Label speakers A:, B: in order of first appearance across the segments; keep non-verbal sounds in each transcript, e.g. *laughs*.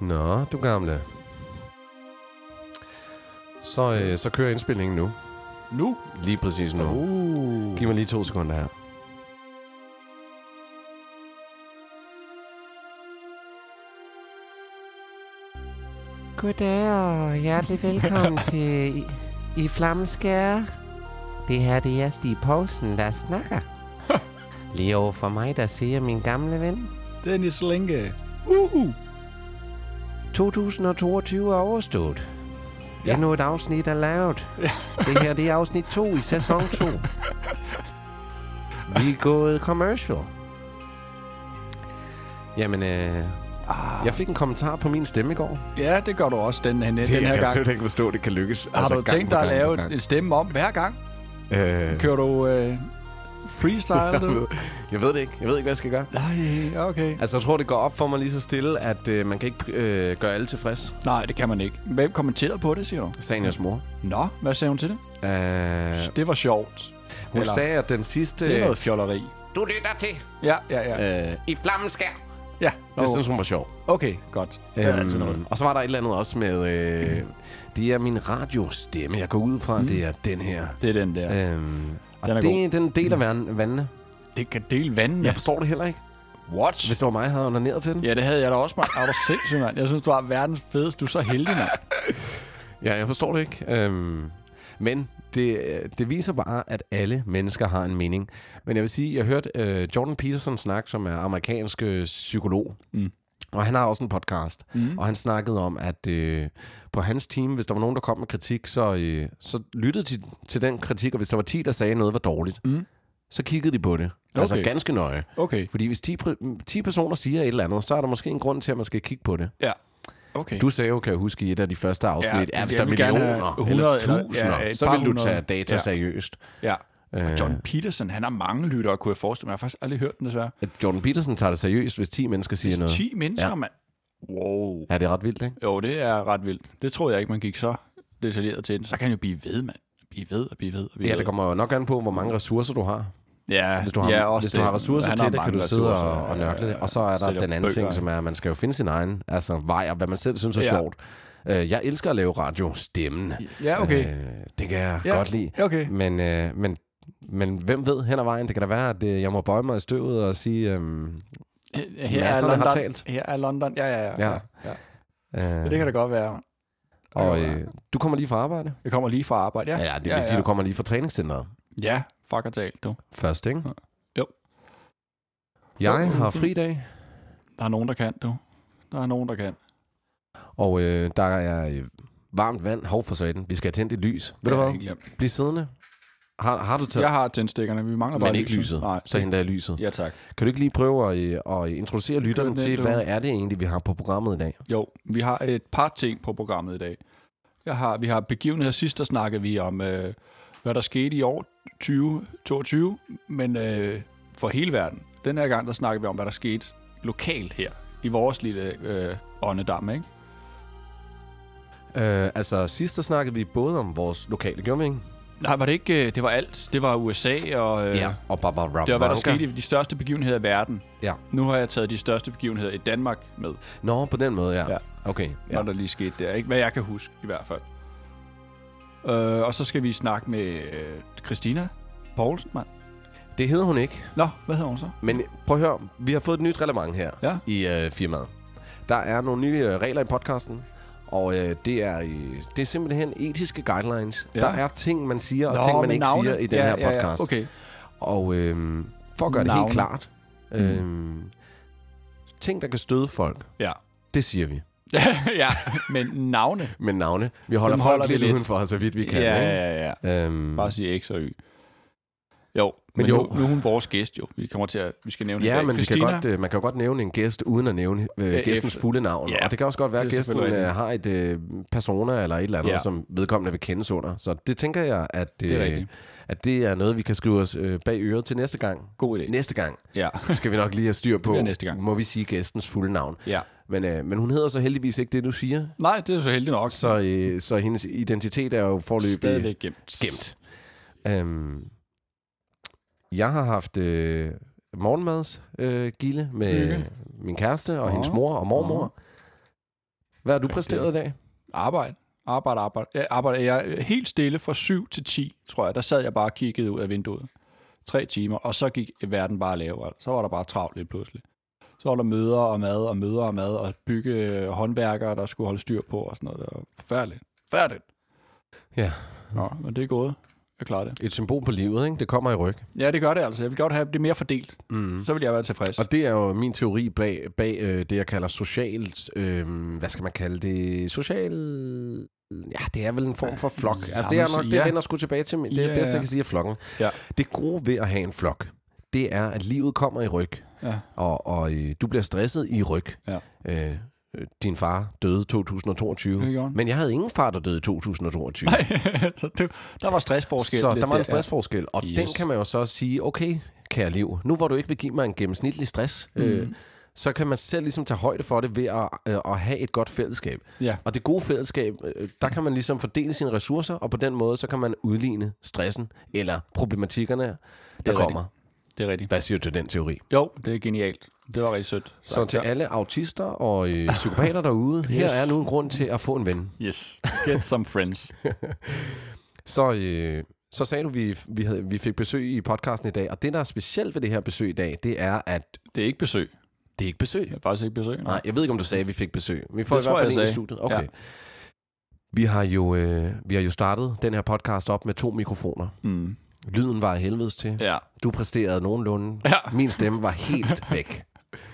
A: Nå, du gamle. Så, øh, så kører indspilningen nu.
B: Nu?
A: Lige præcis nu.
B: Uh.
A: Giv mig lige to sekunder her.
C: Goddag og hjertelig *laughs* velkommen til I, I Flammeskære. Det her det er Stig Poulsen, der *laughs* snakker. Lige over for mig, der siger min gamle ven.
B: Dennis Linke. Uhu.
C: 2022 er overstået. Ja.
B: Ja.
C: Endnu et afsnit er lavet. Det her det er afsnit 2 i sæson 2. Vi er gået commercial.
A: Jamen, øh,
B: Ah.
A: jeg fik en kommentar på min stemme i går.
B: Ja, det gør du også den, den, den her gang.
A: ikke forstå, det kan lykkes. Altså,
B: Har du tænkt dig at lave et stemme om hver gang?
A: Øh,
B: Kører du øh, freestyle?
A: *laughs* jeg, ved,
B: du?
A: jeg ved det ikke. Jeg ved ikke, hvad jeg skal gøre.
B: Nej, okay.
A: Altså, jeg tror, det går op for mig lige så stille, at øh, man kan ikke øh, gøre alle tilfreds.
B: Nej, det kan man ikke. Hvem kommenterede på det, siger du?
A: Sanias mor.
B: Nå, hvad sagde hun til det?
A: Øh,
B: Det var sjovt.
A: hun
B: Eller-
A: sagde, at den sidste...
B: Det er noget fjolleri.
C: Du lytter til
B: Ja, ja, ja.
A: øh,
C: I Flammeskær.
B: ja.
A: det
B: nå.
A: synes hun var sjov. Øhm,
B: Okay, godt. Det er altid noget.
A: og så var der et eller andet også med... Øh, det er min radiostemme. Jeg går ud fra, mm. det er den her.
B: Det er den der.
A: Øhm, og
B: Den
A: den
B: er Mm.
A: det, den deler vand, vandene.
B: Det kan dele vandene.
A: Jeg forstår det heller ikke.
B: What?
A: Hvis det var mig, jeg havde onaneret til den.
B: Ja, det havde jeg da også, mand. Er du sindssyg, mand? Jeg synes, du er verdens fedeste. Du er så heldig, mand.
A: Ja, jeg forstår det ikke. Øhm, men det, øh, det viser bare, at alle mennesker har en mening. Men jeg vil sige, jeg hørte øh, Jordan Peterson snakke, som er amerikansk øh, psykolog.
B: Mm.
A: Og han har også en podcast. Mm. Og han snakkede om, at øh, på hans team, hvis der var nogen, der kom med kritik, så, øh, så lyttede de til den kritik. Og hvis der var 10, der sagde, at noget var dårligt,
B: Mm.
A: så kiggede de på det. Altså
B: Okay.
A: ganske nøje. *laughs*
B: Okay.
A: Fordi hvis 10, pr- 10 personer siger et eller andet, så er der måske en grund til, at man skal kigge på det.
B: Ja. Okay.
A: Du sagde jo, kan jeg huske, i et af de første afsnit, ja,
B: jeg
A: at hvis der er
B: vil gerne have
A: millioner eller
B: 100 eller-
A: tusinder,
B: ja,
A: ja,
B: et
A: så
B: par
A: vil du tage
B: hundrede.
A: data
B: Ja.
A: ja. seriøst.
B: Ja.
A: Øh.
B: Og John Peterson, han har mange lyttere, kunne jeg forestille mig. Jeg har faktisk aldrig hørt den, desværre.
A: At Jordan Peterson tager det seriøst, hvis 10 mennesker siger noget.
B: 10 mennesker, ja. mand. Wow.
A: Ja, det er ret vildt, ikke?
B: Jo, det er ret vildt. Det troede jeg ikke, man gik så detaljeret til den. Så kan han jo blive ved, mand. Blive ved og blive ved og blive
A: Ja,
B: ved.
A: det kommer jo nok an på, hvor mange ressourcer du har.
B: Ja,
A: Hvis du har,
B: ja,
A: ja, hvis du har ressourcer
B: Han
A: til
B: har
A: det, kan
B: mange
A: du sidde
B: ressourcer.
A: og, og nørkle det. Og så er der
B: Sætter
A: den anden
B: bøger.
A: ting, som er, at man skal jo finde sin egen altså, vej, og hvad man selv synes er
B: Ja.
A: ja. sjovt. Øh, Jeg elsker at lave radio stemmen.
B: Ja, okay.
A: Øh, det kan jeg
B: Ja,
A: ja. godt lide.
B: okay.
A: Men, øh, men, men hvem ved hen ad vejen? Det kan da være, at øh, jeg må bøje mig i støvet og sige... Øhm,
B: Her- Her er
A: Masserne har
B: London.
A: talt.
B: Her er London. Ja, ja, ja.
A: Ja.
B: ja. ja.
A: øh,
B: Det kan da godt være. mand. Det kan
A: Og
B: godt være.
A: øh, du kommer lige fra arbejde?
B: Jeg kommer lige fra arbejde, ja.
A: Ja, det vil sige, du kommer lige fra træningscenteret
B: Ja, fuck og talt, du.
A: først, ikke?
B: Jo.
A: Jeg har fridag,
B: Der er nogen, der kan, du. Der er nogen, der kan.
A: og øh, der er øh, varmt vand, hov for satan. Vi skal have tændt et lys. Ved
B: Jeg
A: du
B: har
A: hvad?
B: ikke glemt.
A: Bliv siddende. Har, har du taget?
B: Jeg har tændstikkerne. Vi mangler bare
A: men ikke lyset.
B: Nej.
A: Så henter jeg lyset.
B: Ja, tak.
A: Kan du ikke lige prøve at, øh, at introducere lytterne
B: den
A: til,
B: ned,
A: hvad
B: du.
A: er det egentlig, vi har på programmet i dag?
B: Jo, vi har et par ting på programmet i dag. Jeg har, vi har begivenheder. Sidst der snakkede vi om, øh, hvad der skete i år 2022, men øh, for hele verden. Den her gang, der snakker vi om, hvad der skete lokalt her i vores lille øh, åndedam, ikke?
A: Øh, altså, sidst der snakkede vi både om vores lokale gømming.
B: Nej, var det ikke... øh, Det var alt. Det var USA og... Øh,
A: Og Barbara
B: Det var, hvad der skete i de største begivenheder i verden.
A: Ja.
B: Nu har jeg taget de største begivenheder i Danmark med,
A: Nå, på den måde, ja.
B: Ja.
A: ja. Okay.
B: ja. når der lige skete der. Ikke? Hvad jeg kan huske, i hvert fald. Øh, og så skal vi snakke med øh, Christina Poulsen, mand.
A: Det hedder hun ikke.
B: Nå, hvad hedder hun så?
A: Men prøv at høre, vi har fået et nyt reglement her
B: Ja.
A: i øh, firmaet. Der er nogle nye øh, regler i podcasten, og øh, det, er, øh, det er simpelthen etiske guidelines.
B: Ja.
A: Ja. Der er ting, man siger, og ting, man
B: med
A: ikke
B: navne.
A: siger i den
B: ja,
A: her podcast.
B: Ja, okay.
A: Og øh, for at gøre det
B: Navne.
A: helt klart, øh, mm. ting, der kan støde folk,
B: Ja. *laughs*
A: det siger vi.
B: ja, men navne.
A: Men navne, vi holder
B: Dem
A: folk
B: holder vi
A: lidt,
B: lidt.
A: udenfor, så vidt vi kan.
B: ja,
A: ikke?
B: ja, ja, ja.
A: Øhm,
B: Bare sige X og Y. Jo, men,
A: Men
B: men jo.
A: jo.
B: Nu, nu er hun vores gæst jo. Vi kommer til at, vi skal nævne hende i
A: ja,
B: dag.
A: men vi kan
B: Christina,
A: godt, øh, man kan jo godt nævne en gæst, uden at nævne øh, gæstens
B: efter-
A: fulde navn.
B: Ja,
A: Ja, og det kan også godt være, at
B: det er
A: gæsten
B: selvfølgelig
A: øh, har et øh, persona eller et eller andet,
B: Ja.
A: ja. som vedkommende vil kendes under. Så det tænker jeg, at, øh,
B: Det er
A: det,
B: rigtigt.
A: at det er noget, vi kan skrive os øh, bag øret til næste gang.
B: God idé.
A: Næste gang
B: Ja.
A: skal vi nok lige have
B: *laughs*
A: styr på,
B: Øh. bliver næste gang.
A: må vi sige gæstens fulde navn.
B: ja.
A: Men, øh, men hun hedder så heldigvis ikke det, du siger.
B: Nej, det er så heldigt nok.
A: Så, øh, så hendes identitet er jo forløbig
B: Stadigvæk gemt.
A: gemt. Øhm, jeg har haft øh, morgenmadsgilde øh, gilde med
B: Hygge.
A: min kæreste og
B: Åh,
A: hendes mor og mormor. Hvad har du præsteret i dag?
B: Arbejde. Arbejde, arbejde. Jeg arbejder jeg helt stille fra 7 til 10, tror jeg. Der sad jeg bare og kiggede ud af vinduet. Tre timer, og så gik verden bare lavere. Så var der bare travlt lidt pludselig. Så var der møder og mad og møder og mad og bygge øh, håndværkere, der skulle holde styr på og sådan noget. Det var forfærdeligt. Færdigt.
A: Ja.
B: Nå, men det er gået. Jeg klarer det.
A: Et symbol på livet, ikke? Det kommer i ryg.
B: Ja, det gør det altså. Jeg vil godt have det mere fordelt.
A: Mm.
B: Så vil jeg være tilfreds.
A: Og det er jo min teori bag, bag øh, det, jeg kalder socialt... Øh, hvad skal man kalde det? Social... Ja, det er vel en form for flok. Altså, det er
B: Jamen,
A: nok
B: så-
A: det,
B: ja.
A: jeg skulle tilbage til. men Det
B: Ja,
A: er bedst,
B: ja.
A: jeg kan sige, er flokken.
B: Ja.
A: Det gode ved at have en flok, det er, at livet kommer i ryg.
B: Ja.
A: Og, og øh, du bliver stresset i ryg.
B: Ja.
A: Øh, øh, din far døde 2022.
B: Det gjorde han.
A: Men jeg havde ingen far, der døde i 2022.
B: *laughs* Nej, så det, der var stressforskel.
A: Så
B: lidt
A: der var en stressforskel, og
B: Yes.
A: yes. den kan man jo så sige, okay, kære liv, nu hvor du ikke vil give mig en gennemsnitlig stress, mm. øh, så kan man selv ligesom tage højde for det ved at, øh, at have et godt fællesskab.
B: Ja.
A: Og det gode fællesskab, øh, der kan man ligesom fordele sine ressourcer, og på den måde, så kan man udligne stressen eller problematikkerne, der
B: rigtigt.
A: kommer.
B: Det er rigtigt.
A: Hvad siger du til den teori?
B: Jo, det er genialt. Det var rigtig sødt.
A: Så til alle autister og øh, psykopater derude, *laughs* yes. her er nu en grund til at få en ven.
B: Yes, get some friends.
A: Så, øh, så sagde du, vi, vi, havde, vi fik besøg i podcasten i dag, og det, der er specielt ved det her besøg i dag, det er, at
B: Det er ikke besøg.
A: det er ikke besøg.
B: Det er faktisk ikke besøg.
A: Nej, jeg ved ikke, om du sagde, at vi fik besøg. Vi får
B: Det
A: det i
B: tror
A: hvert fald
B: jeg, jeg
A: en i
B: sagde.
A: studiet. Okay.
B: Ja.
A: Ja. Vi har, jo, øh, vi har jo startet den her podcast op med to mikrofoner.
B: Mm.
A: Lyden var af helvedes til.
B: Ja.
A: Du præsterede nogenlunde.
B: ja.
A: Min stemme var helt væk.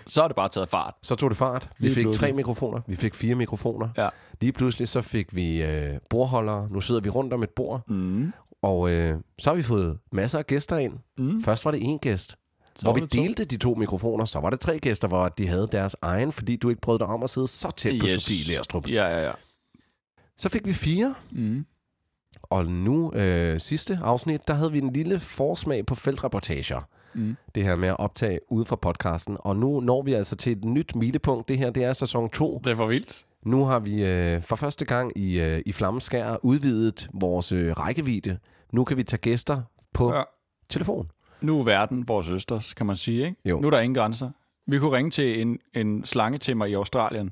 B: Så er det bare taget fart.
A: Så tog det fart. Vi
B: Lige
A: fik tre
B: pludselig.
A: mikrofoner. Vi fik fire mikrofoner.
B: Ja.
A: Lige pludselig så fik vi øh, bordholdere. Nu sidder vi rundt om et bord.
B: Mm.
A: Og øh, så har vi fået masser af gæster ind.
B: Mm.
A: Først var det en gæst,
B: Så
A: så hvor
B: var
A: vi
B: det to.
A: delte de to mikrofoner. Så var det tre gæster, hvor de havde deres egen, fordi du ikke prøvede dig om at sidde så tæt på Sofie Lærstrup.
B: Ja, ja, ja.
A: Så fik vi fire,
B: Mm.
A: og nu øh, sidste afsnit, der havde vi en lille forsmag på feltreportager.
B: Mm.
A: Det her med at optage ude fra podcasten. Og nu når vi altså til et nyt milepunkt. Det her, det er sæson 2.
B: Det var vildt.
A: Nu har vi øh, for første gang i, øh, i Flammeskær udvidet vores øh, rækkevidde. Nu kan vi tage gæster på
B: Ja.
A: ja. telefon.
B: Nu er verden vores østers, kan man sige, ikke?
A: Jo.
B: Nu er der ingen grænser. Vi kunne ringe til en, en slangetimmer i Australien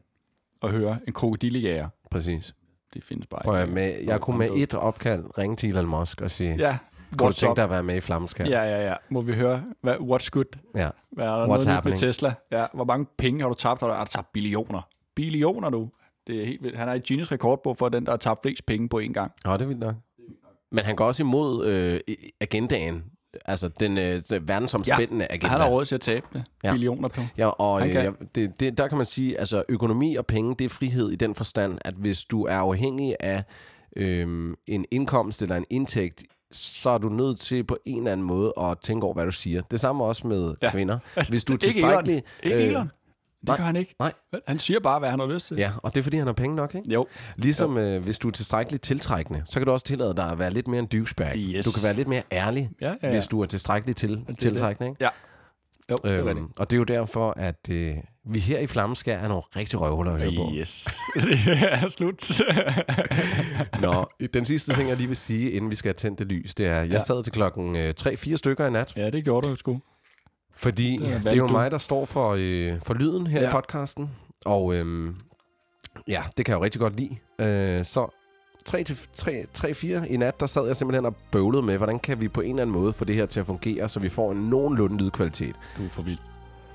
B: og høre en krokodillejæger.
A: Præcis.
B: Det findes bare
A: Prøv at,
B: ikke.
A: høre, med, jeg kunne med et opkald ringe til Elon Musk og sige, ja.
B: Ja,
A: kunne du
B: what's
A: tænke
B: up?
A: dig at være med i Flammeskær?
B: Ja, ja, ja. Må vi høre, hvad, what's good?
A: ja.
B: Hvad er der
A: What's
B: noget nyt med
A: happening?
B: Tesla? Ja, hvor mange penge har du tabt? Har du, har du tabt billioner? Billioner nu. Det er helt vildt. Han er i Guinness rekordbog for den, der har tabt flest penge på én gang.
A: Nå, det er vildt nok. Men han går også imod øh, i- agendaen. Altså den øh, verdensomspændende ja, agenda.
B: Han har råd til at tabe det. Ja.
A: Ja.
B: Billioner på.
A: Ja, og
B: Han
A: øh,
B: kan.
A: ja, det, det, der kan man sige, altså økonomi og penge, det er frihed i den forstand, at hvis du er afhængig af øh, en indkomst eller en indtægt, så er du nødt til på en eller anden måde at tænke over, hvad du siger. Det samme også med
B: Ja.
A: ja. kvinder.
B: *laughs*
A: Hvis du er
B: Ikke Elon.
A: tilstrækkelig... øh,
B: Ikke Elon. Det
A: nej.
B: gør han ikke.
A: Nej.
B: Han siger bare, hvad han har lyst til.
A: Ja, og det er fordi, han har penge nok, ikke?
B: Jo.
A: Ligesom øh, hvis du er tilstrækkeligt tiltrækkende, så kan du også tillade dig at være lidt mere en douchebag.
B: Yes.
A: Du kan være lidt mere ærlig,
B: Ja, ja,
A: ja.
B: ja.
A: hvis du er tilstrækkeligt til,
B: det.
A: tiltrækkende. Ikke?
B: Ja. Jo, det er
A: Øhm, og det er jo derfor, at øh, vi her i Flammeskær er nogle rigtig røvhuller at høre på.
B: rigtigt. Yes. *laughs* det er slut. *laughs*
A: *laughs* Nå, den sidste ting, jeg lige vil sige, inden vi skal have tændt det lys, det er, jeg
B: Ja.
A: sad til klokken øh, 3-4 stykker i nat,
B: ja, det gjorde du sgu.
A: fordi
B: Det er
A: det er jo
B: valgt, du.
A: mig, der står for, øh, for lyden her ja.
B: Ja.
A: i podcasten. Og øhm, ja, det kan jeg jo rigtig godt lide. Øh, så 3-4 i nat, der sad jeg simpelthen og bøvlede med, hvordan kan vi på en eller anden måde få det her til at fungere, så vi får en nogenlunde lydkvalitet.
B: Du er for vild.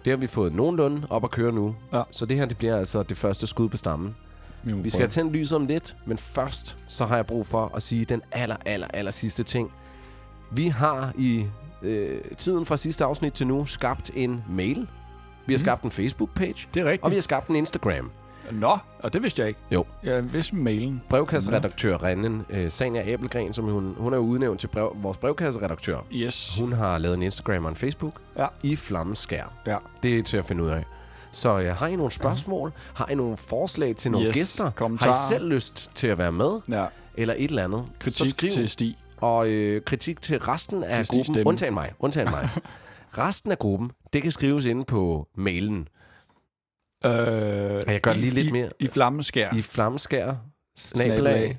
A: Det har vi fået nogenlunde op at køre nu.
B: Ja.
A: Så det her, det bliver altså det første skud på stammen.
B: må
A: Vi skal have tændt lyset om lidt, men først så har jeg brug for at sige den aller, aller, aller sidste ting. Vi har i øh, tiden fra sidste afsnit til nu skabt en mail, vi har skabt en Facebook-page,
B: Mm. Det er rigtigt.
A: og vi har skabt en Instagram.
B: Nå, og det vidste jeg ikke.
A: Jo.
B: Jeg vidste mailen. Mm.
A: Brevkasseredaktør Rennen, øh, Sanja Æbelgren, som hun, hun er jo udnævnt til brev, vores brevkasseredaktør.
B: Yes.
A: Hun har lavet en Instagram og en Facebook
B: Ja.
A: i Flammeskær.
B: Ja.
A: Det er til at finde ud af. Så øh, har I nogle spørgsmål? Har I nogle forslag til nogle
B: Yes,
A: gæster? Har
B: kommentarer.
A: I selv lyst til at være med?
B: Ja.
A: Eller et eller andet? så
B: Kritik
A: skriv.
B: til Stig.
A: Og øh, kritik til resten af
B: Til Stig
A: gruppen.
B: Stemme.
A: Undtagen mig. Undtagen
B: *laughs*
A: mig. resten af gruppen, det kan skrives inde på mailen
B: Øh,
A: jeg gør lige
B: i,
A: lidt
B: i,
A: mere.
B: I flammeskær.
A: i flammeskær snabelag
B: snabelag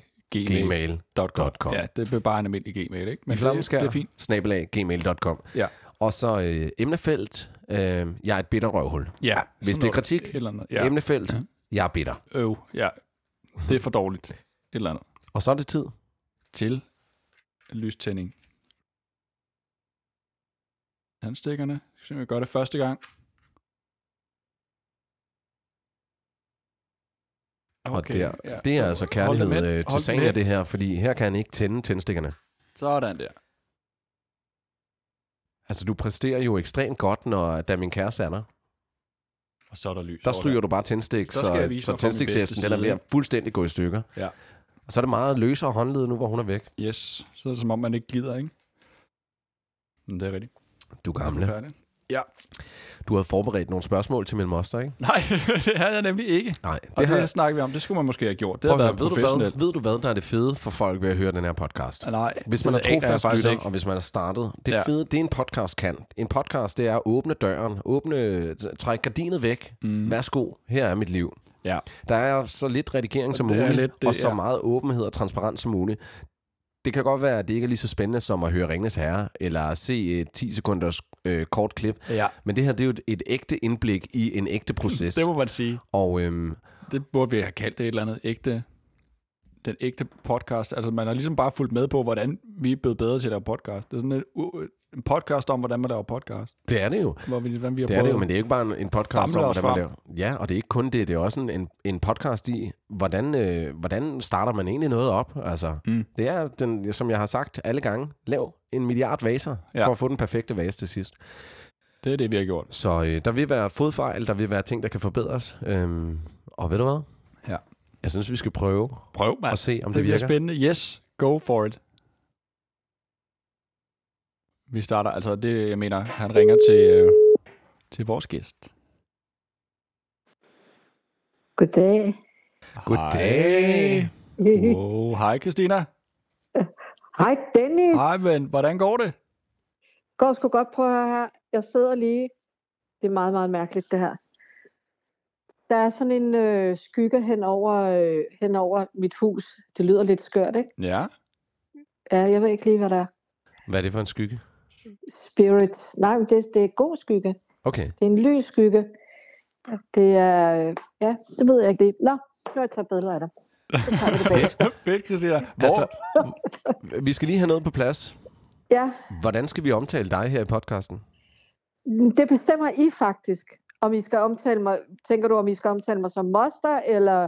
B: gmail.com.
A: gmail.com.
B: Ja, det blev bare en almindelig gmail, ikke?
A: I
B: det-
A: flammeskær
B: Det er fint.
A: snabelag gmail.com.
B: Ja.
A: Og så øh, emnefelt, øh, jeg er et bitter røvhul.
B: Ja.
A: Hvis
B: sådan
A: det er
B: noget.
A: kritik,
B: Et eller andet.
A: Ja.
B: Ja.
A: Emnefelt, Jeg er bitter.
B: Øv, ja. Det er for dårligt. Et eller andet.
A: Og så er det tid.
B: Til lystænding. Tandstikkerne. Skal vi se, om jeg gør det første gang.
A: Og okay, der,
B: ja.
A: ja. det er altså kærlighed
B: Hold det med.
A: øh, til
B: Hold det
A: sagen
B: med.
A: af det her, fordi her kan han ikke tænde tændstikkerne.
B: Sådan der.
A: Altså, du præsterer jo ekstremt godt, når da min kæreste er der.
B: Og så er der lys.
A: Der
B: over
A: stryger du bare tændstik,
B: Så skal jeg
A: så,
B: vise
A: så
B: mig fra min
A: tændstikshæsten
B: bedste
A: den er ved
B: side.
A: at fuldstændig gå i stykker.
B: Ja.
A: Og så er det meget løsere håndled nu, hvor hun er væk.
B: Yes, så er det som om, man ikke gider, ikke? Men det er rigtigt.
A: Du gamle.
B: Færdig.
A: Du havde forberedt nogle spørgsmål til min moster, ikke?
B: Nej, *laughs* det havde jeg nemlig ikke.
A: Nej,
B: Og det, det her snakker vi om, det skulle man måske have gjort. Det
A: Prøv
B: har
A: at høre,
B: været
A: ved, du hvad,
B: professionelt.
A: ved du hvad, der er det fede for folk ved at høre den her podcast?
B: Ah, Nej,
A: Hvis man er
B: det aner jeg
A: trofast
B: faktisk
A: lytter,
B: ikke.
A: og hvis man er startet. Det
B: Ja.
A: ja. fede, det en podcast kan. En podcast, det er at åbne døren, åbne, træk gardinet væk. Mm. Værsgo, her er mit liv.
B: Ja.
A: Der er så lidt redigering som
B: Det er
A: muligt,
B: lidt
A: lidt,
B: det,
A: og så
B: ja.
A: meget åbenhed og transparens som muligt. Det kan godt være, at det ikke er lige så spændende som at høre Ringens Herre, eller se et 10 sekunders øh, kort klip.
B: ja,
A: Men det her, det er jo et, et ægte indblik i en ægte proces.
B: det må man sige.
A: Og øhm,
B: Det burde vi have kaldt det et eller andet ægte den ægte podcast. Altså, man har ligesom bare fulgt med på, hvordan vi er blevet bedre til at lave podcast. Det er sådan en, u- en podcast om, hvordan man laver podcast.
A: det er det jo.
B: Hvor vi, hvordan vi har
A: Det er
B: prøvet.
A: det jo, men det er ikke bare en, en podcast
B: Famle
A: om,
B: os
A: hvordan man
B: frem.
A: laver. Ja, og det er ikke kun det. Det er også en, en, en podcast i, hvordan, øh, hvordan starter man egentlig noget op? Altså,
B: Mm.
A: mm. Det er, den, som jeg har sagt alle gange, lav en milliard vaser
B: Ja.
A: ja. for at få den perfekte vase til sidst.
B: det er det, vi har gjort.
A: Så øh, der vil være fodfejl, der vil være ting, der kan forbedres. Øhm, og ved du hvad?
B: Ja.
A: Jeg synes, vi skal prøve
B: Prøv, mand.
A: at se, om
B: det
A: det,
B: bliver
A: virker.
B: spændende. Yes, go for it. Vi starter, altså det, jeg mener, han ringer til, øh, til vores gæst.
D: Goddag.
A: Goddag.
B: Hej. Wow, hej Christina.
D: Hej Dennis.
B: Hej, men hvordan går det?
D: Går sgu godt på her. Jeg sidder lige. Det er meget, meget mærkeligt det her. Der er sådan en øh, skygge hen over, øh, hen over mit hus. Det lyder lidt skørt, ikke?
B: Ja,
D: Ja, jeg ved ikke lige, hvad der er.
A: Hvad er det for en skygge?
D: Spirit. Nej, men det, det er en god skygge.
A: Okay.
D: Det er en lys skygge. Det er... Øh, ja, det ved jeg ikke lige. Nå, nu har jeg taget billeder af dig. Så tager vi det bag.
B: *laughs* fedt Christina. Hvor,
A: Altså, *laughs*
B: altså,
A: vi skal lige have noget på plads.
D: Ja,
A: Hvordan skal vi omtale dig her i podcasten?
D: det bestemmer I faktisk. Om I skal omtale mig... Tænker du, om I skal omtale mig som moster, eller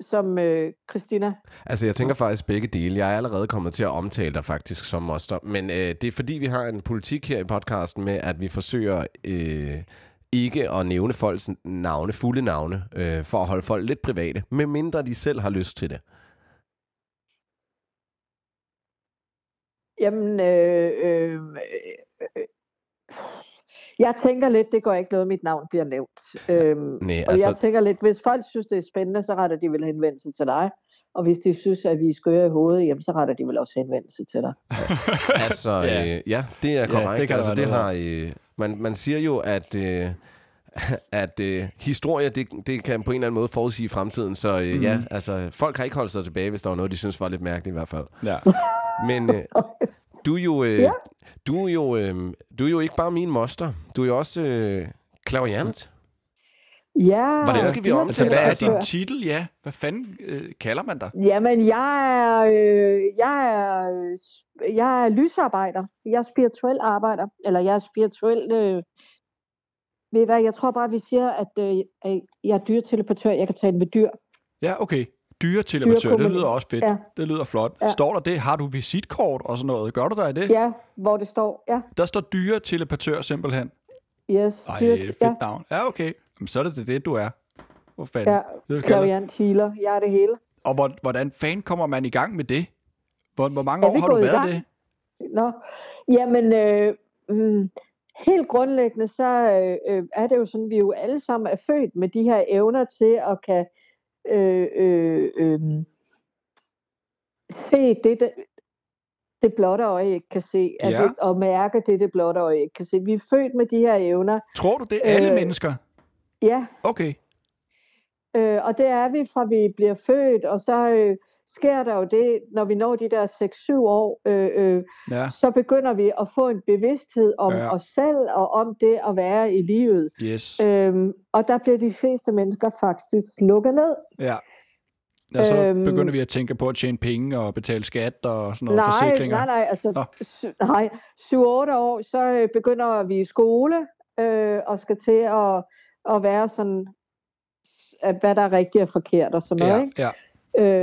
D: som øh, Christina?
A: Altså, jeg tænker faktisk begge dele. Jeg er allerede kommet til at omtale dig faktisk som moster, men øh, det er fordi, vi har en politik her i podcasten med, at vi forsøger øh, ikke at nævne folks navne, fulde navne, øh, for at holde folk lidt private, medmindre de selv har lyst til det.
D: Jamen, øh, øh, øh, jeg tænker lidt, det går ikke noget, mit navn bliver nævnt. Øhm,
A: Nej,
D: og
A: altså-
D: jeg tænker lidt, hvis folk synes, det er spændende, så retter de vel henvendelse til dig. Og hvis de synes, at vi er skøre i hovedet, jamen, så retter de vel også henvendelse til dig.
A: *laughs* Altså,
B: Ja.
A: ja. Øh, ja, det er
B: det
A: korrekt. Ja,
B: kan
A: det
B: der
A: altså,
B: være
A: det
B: noget
A: har, øh, man, man siger jo, at, øh, *laughs* at øh, historier, det, det kan på en eller anden måde forudsige fremtiden, så øh, mm. ja, altså, folk har ikke holdt sig tilbage, hvis der var noget, de synes var lidt mærkeligt i hvert fald.
B: ja.
A: Men øh, du er jo, øh,
D: Ja.
A: du er jo, øh, du er jo ikke bare min moster. Du er jo også øh, klaverjant.
D: Ja,
A: Hvordan skal vi
D: det er
B: altså,
A: omtale
D: det,
B: hvad er
D: jeg
B: din
D: hører.
B: titel, ja? Hvad fanden øh, kalder man dig?
D: Jamen, jeg er, øh, jeg er, øh, sp- jeg er lysarbejder. Jeg er spirituel arbejder. Eller jeg er spirituel... Øh, ved I hvad, jeg tror bare, vi siger, at øh, at jeg er dyreteleportør. Jeg kan tale med dyr.
B: Ja, okay. Dyretelematør, det
D: Dyrekommunik-
B: lyder også fedt.
D: Ja.
B: Det lyder flot.
D: Ja.
B: Står der det? Har du visitkort og sådan noget? Gør du dig det?
D: Ja, hvor det står. Ja,
B: Der står dyreteleportør simpelthen.
D: yes.
B: Ej,
D: dyrt,
B: fedt
D: ja,
B: navn. Ja, okay. Jamen, så er det det, du er. Hvor fanden?
D: ja,
B: Ja. Det skal
D: klaviant, healer, jeg er det hele.
B: Og hvor, hvordan fanden kommer man i gang med det? Hvor, hvor mange
D: Er
B: år
D: vi
B: har du
D: gået i
B: været
D: gang?
B: det?
D: Nå, jamen, øh, mm, helt grundlæggende, så øh, øh, er det jo sådan, vi jo alle sammen er født med de her evner til at kan øh, øh, øh, se det, det, det blotte øje ikke kan se,
B: Ja.
D: altså, og mærke det, det blotte øje ikke kan se. Vi er født med de her evner,
B: Tror du, det er alle
D: Øh.
B: mennesker?
D: ja,
B: Okay.
D: Øh, og det er vi fra vi bliver født, og så øh, sker der jo det, når vi når de der 6-7 år, øh, øh,
B: Ja,
D: så begynder vi at få en bevidsthed om
B: Ja.
D: ja. os selv og om det at være i livet.
B: yes.
D: Øhm, og der bliver de fleste mennesker faktisk lukket ned.
B: Ja. ja så
D: Øhm.
B: begynder vi at tænke på at tjene penge og betale skat og sådan noget
D: Nej,
B: forsikringer.
D: nej, nej,
B: Nå.
D: altså, sy- nej, 7-8 år, så øh, begynder vi i skole øh, og skal til at, at være sådan, at hvad der er rigtigt og forkert og sådan noget. ikke?
B: Ja, ja.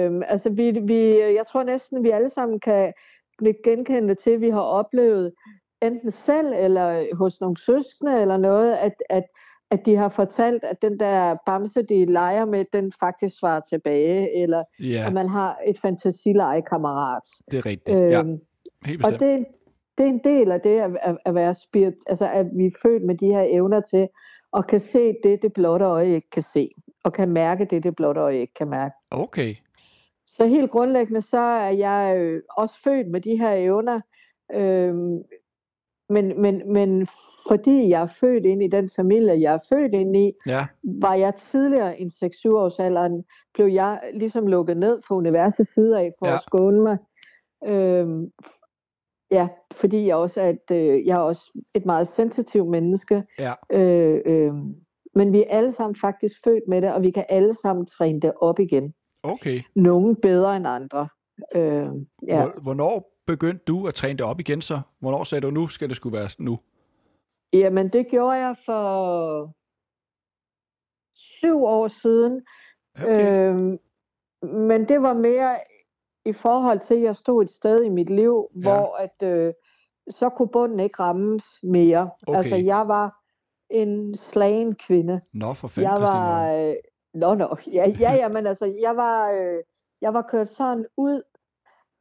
D: Øhm, altså vi, vi, jeg tror næsten, vi alle sammen kan nikke genkende til, at vi har oplevet enten selv eller hos nogle søskende eller noget, at, at, at de har fortalt, at den der bamse, de leger med, den faktisk svarer tilbage, eller ja.
B: ja,
D: at man har et fantasilejekammerat.
B: det er rigtigt.
D: Øhm,
B: Ja, helt
D: og
B: bestemt.
D: det, er en- det er en del af det at, at, at være spirit, altså at vi er født med de her evner til, og kan se det, det blotte øje ikke kan se, og kan mærke det, det blotte øje ikke kan mærke.
B: Okay.
D: Så helt grundlæggende, så er jeg øh, også født med de her evner. Øhm, men, men, men fordi jeg er født ind i den familie, jeg er født ind i,
B: Ja,
D: var jeg tidligere end 6-7 års alderen, blev jeg ligesom lukket ned fra universets side af for
B: Ja.
D: ja. at skåne mig. Øhm, ja, fordi jeg også er et, øh, jeg er også et meget sensitivt menneske.
B: Ja.
D: Øh, øh, men vi er alle sammen faktisk født med det, og vi kan alle sammen træne det op igen
B: okay.
D: nogen bedre end andre. Øh, ja.
B: Hvor- Hvornår begyndte du at træne det op igen så? Hvornår sagde du, nu skal det skulle være nu?
D: Jamen, det gjorde jeg for syv år siden.
B: Okay.
D: Øh, men det var mere i forhold til, at jeg stod et sted i mit liv,
B: Ja.
D: hvor at, øh, så kunne bunden ikke rammes mere.
B: Okay.
D: Altså, jeg var en slagen kvinde.
B: Nå, for fanden,
D: jeg
B: Christine.
D: var...
B: Møller.
D: Øh, nå, nå. Ja, ja, ja, men altså, jeg var, øh, jeg var kørt sådan ud,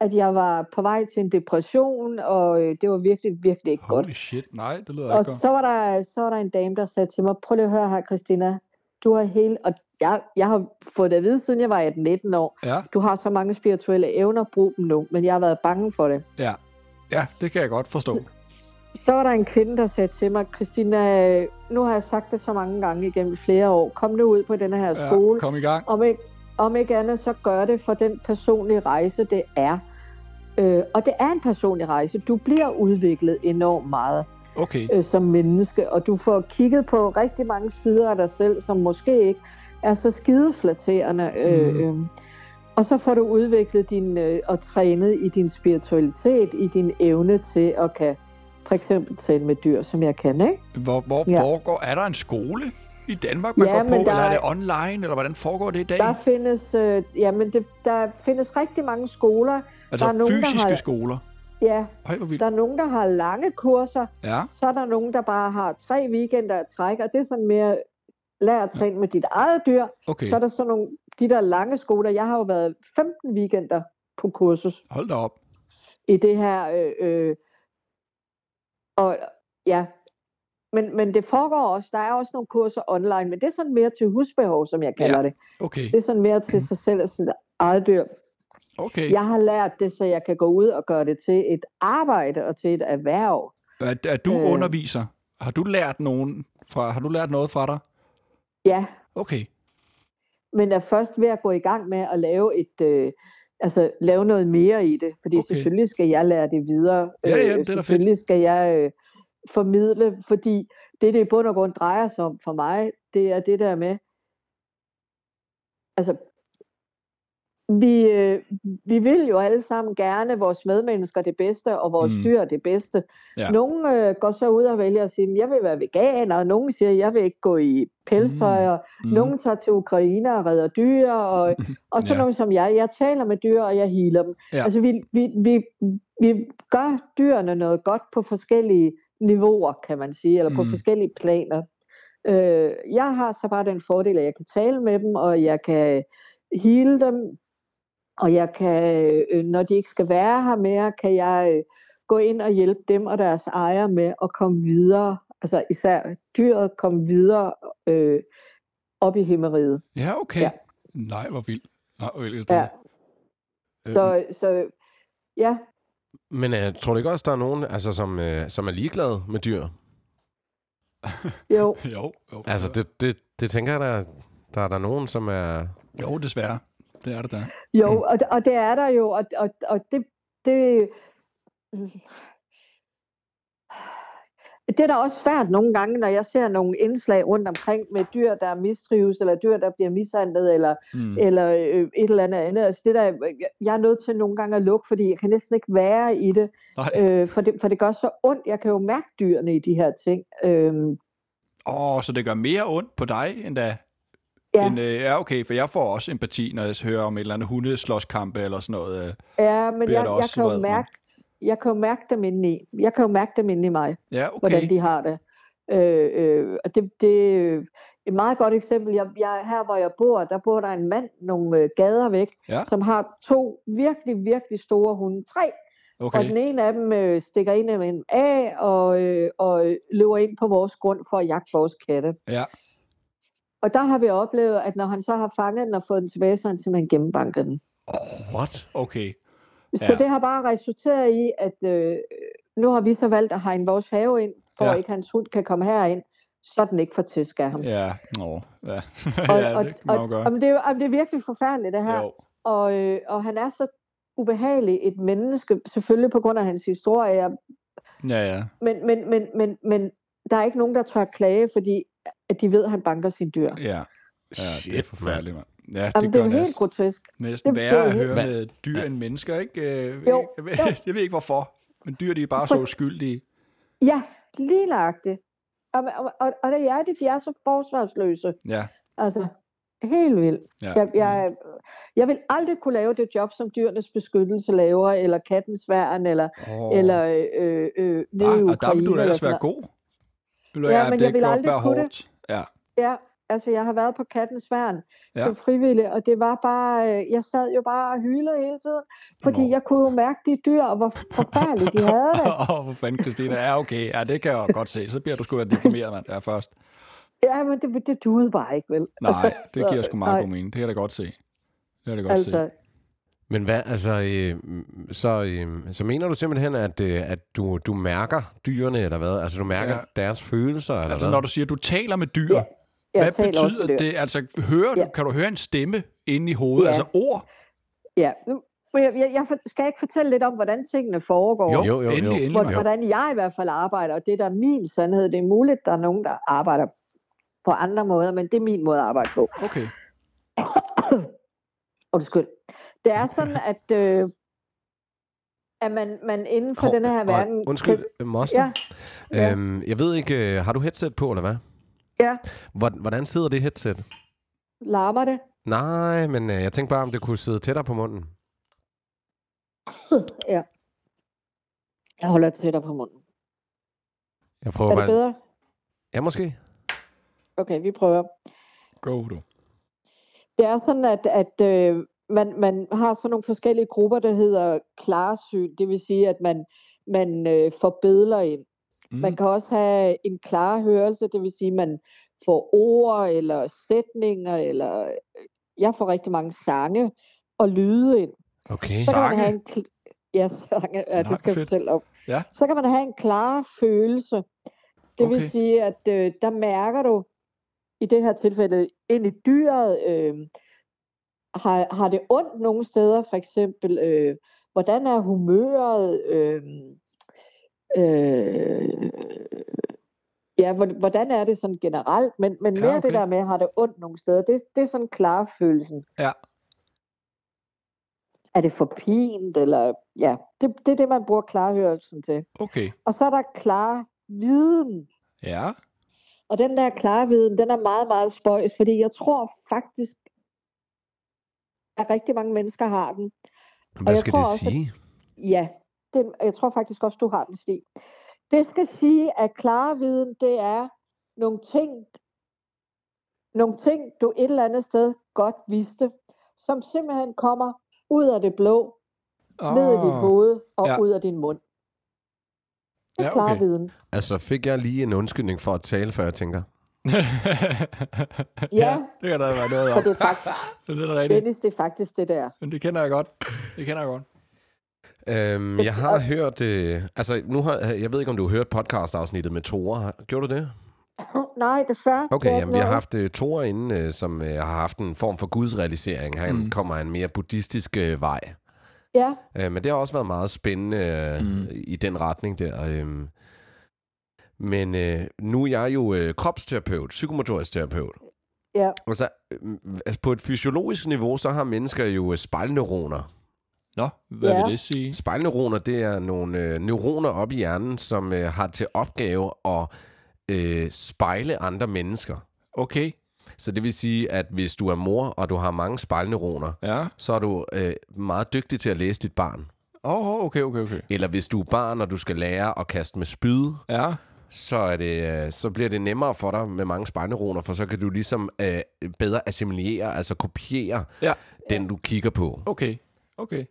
D: at jeg var på vej til en depression, og øh, det var virkelig, virkelig ikke godt.
B: Holy shit, nej, det lyder
D: Og
B: ikke godt.
D: så var, der, så var der en dame, der sagde til mig, prøv lige at høre her, Christina, du har hele... Og jeg, jeg har fået det at vide, siden jeg var 18-19 år.
B: Ja,
D: Du har så mange spirituelle evner, brug dem nu. Men jeg har været bange for det.
B: ja. Ja, det kan jeg godt forstå.
D: Så var der en kvinde, der sagde til mig, Christina, øh, nu har jeg sagt det så mange gange igennem flere år. Kom nu ud på den her skole.
B: Ja, kom i gang.
D: om ikke, om ikke andet, så gør det for den personlige rejse, det er. Øh, og det er en personlig rejse. Du bliver udviklet enormt meget
B: Okay,
D: øh, som menneske, og du får kigget på rigtig mange sider af dig selv, som måske ikke er så skideflaterende. Øh,
B: Mhm.
D: øh. Og så får du udviklet din, øh, og trænet i din spiritualitet, i din evne til at kan for eksempel tale med dyr, som jeg kan, ikke?
B: hvor, hvor
D: Ja.
B: foregår... Er der en skole i Danmark, man
D: Ja,
B: går
D: men
B: på? Eller
D: der
B: er
D: er-
B: det online, eller hvordan foregår det i dag?
D: Der findes, øh, jamen det, der findes rigtig mange skoler.
B: altså
D: der er nogen, der
B: fysiske
D: har-
B: skoler?
D: Ja,
B: Høj, hvor vildt.
D: Der er nogen, der har lange kurser,
B: Ja,
D: så er der nogen, der bare har tre weekender at trække, og det er sådan mere lær at træne med dit eget dyr.
B: okay.
D: Så er der sådan nogle, de der lange skoler. Jeg har jo været 15 weekender på kursus
B: Hold da op.
D: i det her. Øh, øh, og ja, men, men det foregår også. Der er også nogle kurser online, men det er sådan mere til husbehov, som jeg kalder
B: Ja.
D: ja. det.
B: Okay,
D: Det er sådan mere til sig selv og sit eget dyr.
B: okay.
D: Jeg har lært det, så jeg kan gå ud og gøre det til et arbejde og til et erhverv.
B: Er, er du
D: Øh.
B: underviser? Har du lært nogen fra, har du lært noget fra dig?
D: Ja,
B: Okay.
D: men er først ved at gå i gang med at lave et øh, altså lave noget mere i det, fordi
B: Okay.
D: okay. selvfølgelig skal jeg lære det videre.
B: Ja, ja, det
D: Øh,
B: er da fedt.
D: selvfølgelig skal jeg øh, formidle, fordi det det i bund og grund drejer sig om for mig, det er det der med altså vi, øh, vi vil jo alle sammen gerne vores medmennesker det bedste, og vores
B: Mm.
D: mm. dyr det bedste.
B: Ja.
D: Ja. Nogle øh, går så ud og vælger at sige, jeg vil være veganer, og nogen siger, jeg vil ikke gå i pelstøj, mm. og Mm. Nogle tager til Ukraine og redder dyr,
B: *laughs*
D: og, og sådan
B: Mm-hmm. Ja.
D: ja. nogle som jeg. Jeg taler med dyr, og jeg healer dem.
B: Ja.
D: Ja. Altså, vi, vi, vi, vi gør dyrene noget godt på forskellige niveauer, kan man sige, eller på
B: Mm.
D: mm. forskellige planer. Øh, jeg har så bare den fordel, at jeg kan tale med dem, og jeg kan hele dem, og jeg kan, øh, når de ikke skal være her mere, kan jeg øh, gå ind og hjælpe dem og deres ejere med at komme videre, altså især dyret komme videre øh, op i himmeriget.
B: Ja, okay. Ja.
D: Ja.
B: Nej, hvor vildt. Nej, hvor vildt.
D: Ja.
A: Øh,
D: Så, så ja,
A: Men øh, tror du ikke også, der er nogen, altså, som, øh, som er ligeglade med dyr?
D: jo.
B: Jo, jo.
A: Altså, det, det, det tænker jeg, der, der er der nogen, som er...
B: jo, desværre. Det er det der.
D: Jo, og, og det er der jo, og, og, og det, det, mm. det er da også svært nogle gange, når jeg ser nogle indslag rundt omkring med dyr, der mistrives, eller dyr, der bliver mishandlet, eller,
B: Mm.
D: eller øh, et eller andet andet. Altså det der, jeg- jeg er nødt til nogle gange at lukke, fordi jeg kan næsten ikke være i det,
B: Nej.
D: øh, for det, for det gør så ondt. Jeg kan jo mærke dyrene i de her ting. Øh,
B: Åh, oh, så det gør mere ondt på dig, end da...
D: ja,
B: End, øh, ja, okay, for jeg får også empati, når jeg hører om et eller andet hundeslåskampe eller sådan noget. Øh.
D: ja, men
B: bliver
D: jeg,
B: da
D: jeg,
B: også
D: kan
B: vred,
D: jo
B: men-
D: mærke, jeg kan jo mærke dem indeni. Jeg kan jo mærke dem inde i mig.
B: Ja, okay.
D: hvordan de har det. Øh, øh, og det, det øh, et meget godt eksempel. Jeg, jeg, her hvor jeg bor, der bor der en mand nogle øh, gader væk,
B: Ja.
D: som har to virkelig, virkelig store hunde. Tre. Okay. Og den
B: okay.
D: ene af dem øh, stikker en af dem af og, øh, og øh, løber ind på vores grund for at jagte vores katte.
B: Ja.
D: Og der har vi oplevet, at når han så har fanget den og fået den tilbage, så har han simpelthen gennembanket den.
A: What?
B: Okay.
D: Så
B: Ja.
D: det har bare resulteret i, at øh, nu har vi så valgt at hegne vores have ind, for
B: Ja.
D: ja. ikke hans hund kan komme herind, så den ikke får tæsk af ham.
B: Ja, *laughs* nå. Ja,
D: Og,
B: ja
D: og,
B: det kan
D: og,
B: man jo gøre.
D: jamen, det, er, jo- jamen, det er virkelig forfærdeligt, det her.
B: Jo.
D: Og, øh, og han er så ubehagelig et menneske, selvfølgelig på grund af hans historie.
B: Ja, ja.
D: Men, men, men, men, men der er ikke nogen, der tør klage, fordi at de ved, at han banker sine dyr.
B: Ja, ja det er
A: Shit,
B: forfærdeligt, mand. Ja, det,
D: Jamen, det
B: gør
D: er jo
B: det
D: helt
B: altså.
D: grotesk.
B: næsten
D: det- det er
B: værre
D: jo
B: at
D: helt-
B: høre
A: Hvad?
B: med dyr end mennesker, ikke? Øh,
D: Jo,
B: Jeg ved, *laughs* jeg ved ikke, hvorfor. Men dyr, de er
D: *laughs*
B: bare så
D: For-
B: uskyldige.
D: Ja, lige lagtigt. Og, og, og, og det er det, de er så forsvarsløse.
B: Ja,
D: Altså, helt vildt.
B: ja.
D: Jeg, jeg, jeg vil aldrig kunne lave det job, som dyrenes beskyttelse laver, eller kattens værn, eller,
B: Åh.
D: oh. eller øh, øh, nede i
B: Ah,
D: Ukraine.
B: og der vil du da
D: eller
B: ellers
D: sådan
B: være
D: noget.
B: god. Vil du
D: Ja,
B: ja,
D: men
B: det
D: jeg vil
B: kan godt
D: aldrig
B: være
D: kunne
B: hårdt. Ja,
D: Ja, altså jeg har været på kattens værn
B: Ja.
D: ja. som frivillig, og det var bare, øh, jeg sad jo bare og hylede hele tiden, fordi
B: Nå.
D: Nå. jeg kunne jo mærke de dyr, og hvor forfærdeligt de havde
B: *laughs*
D: det.
B: Åh, oh, hvor fanden, Christina. Ja, okay. Ja, det kan jeg jo godt se. Så bliver du sgu da deprimeret, mand. Ja, først.
D: Ja, men det, det duede bare ikke, vel? *laughs*
B: Nej, det giver sgu meget
D: nej,
B: god mening. Det kan jeg da godt se. Det kan jeg da godt altså, se.
D: Altså,
A: Men hvad, altså, øh, mm, så, øh, så mener du simpelthen, at, øh, at du, du mærker dyrene, eller hvad? Altså, du mærker
B: Ja.
A: ja. deres følelser, eller
B: Altså,
A: hvad?
B: når du siger, at du taler med dyr, ja,
D: jeg
B: hvad
D: taler også
B: betyder
D: med dyr.
B: det? Altså, hører du,
D: Ja.
B: kan du høre en stemme inde i hovedet?
D: Ja.
B: Altså, ord?
D: Ja, nu, men jeg, jeg, jeg for- skal ikke fortælle lidt om, hvordan tingene foregår.
A: Jo, jo, jo.
B: endelig, endelig.
D: Hvor-
B: mand.
D: hvordan jeg i hvert fald arbejder, og det der er min sandhed, det er muligt, der er nogen, der arbejder på andre måder, men det er min måde at arbejde på.
B: Okay.
D: Undskyld. Det er sådan, at, øh, at man, man inden for
A: Hov,
D: den her
A: og
D: verden...
A: Undskyld, øh, Moster.
D: Ja,
A: Ja.
D: ja.
A: Øhm, jeg ved ikke, øh, har du headset på, eller hvad?
D: ja,
A: Hvordan, hvordan sidder det headset?
D: larmer det.
A: Nej, men øh, jeg tænkte bare, om det kunne sidde tættere på munden.
D: Ja. Jeg holder tættere på munden.
A: Jeg
D: Er
A: prøver
D: det bedre?
A: Ja, måske.
D: Okay, vi prøver.
B: Go, du.
D: Det er sådan, at, at øh, man, man har sådan nogle forskellige grupper, der hedder klarsyn. Det vil sige, at man, man øh, får billeder ind.
B: Mm.
D: Man kan også have en klar hørelse, det vil sige, at man får ord eller sætninger, eller øh, jeg får rigtig mange sange og lyde ind.
A: Okay.
D: Så kan man
B: Sange?
D: have en kl- ja, sange,
B: Nej,
D: ja, det skal jeg
B: fedt.
D: fortælle om.
B: Ja.
D: Så kan man have en klar følelse. Det okay.
B: Okay.
D: vil sige, at øh, der mærker du, i det her tilfælde, ind i dyret, øh, har, har det ondt nogle steder, for eksempel, øh, hvordan er humøret, øh, øh, ja, hvor- hvordan er det sådan generelt, men, men
B: Ja,
D: mere
B: okay.
D: det der med, har det ondt nogle steder, det, det er sådan klar følelsen.
B: Ja.
D: Er det for pint, eller, ja, det, det er det, man bruger klarhørelsen til.
B: Okay.
D: Og så er der klar viden.
B: Ja.
D: Og den der klare viden, den er meget, meget spøjs, fordi jeg tror faktisk, at rigtig mange mennesker har den.
A: Hvad
D: jeg
A: skal
D: tror
A: det
D: også, at-
A: sige?
D: Ja, den, jeg tror faktisk også, du har den, Stig. Det skal sige, at klare viden, det er nogle ting, nogle ting, du et eller andet sted godt vidste, som simpelthen kommer ud af det blå, oh. ned i dit
B: Ah.
A: Ah.
D: hoved og
B: Ja.
D: ja. ud af din mund. Det er
B: Ja,
D: ja, okay.
B: okay.
A: *laughs*
D: klar viden.
A: Altså, fik jeg lige en undskyldning for at tale, før jeg tænker?
B: *laughs* ja. ja, det kan der være noget
D: *laughs* For
B: om.
D: det
A: *laughs*
D: er faktisk,
B: Det er da rigtigt.
D: Dennis, det er faktisk det der.
B: Men det kender jeg godt. Det kender jeg godt.
A: Øhm, jeg har hørt... Øh, altså, nu har, jeg ved ikke, om du har hørt podcast-afsnittet med Tore. Gjorde du det?
D: Nej, desværre.
A: Okay,
D: Det er
A: jamen,
D: ikke
A: vi har
D: noget.
A: haft uh, Thor inde, øh, som uh, har haft en form for gudsrealisering. Han mm. kommer af en mere buddhistisk øh, vej.
D: Ja,
A: Øh, men det har også været meget spændende øh, mm. i den retning der. Øh. Men øh, nu er jeg jo øh, kropsterapeut, psykomotorisk terapeut.
D: ja.
A: Og så, øh, altså på et fysiologisk niveau, så har mennesker jo øh, spejlneuroner.
B: Nå, hvad ja.
D: Ja.
B: vil det
A: Mm.
B: sige?
A: Spejlneuroner, det er nogle øh, neuroner op i hjernen, som øh, har til opgave at øh, spejle andre mennesker.
B: Okay,
A: Så det vil sige, at hvis du er mor, og du har mange spejlneuroner,
B: ja.
A: så er du øh, meget dygtig til at læse dit barn.
B: Åh, oh, okay, okay, okay.
A: Eller hvis du er barn, og du skal lære at kaste med spyd,
B: Ja,
A: så, er det, øh, så bliver det nemmere for dig med mange spejlneuroner, for så kan du ligesom øh, bedre assimilere, altså kopiere
B: Ja.
A: den, du kigger på.
B: okay, okay.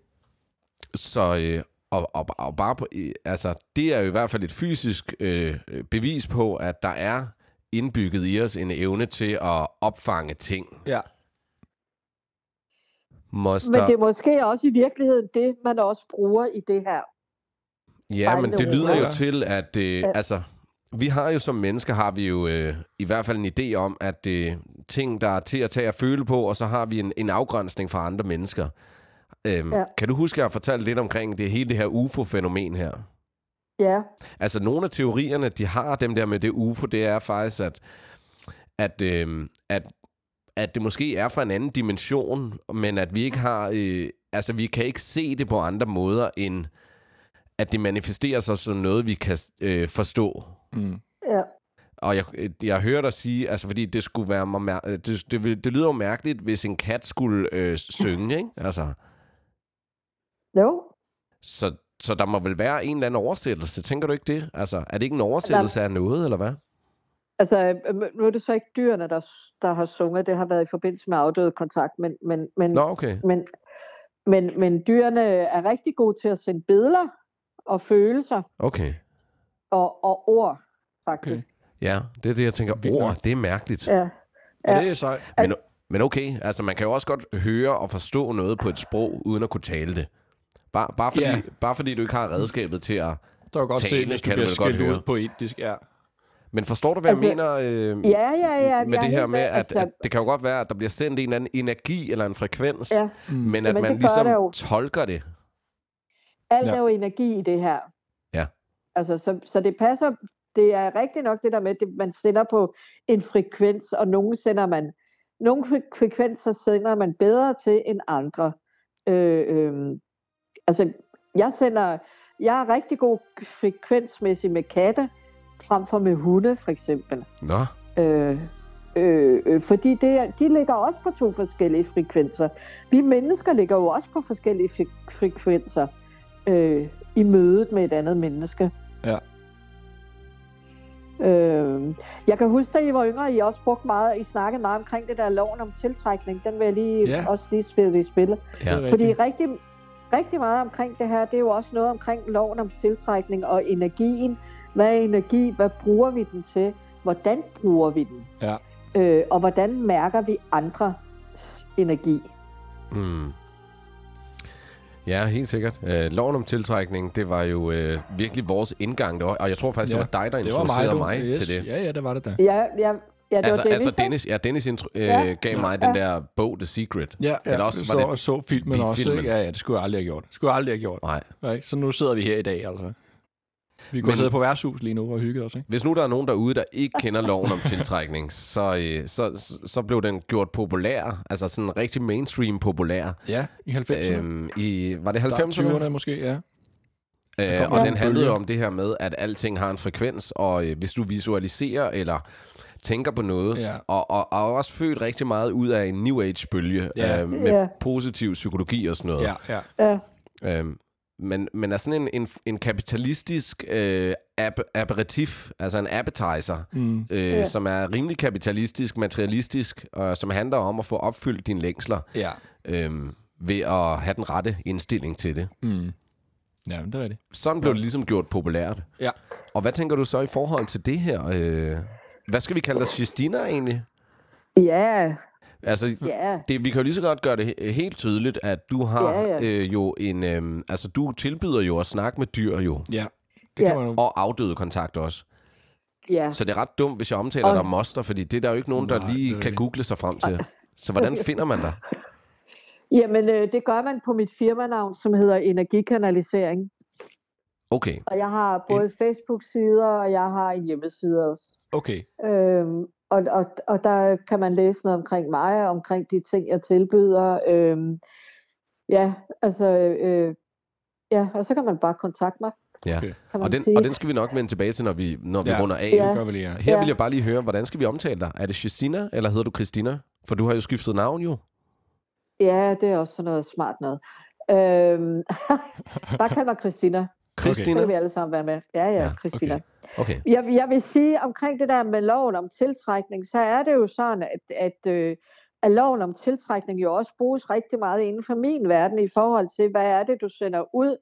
A: Så øh, og, og, og bare på, øh, altså, det er jo i hvert fald et fysisk øh, øh, bevis på, at der er indbygget i os en evne til at opfange ting.
B: Ja.
A: Moster,
D: Men det er måske også i virkeligheden det, man også bruger i det her.
A: Ja, men det
D: Spejlneuroner.
A: lyder jo
B: Ja.
A: til, at øh, altså, vi har jo som mennesker, har vi jo øh, i hvert fald en idé om, at øh, ting, der er til at tage og føle på, og så har vi en, en afgrænsning fra andre mennesker. Øhm, ja.
D: Ja.
A: Kan du huske, at jeg har fortalt lidt omkring det hele det her UFO-fænomen her?
D: Ja,
A: Altså, nogle af teorierne, de har dem der med det UFO, det er faktisk, at, at, øh, at, at det måske er fra en anden dimension, men at vi ikke har... Øh, altså, vi kan ikke se det på andre måder, end at det manifesterer sig som noget, vi kan øh, forstå.
B: Mm.
D: ja.
A: Og jeg, øh, jeg hører dig sige, altså fordi det skulle være, mig mær- øh, det, det, vil- det lyder jo mærkeligt, hvis en kat skulle øh, synge, ikke? Altså,
D: Jo,
A: så, så der må vel være en eller anden oversættelse, tænker du ikke det? Altså, er det ikke en oversættelse af noget, eller hvad?
D: Altså, øh, nu er det så ikke dyrene, der, der har sunget. Det har været i forbindelse med afdøde kontakt. Men, men, men,
A: Nå, okay.
D: men, men, men dyrene er rigtig gode til at sende billeder og følelser
A: Okay.
D: og, og ord, faktisk.
A: Ja, det er det, jeg tænker.
B: Vildt
A: Ord,
B: nok.
A: det er mærkeligt.
D: Okay. Ja.
B: Ja.
D: Ja.
B: Det er sejt.
A: Men, men okay, altså man kan jo også godt høre og forstå noget på et sprog, uden at kunne tale det. Bare, bare, fordi,
B: Ja.
A: bare fordi du ikke har redskabet til at...
B: Der er godt
A: Tale
B: se, hvis du
A: kan du
B: bliver
A: vel godt
B: skældt
A: høre.
B: ud på indisk. Ja.
A: Men forstår du, hvad jeg
D: Altså,
A: mener øh,
D: Ja, ja, ja.
A: med
D: jeg
A: det her
D: er
A: med,
D: helt-
A: at,
D: altså,
A: at det kan jo godt være, at der bliver sendt en eller anden energi eller en frekvens,
D: Ja.
B: Mm.
A: men at
D: Jamen,
A: man
D: det gør
A: ligesom
D: der jo.
A: tolker det.
D: Alt
B: Ja.
D: er jo energi i det her.
A: Ja.
D: Altså, så, så det passer, det er rigtigt nok det der med, at man sender på en frekvens, og nogle sender man, nogle fre- frekvenser sender man bedre til end andre. Øh, øh, altså, jeg sender, jeg er rigtig god frekvensmæssig med katte, frem for med hunde, for eksempel.
A: Nå,
D: Øh, øh, øh, fordi det, er- de ligger også på to forskellige frekvenser. Vi mennesker ligger jo også på forskellige fre- frekvenser øh, i mødet med et andet menneske.
B: Ja.
D: Øh, jeg kan huske, da I var yngre, I også brugte meget, I snakkede meget omkring det der loven om tiltrækning. Den vil jeg lige,
B: Ja.
D: ja. også lige spille i spillet.
A: Ja.
B: Det er
D: Fordi
B: rigtigt.
D: rigtig, rigtig meget omkring det her, det er jo også noget omkring loven om tiltrækning og energien. Hvad er energi? Hvad bruger vi den til? Hvordan bruger vi den?
B: Ja.
D: Øh, og hvordan mærker vi andres energi?
A: Mm. Ja, helt sikkert. Øh, loven om tiltrækning, det var jo øh, virkelig vores indgang, det var, og jeg tror faktisk,
B: Ja.
A: Altså, det var dig, der
B: Det var
A: introducerede
B: mig,
A: mig,
B: du.
A: mig til det.
B: Ja, ja, det var det da.
D: Ja, ja, ja det
A: altså,
D: var Dennis,
A: altså
D: ikke?
A: Dennis, ja, Dennis intro, øh,
D: Ja.
A: gav mig den der bog, The Secret.
B: Ja, ja.
A: Eller også
B: så,
A: var det...
B: og så filmen
A: vi
B: også.
A: filmen.
B: Ikke? Ja, ja, det skulle jeg aldrig have gjort. Det skulle jeg aldrig have gjort.
A: Nej.
B: Ja, ikke? Så nu sidder vi her i dag, altså. Vi kunne
A: Men-
B: Men... sidde på værtshus lige nu og hygge os, ikke?
A: Hvis nu der er nogen derude, der ikke kender
D: *laughs*
A: loven om tiltrækning, så, øh, så, så- så blev den gjort populær, altså sådan rigtig mainstream populær,
B: Ja, i 90'erne. Øhm,
A: øhm, i, var det
B: 90'erne
A: 90'erne?
B: måske, ja.
A: Øh,
B: kommer
A: og
B: en
A: den handlede jo
B: bølge.
A: om det her med, at alting har en frekvens, og øh, hvis du visualiserer eller tænker på noget,
B: Ja.
A: og, og, og er også født rigtig meget ud af en New Age-bølge
B: Ja.
A: øh, med
D: Ja.
A: positiv psykologi og sådan noget.
B: Ja, ja.
D: Ja,
A: Øhm, men, men er sådan en, en, en kapitalistisk øh, ab- aperitif, altså en appetizer, mm. øh, ja. som er rimelig kapitalistisk, materialistisk, og som handler om at få opfyldt dine længsler
B: Ja,
A: øhm, ved at have den rette indstilling til det.
B: ja men det er rigtigt.
A: Sådan blev det ligesom gjort populært.
B: Ja.
A: Og hvad tænker du så i forhold til det her? Øh, hvad skal vi kalde dig? Justina egentlig?
D: ja,
A: Altså,
D: ja.
A: det, vi kan jo lige så godt gøre det he- helt tydeligt, at du har
D: Ja, ja.
A: Øh, jo en... Øh, altså, du tilbyder jo at snakke med dyr jo.
B: Ja, det kan
D: Ja.
B: man jo.
A: Og afdøde kontakt også.
D: Ja.
A: Så det er ret dumt, hvis jeg omtaler
D: Og-
A: dig moster, fordi det er der jo ikke nogen, der
B: Nej, det
A: lige
B: er
A: kan
B: det.
A: google sig frem til. Så
D: *laughs*
A: hvordan finder man dig?
D: Jamen, øh, det gør man på mit firmanavn, som hedder Energikanalisering.
A: Okay.
D: Og jeg har både Facebook-sider, og jeg har en hjemmeside også.
B: Okay.
D: Øhm, og, og, og der kan man læse noget omkring mig, og omkring de ting, jeg tilbyder. Øhm, ja, altså, øh, ja, og så kan man bare kontakte mig,
A: Ja.
B: Okay.
D: kan man
A: Og den,
D: sige.
A: og den skal vi nok vende tilbage til, når vi, når vi
B: Ja.
A: runder af.
B: Ja.
D: Ja.
B: Det gør vi lige, ja.
A: Her
D: Ja.
A: vil jeg bare lige høre, hvordan skal vi omtale dig? Er det Christina, eller hedder du Christina? For du har jo skiftet navn jo.
D: Ja, det er også sådan noget smart noget. Øhm, *laughs* bare kald mig Christina, så
A: Christina?
D: kan vi alle sammen være med. Ja, ja,
A: Ja,
D: Christina.
B: okay.
A: Okay.
D: Jeg, jeg vil sige omkring det der med loven om tiltrækning, så er det jo sådan, at, at, øh, at loven om tiltrækning jo også bruges rigtig meget inden for min verden i forhold til, hvad er det, du sender ud,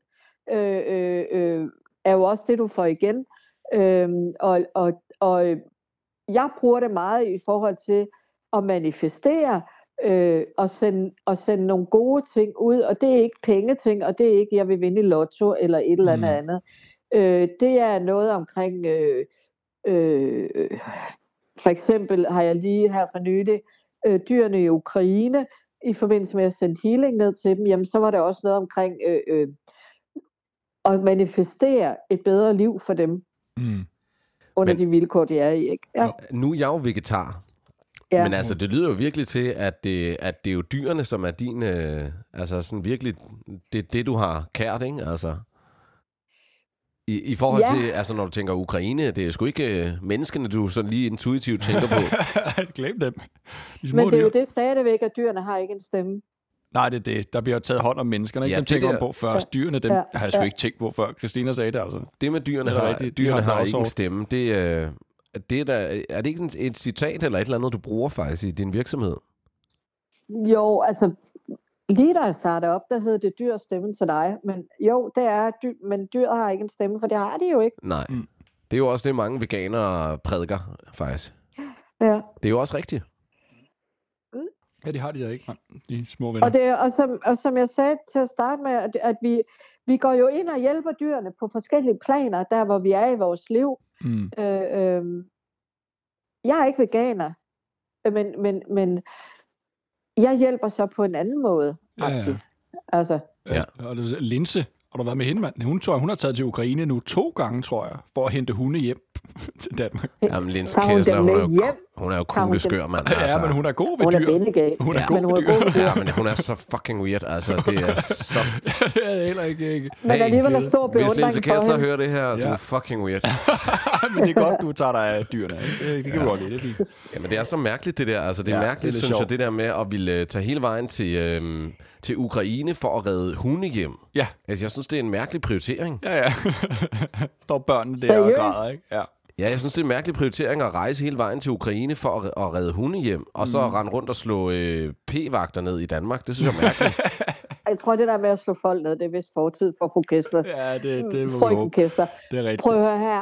D: øh, øh, øh, er jo også det, du får igen. Øhm, og, og, og øh, jeg bruger det meget i forhold til at manifestere øh, og, sende, og sende nogle gode ting ud, og det er ikke pengeting, og det er ikke, jeg vil vinde i lotto eller et eller andet
B: Mm.
D: andet. Øh, det er noget omkring, øh, øh, øh, for eksempel har jeg lige her for nylig, øh, dyrene i Ukraine, i forbindelse med at sende healing ned til dem, jamen så var der også noget omkring øh, øh, at manifestere et bedre liv for dem,
B: Mm.
D: under
A: Men-
D: Men, de vilkår, de er i. Ikke? Ja,
B: Jo.
A: Nu er jeg jo vegetar, ja.
D: ja.
A: men altså, det lyder jo virkelig til, at det, at det er jo dyrene, som er din... Øh, altså, sådan virkelig, det det, du har kært, ikke? Altså, i, I forhold
D: Ja.
A: ja. til, altså, når du tænker Ukraine, det er sgu ikke øh, menneskene, du sådan lige intuitivt tænker
D: *laughs*
A: på.
B: *laughs* Glem dem. De små
D: Men det er jo
B: dyr.
D: det stadigvæk, at dyrene har ikke en stemme.
B: Nej, det er det. Der bliver jo taget hånd om menneskerne. Ikke?
A: Ja,
B: Ja, dem
A: det
B: tænker man
A: der-
B: på først. Dyrene, dem ja,
D: Ja,
B: har jeg sgu
D: ja.
B: ikke tænkt på før. Christina sagde det altså.
A: Det med dyrene,
B: Det er
A: har,
B: rigtigt. De
A: dyrene
B: har
A: har ikke en
B: dagsorden.
A: stemme, det, øh, det er, da, er det ikke en- et citat eller et eller andet, du bruger faktisk i din virksomhed?
D: Jo, altså lige da jeg startede op, der hed det dyr stemmen til dig. Men jo, det er, dy- men dyr har ikke en stemme, for det har de jo ikke.
A: Nej. Mm.
B: Mm.
A: Det er jo også det, mange veganere prædiker, faktisk.
D: Ja.
A: Det er jo også rigtigt.
B: Ja, det har de da ikke. Nej, de små venner.
D: Og, det, er- og, som, og som jeg sagde til at starte med, at, at vi, vi går jo ind og hjælper dyrene på forskellige planer, der hvor vi er i vores liv.
B: Mm.
D: Øh, øh, jeg er ikke veganer, øh, men, men, men jeg hjælper så på en anden måde.
B: Ja, ja.
D: agtigt. Altså,
A: Ja.
B: Ja. Øh, Og det er Linse, og der var med hende, mand. Hun, tror, jeg, hun har taget til Ukraine nu to gange, tror jeg, for at hente hunde hjem *laughs* til Danmark.
A: Jamen, Linse
D: Tager hun
A: Kessler,
D: dem
A: hun er
D: med
A: jo,
D: hjem?
A: hun er jo
D: Tager hun dem-
A: kugleskør, mand. Altså,
B: Ja, men hun er god ved
D: hun er
B: dyr. *laughs*
D: vendegal.
B: Hun er
A: Ja.
B: god
D: Men hun
B: ved
D: er
B: dyr.
D: god ved dyr.
A: Ja, men hun er så fucking weird, altså. Det er
B: *laughs*
A: så...
B: det er jeg heller ikke. ikke.
D: Men
A: Hey,
D: alligevel er stor
A: Hvis
D: beundring
A: Linse
D: for
A: Kessler
D: hende.
A: hører det her, ja. du
B: Ja.
A: er fucking weird.
B: Men det er godt, du tager dig af dyrene. ikke? Det, det kan ja. vi godt lide. Det er fint.
A: Jamen, det er så mærkeligt, det der. Altså, det er ja,
B: Ja, det er
A: mærkeligt, det
B: lidt
A: synes jeg,
B: sjovt.
A: det der med at ville øh, tage hele vejen til, øhm, til Ukraine for at redde hunde hjem.
B: Ja,
A: Altså, jeg synes, det er en mærkelig prioritering.
B: ja, *laughs* ja. der er børnene der og
D: Seriøst?
B: græder, ikke? Ja.
A: Ja, jeg synes, det er en mærkelig prioritering at rejse hele vejen til Ukraine for at, at redde hunde hjem, og så
B: Mm.
A: rende rundt og slå øh, p-vagter ned i Danmark. Det synes jeg er
B: *laughs*
A: mærkeligt.
D: Jeg tror, det der med at slå folk ned, det er vist fortid for fru Kessler.
B: Ja, det, det må vi
D: Frøken
B: håbe.
D: Kessler.
B: Det er rigtigt.
D: Prøv at høre her.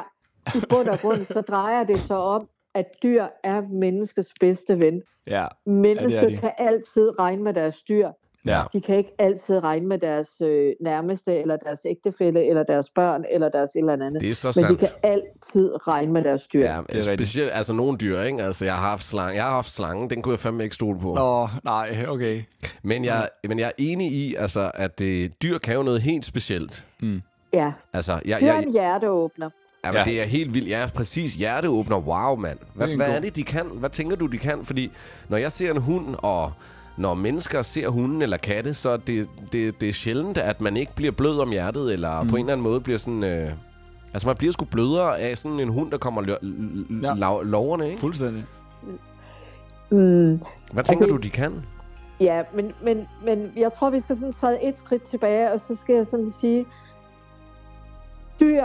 D: I bund og grund, så drejer det sig om, at dyr er menneskets bedste ven.
B: Ja.
D: Mennesket ja,
B: de.
D: kan altid regne med deres dyr.
A: Ja.
D: De kan ikke altid regne med deres øh, nærmeste, eller deres ægtefælle, eller deres børn, eller deres et eller andet.
A: Det er så
D: Men de
A: sandt.
D: kan altid regne med deres dyr.
A: Ja,
B: er rigtigt.
A: specielt, altså nogle dyr, ikke? Altså, jeg har haft slange, jeg har haft slange, den kunne jeg fandme ikke stole på.
B: Nå, nej, okay.
A: Men jeg, men jeg er enig i, altså, at øh, dyr kan jo noget helt specielt.
D: ja.
A: Altså, jeg,
D: Dyr er
A: jeg,
D: en hjerteåbner.
A: ja, men
B: Ja.
A: det er helt vildt. Ja, præcis. Hjerteåbner. Wow, mand. Hvad,
B: Det er en
A: hvad
B: god-
A: er det, de kan? Hvad tænker du, de kan? Fordi når jeg ser en hund, og når mennesker ser hunden eller katte, så er det, det, det er sjældent, at man ikke bliver blød om hjertet, eller mm. på en eller anden måde bliver sådan... Øh, altså, man bliver sgu blødere af sådan en hund, der kommer lø- l-
B: Ja.
A: ja. loverne, ikke?
B: Fuldstændig.
D: Mm.
A: Hvad tænker
D: det-
A: du, de kan?
D: Ja, men, men, men jeg tror, vi skal sådan træde et skridt tilbage, og så skal jeg sådan sige, dyr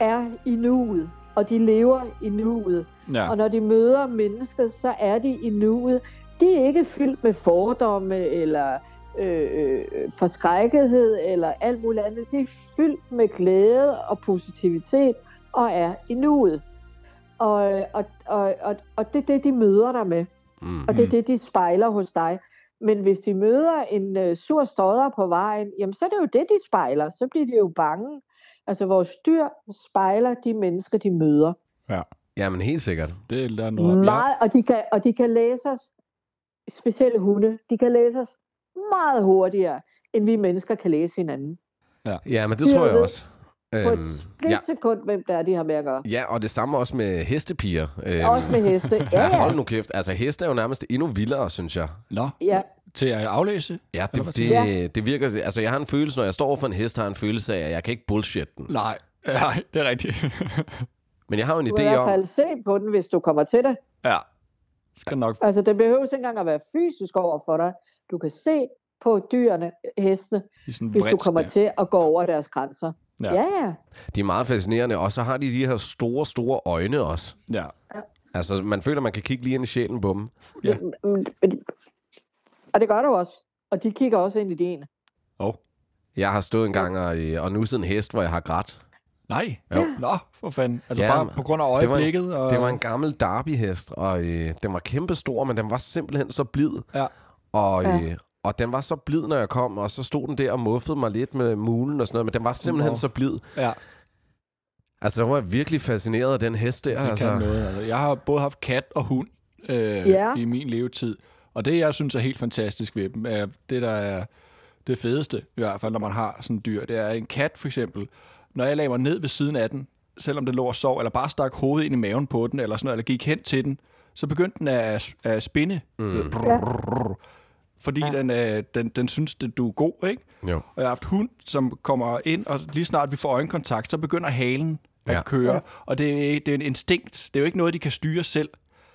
D: er i nuet, og de lever i nuet.
B: Ja.
D: Og når de møder mennesker, så er de i nuet. De er ikke fyldt med fordomme, eller øh, øh, forskrækkethed, eller alt muligt andet. De er fyldt med glæde og positivitet, og er i nuet. Og, og, og, og, og det er det, de møder dig med.
A: Mm.
D: Og det er
B: Mm.
D: det, de spejler hos dig. Men hvis de møder en øh, sur stodder på vejen, jamen så er det jo det, de spejler. Så bliver de jo bange. Altså vores dyr spejler de mennesker, de møder.
B: Ja.
A: Jamen helt sikkert.
B: Det er der noget. om. Jeg,
D: Meget, og, de kan, og de kan læse os, specielle hunde, de kan læse os meget hurtigere, end vi mennesker kan læse hinanden.
A: Ja, men det
D: Ja,
A: tror jeg
D: ved-
A: også.
D: På et
A: Øhm, ja.
D: split ja. sekund, hvem der er, de har med at gøre.
A: ja, og det samme også med hestepiger. Øhm,
D: Også med heste. Ja,
A: Ja, hold
D: ja.
A: nu kæft. Altså, heste er jo nærmest endnu vildere, synes jeg.
B: nå,
D: ja.
B: til at aflæse?
A: Ja,
B: Eller hvad
A: det, det,
D: siger
A: ja. det virker... Altså, jeg har en følelse, når jeg står for en hest, har jeg en følelse af, at jeg kan ikke bullshit den.
B: Nej, *laughs* nej, det er rigtigt.
A: Men jeg har jo en
D: Du har i
A: idé
D: hvert
A: om...
D: fald set på den, hvis du kommer til det.
B: ja, skal nok.
D: Altså, det behøver ikke engang at være fysisk over for dig. Du kan se på dyrene, hestene,
B: I sådan
D: hvis du
B: vredt-
D: kommer
B: ja.
D: til at gå over deres grænser.
B: Ja.
D: Ja, ja.
A: De er meget fascinerende, og så har de de her store, store øjne også.
B: Ja,
A: Altså, man føler, man kan kigge lige ind i sjælen på dem.
B: Ja.
D: Mm, men- Og det gør du også. Og de kigger også ind i din.
B: oh.
A: Jeg har stået en gang og, øh, og nusset en hest, hvor jeg har grædt.
B: Nej,
A: Jo.
B: ja. nå, for fanden. Altså
A: Ja,
B: ja, bare
A: men-
B: på grund af
A: det var en-
B: øjeblikket. og...
A: Det var en gammel derbyhest, og øh, den var kæmpestor, men den var simpelthen så blid.
B: Ja.
A: Og,
D: Ja.
A: øh, og den var så blid, når jeg kom, og så stod den der og muffede mig lidt med mulen og sådan noget, men den var simpelthen
B: Nå.
A: så blid.
B: Ja,
A: Altså, der var jeg virkelig fascineret af den hest der.
B: det altså... kan
A: Altså.
B: noget. Altså. Jeg har både haft kat og hund øh,
D: Ja.
B: i min levetid. Og det, jeg synes er helt fantastisk ved dem, er det, der er det fedeste, i hvert fald, når man har sådan en dyr. Det er en kat, for eksempel. Når jeg lagde mig ned ved siden af den, selvom den lå og sov, eller bare stak hovedet ind i maven på den, eller sådan noget, eller gik hen til den, så begyndte den at, at spinne. Mm. Fordi ja. den, øh, den, den synes, at du er god, ikke?
A: Jo.
B: Og jeg har haft hund, som kommer ind, og lige snart vi får øjenkontakt, så begynder halen at
A: Ja.
B: ja. køre. Og det er, det er en instinkt. Det er jo ikke noget, de kan styre selv.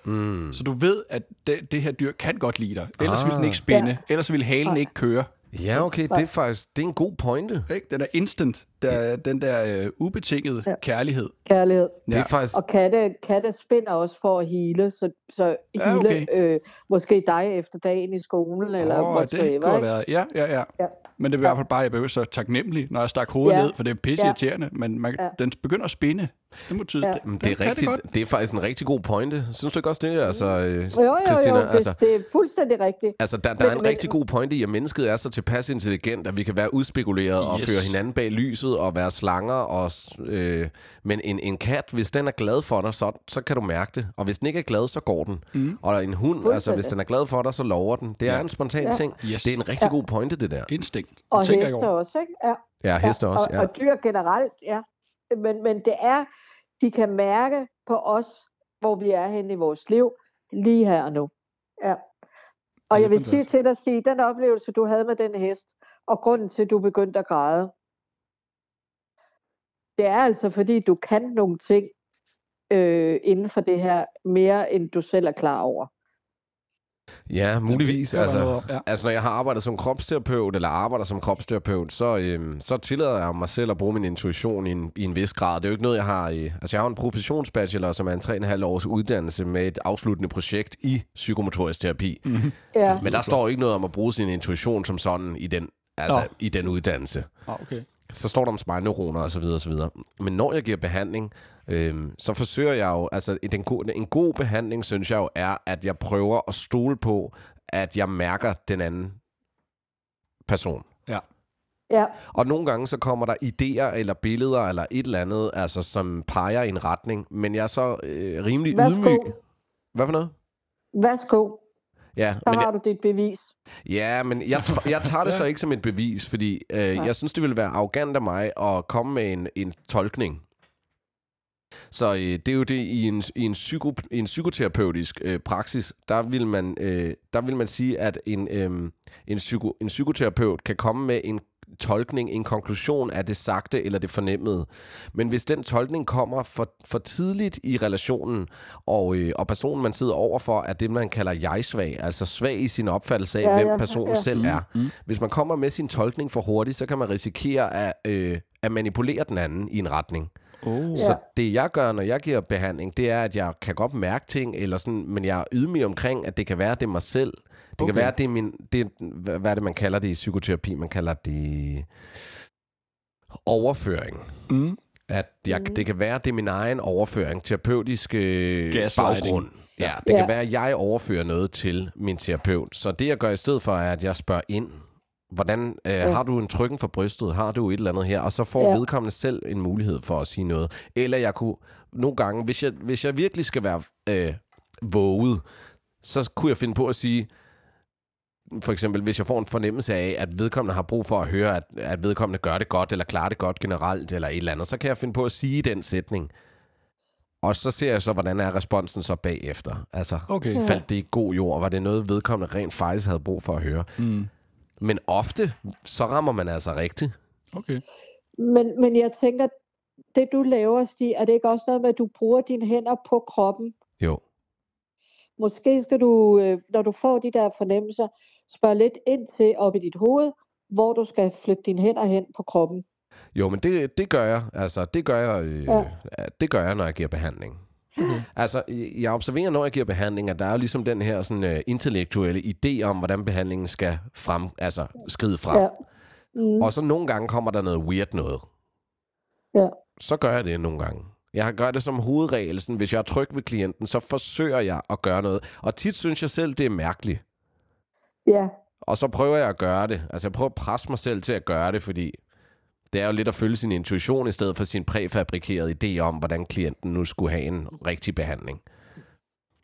B: Mm. Så du ved, at det, det her dyr kan godt lide dig. Ellers ah. ville den ikke spænde. Ja. Ellers ville halen ikke køre.
A: Ja, okay, det er faktisk det er en god pointe. Det
B: Ikke? Den er instant. Der, Den der øh, ubetingede ja. kærlighed.
D: Kærlighed.
A: er
B: Ja.
A: faktisk...
D: Og katte, katte spinder også for at hele, så, så hele
B: Ja, okay.
D: øh, måske dig efter dagen i skolen, eller
B: Åh,
D: oh, whatever.
B: det kunne have
D: ikke?
B: været. Ja, ja, ja, ja.
D: Ja.
B: Men det er i hvert fald bare, at jeg behøver så taknemmelig, når jeg stak hovedet ja.
D: Ja.
B: ned, for det er pisse irriterende. Men man, ja. den begynder at spinde. Det betyder, ja.
A: Men mm, det er, rigtigt, det, er faktisk en rigtig god pointe. Synes du ikke også det, altså, øh,
D: Jo, jo, jo,
A: Christina?
D: jo det,
A: altså,
D: det er fuldstændig rigtigt.
A: altså, der, der er
D: Men-
A: en
D: men-
A: rigtig god pointe i, at mennesket er så tilpas intelligent, at vi kan være udspekuleret yes. og
B: Yes.
A: føre hinanden bag lyset og være slanger. Og, s- øh, men en, en kat, hvis den er glad for dig, så, så kan du mærke det. Og hvis den ikke er glad, så går den. Mm. Og en hund, altså, hvis
D: Fuldstændig.
A: den er glad for dig, så lover den. Det er en spontan ting.
B: Yes.
A: Det er en rigtig god pointe, det der.
B: Instinkt. Det
D: Og
B: tænker jeg ikke
D: heste
B: over.
D: også, ikke? Ja.
A: Ja, heste også.
D: og,
A: Ja.
D: og dyr generelt, ja. Men, men det er, de kan mærke på os, hvor vi er henne i vores liv, lige her og nu. Ja.
B: Ja,
D: Og
B: det er
D: jeg vil sige
B: fantastisk.
D: til dig, Stig, den oplevelse, du havde med den hest, og grunden til, at du begyndte at græde, det er altså, fordi du kan nogle ting øh, inden for det her, mere end du selv er klar over.
A: Ja, muligvis.
B: det var noget
A: Altså,
B: om, ja.
A: altså, når jeg har arbejdet som kropsterapeut, eller arbejder som kropsterapeut, så, øhm, så tillader jeg mig selv at bruge min intuition i en, i en vis grad. Det er jo ikke noget, jeg har... Øh, altså, jeg har jo en professionsbachelor, som er en 3,5 års uddannelse med et afsluttende projekt i psykomotorisk terapi. Mm.
B: Mhm.
D: Ja.
A: Men der står jo ikke noget om at bruge sin intuition som sådan i den, altså,
B: Nå.
A: i den uddannelse.
B: Ah, okay.
A: Så står der om spejlneuroner osv. osv. Men når jeg giver behandling, øhm, så forsøger jeg jo, altså den go- en god behandling, synes jeg jo, er, at jeg prøver at stole på, at jeg mærker den anden person.
B: Ja.
D: ja.
A: Og nogle gange så kommer der idéer eller billeder eller et eller andet, altså som peger i en retning, men jeg er så øh, rimelig
D: Værsgo.
A: ydmyg. Hvad for noget?
D: Værsgo,
A: Ja,
D: så
A: men
D: har du dit bevis.
A: Ja, men jeg, tr- jeg tager det så ikke som et bevis, fordi øh, jeg synes, det ville være arrogant af mig at komme med en, en tolkning. Så øh, det er jo det, i en, i en, psyko, i en psykoterapeutisk øh, praksis, der vil, man, øh, der vil man sige, at en, øh, en, psyko, en psykoterapeut kan komme med en tolkning, en konklusion af det sagte eller det fornemmede. Men hvis den tolkning kommer for, for tidligt i relationen, og, øh, og personen, man sidder overfor, er det, man kalder jeg-svag, altså svag i sin opfattelse af, ja,
D: Ja,
A: hvem
D: ja,
A: personen
D: ja.
A: selv er. Hvis man kommer med sin tolkning for hurtigt, så kan man risikere at, øh, at manipulere den anden i en retning.
B: Oh.
A: Så det, jeg gør, når jeg giver behandling, det er, at jeg kan godt mærke ting, eller sådan, men jeg er ydmyg omkring, at det kan være, at det er mig selv. Det okay. kan
B: Okay.
A: være, at det er min... Det, er- hvad hvad er det, man kalder det i psykoterapi? Man kalder det overføring.
B: Mm.
A: At jeg, mm. det kan være, at det er min egen overføring, terapeutisk øh,
B: Gaslighting.
A: baggrund. Ja, det
D: Ja.
A: kan være, at jeg overfører noget til min terapeut. Så det, jeg gør i stedet for, er, at jeg spørger ind Hvordan øh, ja.
D: Ja.
A: har du en trykken for brystet? Har du et eller andet her? Og så får ja.
D: Ja.
A: vedkommende selv en mulighed for at sige noget. Eller jeg kunne nogle gange, hvis jeg, hvis jeg virkelig skal være øh, våget, så kunne jeg finde på at sige, for eksempel hvis jeg får en fornemmelse af, at vedkommende har brug for at høre, at, at vedkommende gør det godt, eller klarer det godt generelt, eller et eller andet, så kan jeg finde på at sige den sætning. Og så ser jeg så, hvordan er responsen så bagefter. Altså,
B: Okay.
A: ja. faldt det i god jord? Var det noget, vedkommende rent faktisk havde brug for at høre?
B: Mm.
A: Men ofte, så rammer man altså rigtigt.
B: Okay.
D: Men, men jeg tænker, det du laver, Stig, er det ikke også noget med, at du bruger dine hænder på kroppen?
A: Jo.
D: Måske skal du, øh, når du får de der fornemmelser, spørge lidt ind til op i dit hoved, hvor du skal flytte dine hænder hen på kroppen.
A: Jo, men det, det gør jeg. Altså, det gør jeg, øh,
D: Ja.
A: ja. det gør jeg, når jeg giver behandling. Okay. Altså, øh, jeg observerer, når jeg giver behandling, at der er jo ligesom den her sådan, øh, intellektuelle idé om, hvordan behandlingen skal frem, altså, skride frem. Ja.
D: Ja. Mm.
A: Og så nogle gange kommer der noget weird noget.
D: Ja.
A: Så gør jeg det nogle gange. Jeg gør det som hovedregel. Sådan, hvis jeg er tryg ved klienten, så forsøger jeg at gøre noget. Og tit synes jeg selv, det er mærkeligt.
D: ja.
A: Og så prøver jeg at gøre det. Altså, jeg prøver at presse mig selv til at gøre det, fordi det er jo lidt at følge sin intuition i stedet for sin præfabrikerede idé om, hvordan klienten nu skulle have en rigtig behandling.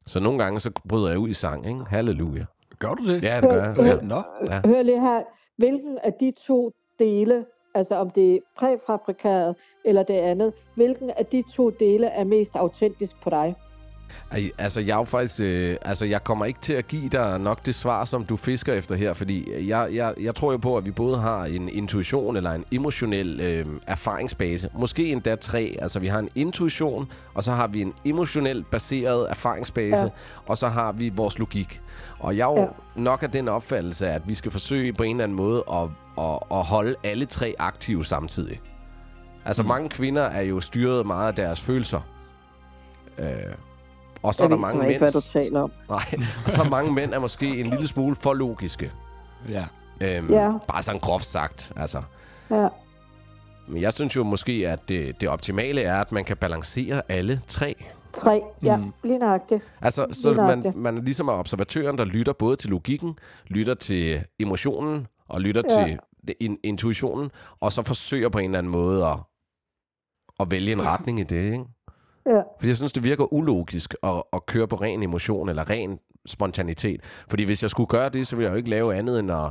A: Så nogle gange, så bryder jeg ud i sang, ikke? Halleluja.
B: Gør du det?
A: Ja, det gør jeg. Ja.
B: Nå.
A: Ja.
D: Hør lige her, hvilken af de to dele, altså om det er præfabrikeret eller det andet, hvilken af de to dele er mest autentisk på dig?
A: Ej, altså, jeg er jo faktisk... Øh, altså, jeg kommer ikke til at give dig nok det svar, som du fisker efter her, fordi jeg, jeg, jeg tror jo på, at vi både har en intuition eller en emotionel øh, erfaringsbase. Måske endda tre. Altså, vi har en intuition, og så har vi en emotionelt baseret erfaringsbase, ja.
D: Ja.
A: og så har vi vores logik. Og jeg er jo ja.
D: Ja.
A: nok af den opfattelse, at vi skal forsøge på en eller anden måde at, at, at holde alle tre aktive samtidig. Altså, mm. mange kvinder er jo styret meget af deres følelser. Øh, og så er der mange
D: jeg ved ikke,
A: mænd...
D: hvad du taler om.
A: Nej, og så er mange mænd er måske en lille smule for logiske.
B: Ja.
A: Øhm,
D: Ja.
A: Bare sådan groft sagt, altså.
D: Ja.
A: Men jeg synes jo måske, at det, det optimale er, at man kan balancere alle tre.
D: Tre, ja,
B: Mm.
D: mm. lige nøjagtigt.
A: Altså, så
D: Lige
A: man,
D: nøjagtigt.
A: man ligesom er observatøren, der lytter både til logikken, lytter til emotionen og lytter ja.
D: Ja.
A: til det- in, intuitionen, og så forsøger på en eller anden måde at, at vælge en retning i det, ikke?
D: Ja.
A: Fordi jeg synes, det virker ulogisk at, at køre på ren emotion eller ren spontanitet. Fordi hvis jeg skulle gøre det, så ville jeg jo ikke lave andet end at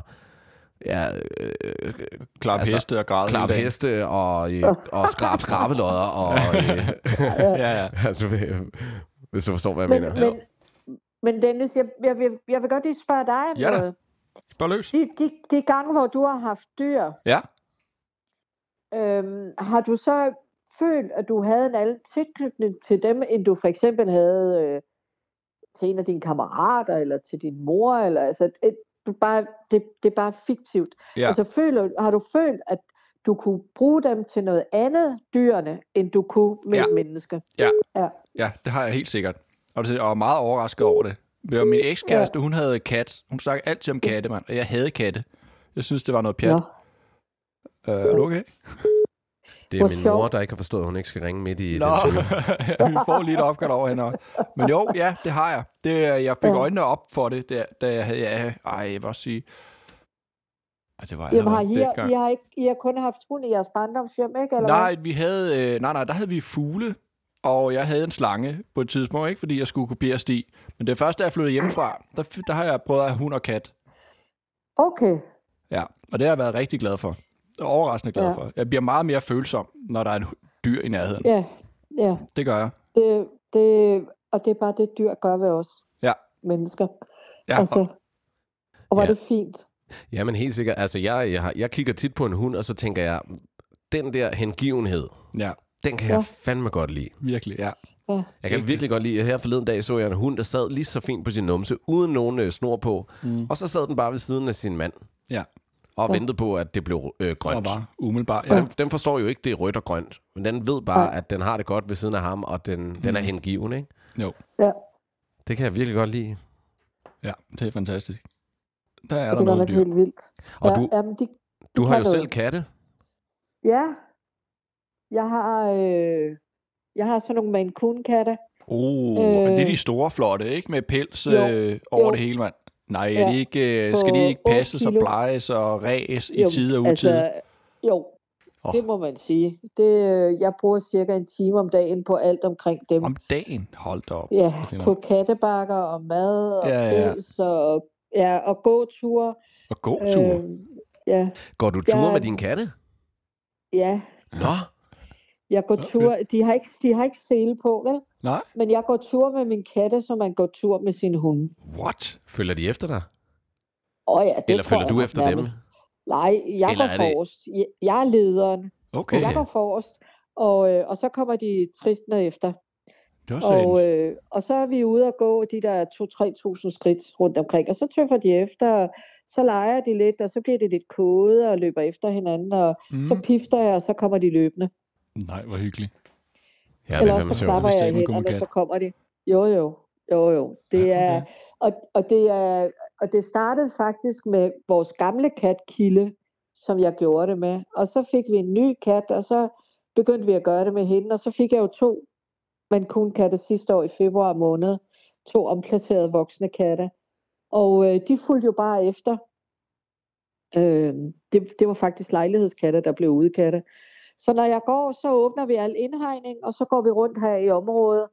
A: ja, øh,
B: Klap
A: Altså,
B: altså, heste og græde.
A: klappe
B: hele dagen.
A: heste og, øh, og skrabe skrabelodder.
B: *laughs*
A: Og, øh, *laughs*
B: Ja, ja.
A: altså, øh, hvis du forstår, hvad jeg
D: Men,
A: mener.
D: men, men Dennis, jeg, jeg, vil, jeg vil godt lige spørge dig om
B: Ja da.
D: noget.
B: Bare løs.
D: De, de, de gange, hvor du har haft dyr,
B: Ja.
D: øhm, har du så følt, at du havde en anden tilknytning til dem, end du for eksempel havde øh, til en af dine kammerater, eller til din mor, eller altså, et, du bare, det, det er bare fiktivt.
B: Ja.
D: Altså, føler, har du følt, at du kunne bruge dem til noget andet, dyrene, end du kunne med
B: Ja.
D: ja. mennesker?
B: Ja.
D: Ja.
B: Ja, det har jeg helt sikkert. Og det- jeg var meget overrasket over det. Det var Min ekskæreste, hun havde kat. Hun snakkede altid om katte, mand. Og jeg havde katte. Jeg synes, det var noget pjat.
D: Nå.
B: Øh, er du okay?
A: Det er
D: Hvor
A: min mor,
D: sjovt.
A: der ikke har forstået, at hun ikke skal ringe midt i
B: Nå,
A: den time.
B: *laughs* vi får lige et opgave over hende også. Men jo, ja, det har jeg. Det, øh, jeg fik
D: Ja.
B: øjnene op for det, da, da jeg havde... Ja, ej, jeg vil også sige... Ej, det var
D: Jamen, har
B: allerede
D: I,
B: dengang.
D: I, har ikke, I har kun haft hund i jeres barndomshjem, ikke? Eller
B: Nej, vi havde, øh, nej, nej, der havde vi fugle, og jeg havde en slange på et tidspunkt, ikke fordi jeg skulle kopiere sti. Men det første, da jeg flyttede hjemmefra, der, f- der har jeg prøvet at have hund og kat.
D: hvad? Okay.
B: Ja, og det har jeg været rigtig glad for. Og overraskende glad
D: Ja.
B: for. Jeg bliver meget mere følsom, når der er et hu- dyr i nærheden.
D: Ja, ja.
B: Det gør jeg.
D: Det, det, og det er bare det, dyr gør ved os
B: Ja,
D: mennesker.
B: ja,
D: altså,
B: og,
D: og, og var
A: Ja.
D: ja. det fint.
A: Jamen helt sikkert. Altså, jeg, jeg, har- jeg kigger tit på en hund, og så tænker jeg, den der hengivenhed,
B: ja
A: den kan
D: Ja.
A: jeg fandme godt lide.
B: virkelig, ja.
D: Ja.
A: Jeg kan virkelig godt lide, her forleden dag så jeg en hund, der sad lige så fint på sin numse, uden nogen øh, snor på. Mm. Og så sad den bare ved siden af sin mand
B: Ja,
A: og ventede på, at det blev øh, grønt.
B: og var umiddelbart.
A: Ja.
B: Ja,
A: Den, den forstår jo ikke, det er rødt og grønt. Men den ved bare, at den har det godt ved siden af ham, og den, mm. den er hengiven, ikke?
B: jo.
D: ja.
A: Det kan jeg virkelig godt lide.
B: ja, det er fantastisk. Der er
D: Er
B: der
D: det var nok
B: noget dyr.
D: helt vildt.
A: Og
D: ja,
A: du,
D: jamen, de,
A: du har jo
D: kan noget.
A: selv katte.
D: ja. Jeg har, øh, jeg har sådan nogle Maine Coon katte.
B: Oh, øh, det er
D: Øh.
B: de store flotte, ikke? Med pels
D: Jo,
B: øh, over
D: jo.
B: det hele, mand. Nej, er de
D: Ja,
B: ikke, øh, skal
D: på
B: de ikke
D: otte
B: passes og
D: kilo.
B: plejes og ræs i
D: Jo, øh,
B: tide og utide? Altså,
D: jo,
B: Åh.
D: oh. det må man sige. Det, øh, jeg bruger cirka en time om dagen på alt omkring dem.
B: Om dagen? Hold da op.
D: Ja,
B: Okay, nå.
D: på kattebakker og mad og
B: Ja, ja, ja.
D: pøls og, ja, og gåture.
B: Og god tur. Øh,
D: Øhm, ja,
A: Går du tur
D: Ja.
A: med din katte?
D: ja,
A: Nå,
D: jeg går
B: Okay.
D: tur. De har, ikke, de har ikke sele på, vel?
B: Nej,
D: Men jeg går tur med min katte, som man går tur med sin hunde.
B: what?
A: følger de efter dig?
D: Og ja, det
A: Eller
D: tror
A: følger
D: jeg
A: du
D: nok
A: efter dem?
D: nærmest. Nej,
A: Eller
D: jeg Eller
A: er
D: går
A: det-
D: forrest. Jeg, jeg er lederen.
B: Okay,
D: Okay. Jeg går forrest. Og, øh, og så kommer de tristende efter.
B: det var
D: Og,
B: sandt.
D: øh, og så er vi ude og gå de der 2-3.000 skridt rundt omkring, og så tøffer de efter, og så leger de lidt, og så bliver det lidt kode og løber efter hinanden, og mm. så
B: Mm.
D: pifter jeg, og så kommer de løbende.
B: Nej, hvor hyggeligt.
A: Ja, det er
D: Eller
A: fandme
D: så
A: sjovt.
D: snapper
B: hvis det
D: jeg
B: er
D: i
B: en god
D: hænderne,
B: kat.
D: så kommer de. Jo, jo, jo, jo. Det er, og, og, det er, og det startede faktisk med vores gamle kat, Kille, som jeg gjorde det med. Og så fik vi en ny kat, og så begyndte vi at gøre det med hende. Og så fik jeg jo to man kun katte sidste år i februar måned. To omplacerede voksne katte. Og øh, de fulgte jo bare efter. Øh, det, det var faktisk lejlighedskatte, der blev udekatte. Så når jeg går, så åbner vi al indhegning, og så går vi rundt her i området.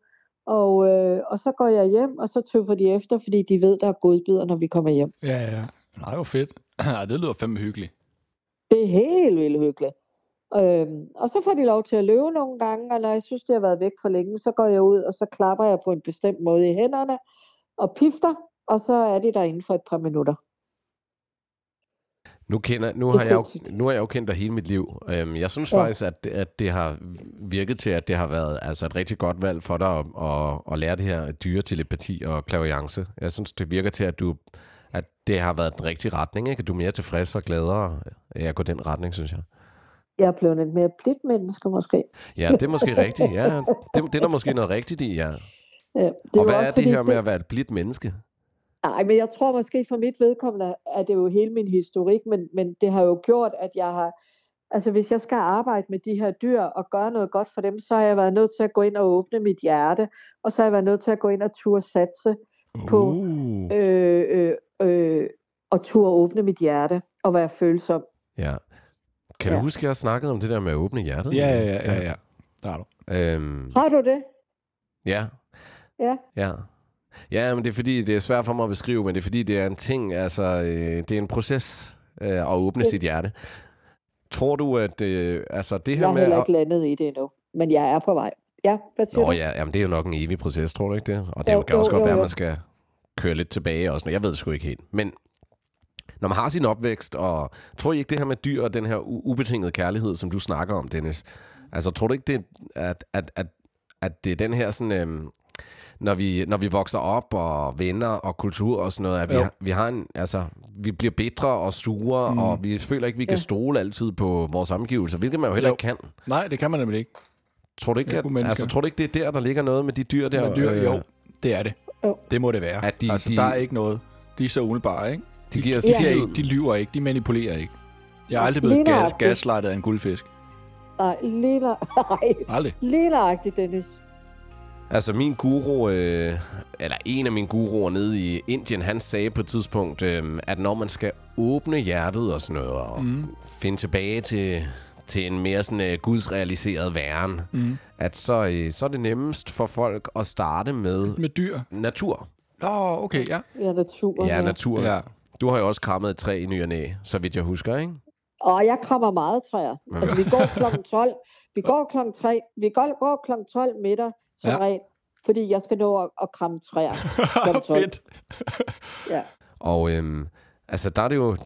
D: Og, øh, og så går jeg hjem, og så tøffer de efter, fordi de ved, der er godbidder, når vi kommer hjem.
B: Ja, ja. Nej, hvor fedt. *clears throat* Nej, det lyder fandme hyggeligt.
D: Det er helt vildt hyggeligt. Øhm, og så får de lov til at løbe nogle gange, og når jeg synes, det har været væk for længe, så går jeg ud, og så klapper jeg på en bestemt måde i hænderne og pifter, og så er de der inden for et par minutter.
A: Nu, kender, nu,
D: Det
A: har
D: er
A: jeg jo,
D: sindssygt.
A: nu har jeg jo kendt dig hele mit liv. Øhm, jeg synes ja.
D: Ja.
A: faktisk, at, det- at det har virket til, at det har været altså et rigtig godt valg for dig at, at, at lære det her dyre telepati og klaviance. Jeg synes, det virker til, at du at det har været den rigtige retning. Ikke? At Du er mere tilfreds og gladere af at gå den retning, synes jeg.
D: Jeg er blevet et mere blidt menneske måske.
A: Ja, det er måske rigtigt. Ja, det, det er der måske noget rigtigt i, ja.
D: Ja, det
A: Og
D: jo
A: hvad
D: også
A: er det
D: fordi,
A: her med at være et blidt menneske?
D: Nej, men jeg tror måske for mit vedkommende, at det er jo hele min historik, men, men det har jo gjort, at jeg har... Altså hvis jeg skal arbejde med de her dyr og gøre noget godt for dem, så har jeg været nødt til at gå ind og åbne mit hjerte, og så har jeg været nødt til at gå ind og turde satse, På-
B: Uh.
D: øh, øh, øh, og turde åbne mit hjerte og være følsom.
A: Ja. Kan du
D: Ja.
A: huske, at jeg snakkede om det der med at åbne hjertet?
B: Ja, ja, ja, ja, ja. Der er du.
A: Øhm,
D: Har du det?
A: ja.
D: Ja.
A: Ja. Ja, men det er fordi, det er svært for mig at beskrive, men det er fordi, det er en ting, altså, øh, det er en proces øh, at åbne
D: Ja.
A: sit hjerte. Tror du, at øh, altså, det her
D: Jeg er
A: med...
D: heller
A: at-
D: ikke landet i det endnu, men jeg er på vej. Ja, hvad siger
A: Nå
D: du?
A: ja, jamen, det er jo nok en evig proces, tror du ikke det? Og det
D: Jo,
A: kan også
D: jo,
A: godt
D: jo,
A: være, at
D: jo.
A: man skal køre lidt tilbage også, men jeg ved sgu ikke helt. Men når man har sin opvækst, og tror I ikke det her med dyr og den her u- ubetingede kærlighed, som du snakker om, Dennis? Altså, tror du ikke, det, at, at, at, at det er den her sådan... Øhm, når vi, når vi vokser op, og venner og kultur og sådan noget, at vi,
B: Jo.
A: har, vi, har en, altså, vi bliver bedre og sure, mm. og vi føler ikke, vi kan
D: Ja.
A: stole altid på vores omgivelser, hvilket man jo heller
B: Jo.
A: ikke kan.
B: Nej, det kan man nemlig ikke.
A: Tror du ikke,
B: Ja,
A: at,
B: gode mennesker.
A: altså, tror du ikke det er der, der ligger noget med de dyr der?
B: Men dyr,
A: øh,
B: jo, det er det.
D: Jo.
B: Det må det være.
A: At de-
B: altså,
A: de-
B: der er ikke noget. De er så umiddelbare, ikke?
A: De giver os
B: de,
A: tillid.
B: ikke, de lyver ikke, de manipulerer ikke. Jeg er aldrig blevet
D: Lige
B: gas,
D: nøjagtigt.
B: gaslightet af en guldfisk.
D: Nej, lige, nøj- *laughs* nej,
B: Aldrig.
D: lige nøjagtigt, Dennis.
A: Altså min guru, øh, eller en af mine guruer nede i Indien, han sagde på et tidspunkt, øh, at når man skal åbne hjertet og sådan noget, og
B: Mhm.
A: mm. finde tilbage til, til en mere sådan, øh, gudsrealiseret væren,
B: Mhm.
A: mm. at så, øh, så er det nemmest for folk at starte med
B: Med dyr.
A: natur.
B: Nå, okay, ja.
D: Ja, naturen.
B: Mhm.
A: Ja, natur.
B: Ja.
A: Du har jo også krammet et træ i ny og næ, så vidt jeg husker, ikke?
D: Og jeg krammer meget træer. Altså, vi går kl. 12. Vi går kl. 3. Vi går, går kl. 12 middag som
B: Ja.
D: ja. regel, fordi jeg skal nå at, at kramme
B: *laughs*
D: træer. Klokken
B: *laughs*
D: tolv.
B: Fedt.
D: Ja.
A: Og øhm, altså, der er det jo...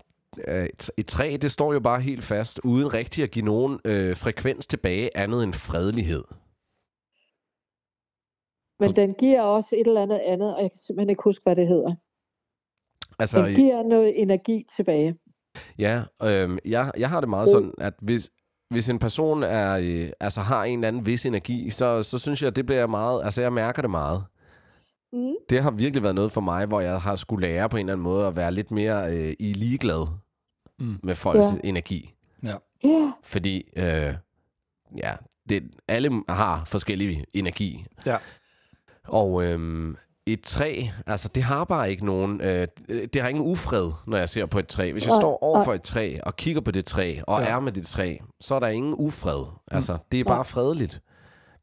A: øh, t- Et træ, det står jo bare helt fast, uden rigtig at give nogen øh, frekvens tilbage, andet end fredelighed.
D: Men den giver også et eller andet andet, og jeg kan simpelthen ikke huske, hvad det hedder.
A: Altså,
D: Den giver noget energi tilbage.
A: ja, øhm, jeg, jeg har det meget sådan, at hvis, hvis en person er, øh, altså har en eller anden vis energi, så, så synes jeg, det bliver meget... Altså, jeg mærker det meget.
D: Mm.
A: Det har virkelig været noget for mig, hvor jeg har skulle lære på en eller anden måde at være lidt mere øh, i ligeglad
B: Mm.
A: med folks
D: Ja.
A: energi.
D: Ja,
A: Fordi øh, ja, det, alle har forskellige energi.
B: Ja.
A: Og øhm, et træ, altså det har bare ikke nogen, øh, det har ingen ufred, når jeg ser på et træ. Hvis jeg
D: Nej,
A: står over for et træ og kigger på det træ og
B: Ja.
A: er med det træ, så er der ingen ufred.
D: Mm.
A: Altså det er bare fredeligt.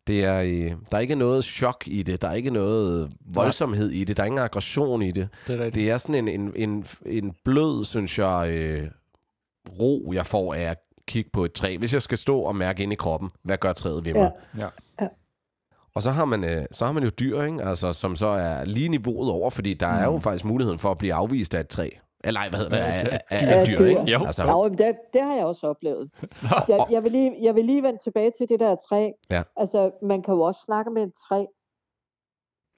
A: Det er, øh, der er ikke noget chok i det, der er ikke noget voldsomhed i det, der er ingen aggression i det.
B: Det er rigtigt.
A: Det er sådan en, en, en, en blød, synes jeg, øh, ro, jeg får af at kigge på et træ. Hvis jeg skal stå og mærke ind i kroppen, hvad gør træet ved mig?
D: Ja.
B: Ja.
A: Og så har man, øh, så har man jo dyr, ikke? Altså, som så er lige niveauet over, fordi der mm. er jo faktisk muligheden for at blive afvist af et træ. Eller nej, hvad hedder det?
B: Ja,
A: Af,
B: det-
A: af, af, af
D: Ja,
A: dyr,
D: dyr.
A: ikke?
B: Jo.
A: Altså,
D: Ja, men det, det har jeg også
B: *laughs*
D: oplevet. Jeg, jeg, vil lige, jeg vil lige vende tilbage til det der træ.
A: Ja.
D: Altså, man kan jo også snakke med et træ.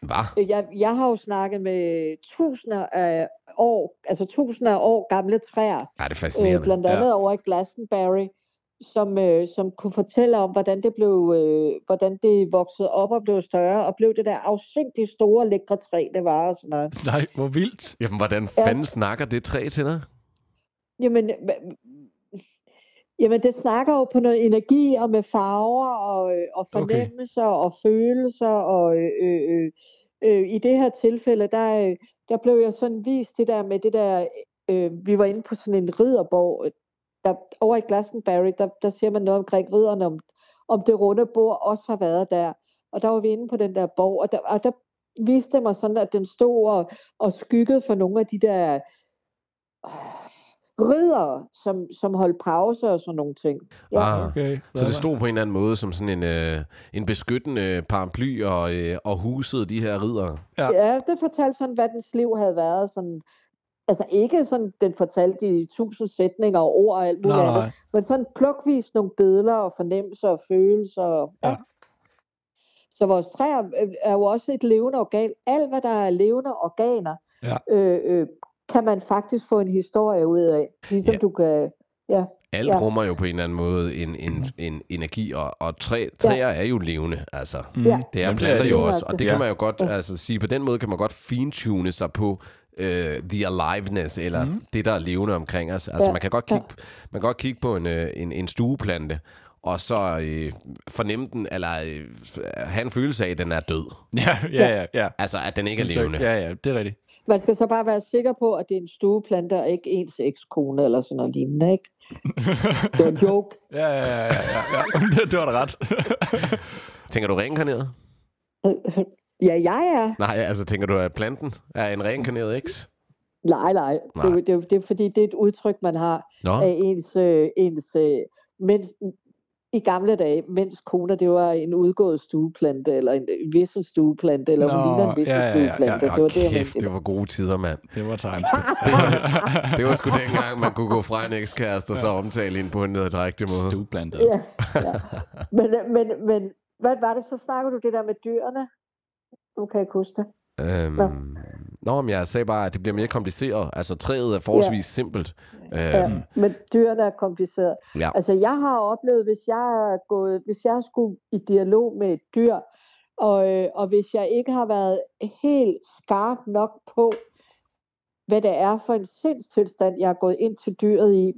A: hvad?
D: Jeg, jeg har jo snakket med tusinder af år, altså tusinder af år gamle træer,
A: Ja, det er
D: øh,
A: fascinerende.
D: blandt andet ja. over i Glastonbury, som, øh, som kunne fortælle om, hvordan det blev, øh, hvordan det voksede op og blev større, og blev det der afsindigt store, lækre træ, det var og sådan noget.
B: Nej, hvor vildt.
A: Jamen, hvordan
D: Ja.
A: fanden snakker det træ til dig?
D: Jamen, hva- jamen, det snakker jo på noget energi og med farver og, øh, og
B: Okay.
D: fornemmelser okay. og følelser. Og øh, øh, øh, øh, i det her tilfælde, der, øh, der blev jeg sådan vist det der med det der, øh, vi var inde på sådan en ridderborg, øh, der, over i Glastonbury, der, der siger man noget omkring ridderne, om, om det runde bord også har været der. Og der var vi inde på den der borg, og der, og der viste det mig sådan, at den stod og, og skyggede for nogle af de der øh, riddere, som, som holdt pause og sådan nogle ting.
A: Ah.
B: Okay.
A: Så det stod på en eller anden måde som sådan en, øh, en beskyttende paraply og, øh, og husede de her ridere.
B: Ja.
D: Ja, det fortalte sådan, hvad dens liv havde været. Sådan, altså ikke sådan, den fortalte i tusind sætninger og ord og alt muligt
B: Nej,
D: andet,
B: nej.
D: men sådan plukvis nogle billeder og fornemmelser og følelser. Og,
B: Ja.
D: Så vores træer øh, er jo også et levende organ. Alt, hvad der er levende organer,
B: Ja.
D: øh, øh, kan man faktisk få en historie ud af. Ligesom
A: Ja.
D: du kan... Ja,
A: Alt
D: Ja.
A: rummer jo på en eller anden måde en, en, en energi, og, og træ, træer er jo levende, altså.
B: Mm.
A: Det
D: ja.
A: er
B: Jamen, det er
A: planter
B: det
A: jo
B: jo.
A: også, og det kan
B: Ja.
A: man jo godt altså, sige, på den måde kan man godt fintune sig på øh, the aliveness, eller mm. det, der er levende omkring os. Altså,
D: Ja.
A: man, kan godt kigge, man kan godt kigge på en, øh, en, en stueplante, og så øh, fornemme den, eller øh, have en følelse af, at den er død.
B: *laughs* Ja, ja, ja. ja.
A: Altså, at den ikke er
B: Så-
A: levende.
B: Ja, ja, det er rigtigt.
D: Man skal så bare være sikker på, at det er en stueplante og ikke ens ekskone eller sådan noget lignende, ikke? Det er en joke.
B: Ja, ja, ja, ja, ja, *laughs* ja. Det, det var da ret.
A: Tænker du reinkarneret?
D: ja, jeg er.
A: Nej, altså, tænker du, at planten er en reinkarneret eks?
D: Nej, nej. nej.
A: Nej.
D: Det, det, det er fordi, det er et udtryk, man har
A: Nå,
D: af ens... Øh, ens øh, mens, I gamle dage, mens koner, det var en udgået stueplante, eller en en vissel stueplante, eller
B: Nå,
D: hun ligner en vissel
B: ja, ja, ja,
D: stueplante.
B: ja,
D: det var
A: og
D: det, jeg
A: kæft,
D: mente.
A: det var gode tider, mand.
B: Det var *laughs* time.
A: Det var sgu dengang, man kunne gå fra en ekskæreste og så omtale hende på en nedadrægtig måde.
B: Stueblandet.
D: Ja, ja. Men, men, men, hvad var det, så snakker du det der med dyrene? Nu kan jeg ikke huske det.
A: Øhm, nå, men jeg sagde bare, at det bliver mere kompliceret. Altså, træet er forholdsvis ja. simpelt. Øhm, ja.
D: Ja, men dyrene er kompliceret.
A: Ja.
D: Altså, jeg har oplevet, hvis jeg er gået, hvis jeg skulle i dialog med et dyr, og, øh, og hvis jeg ikke har været helt skarp nok på, hvad det er for en sindstilstand, jeg er gået ind til dyret i,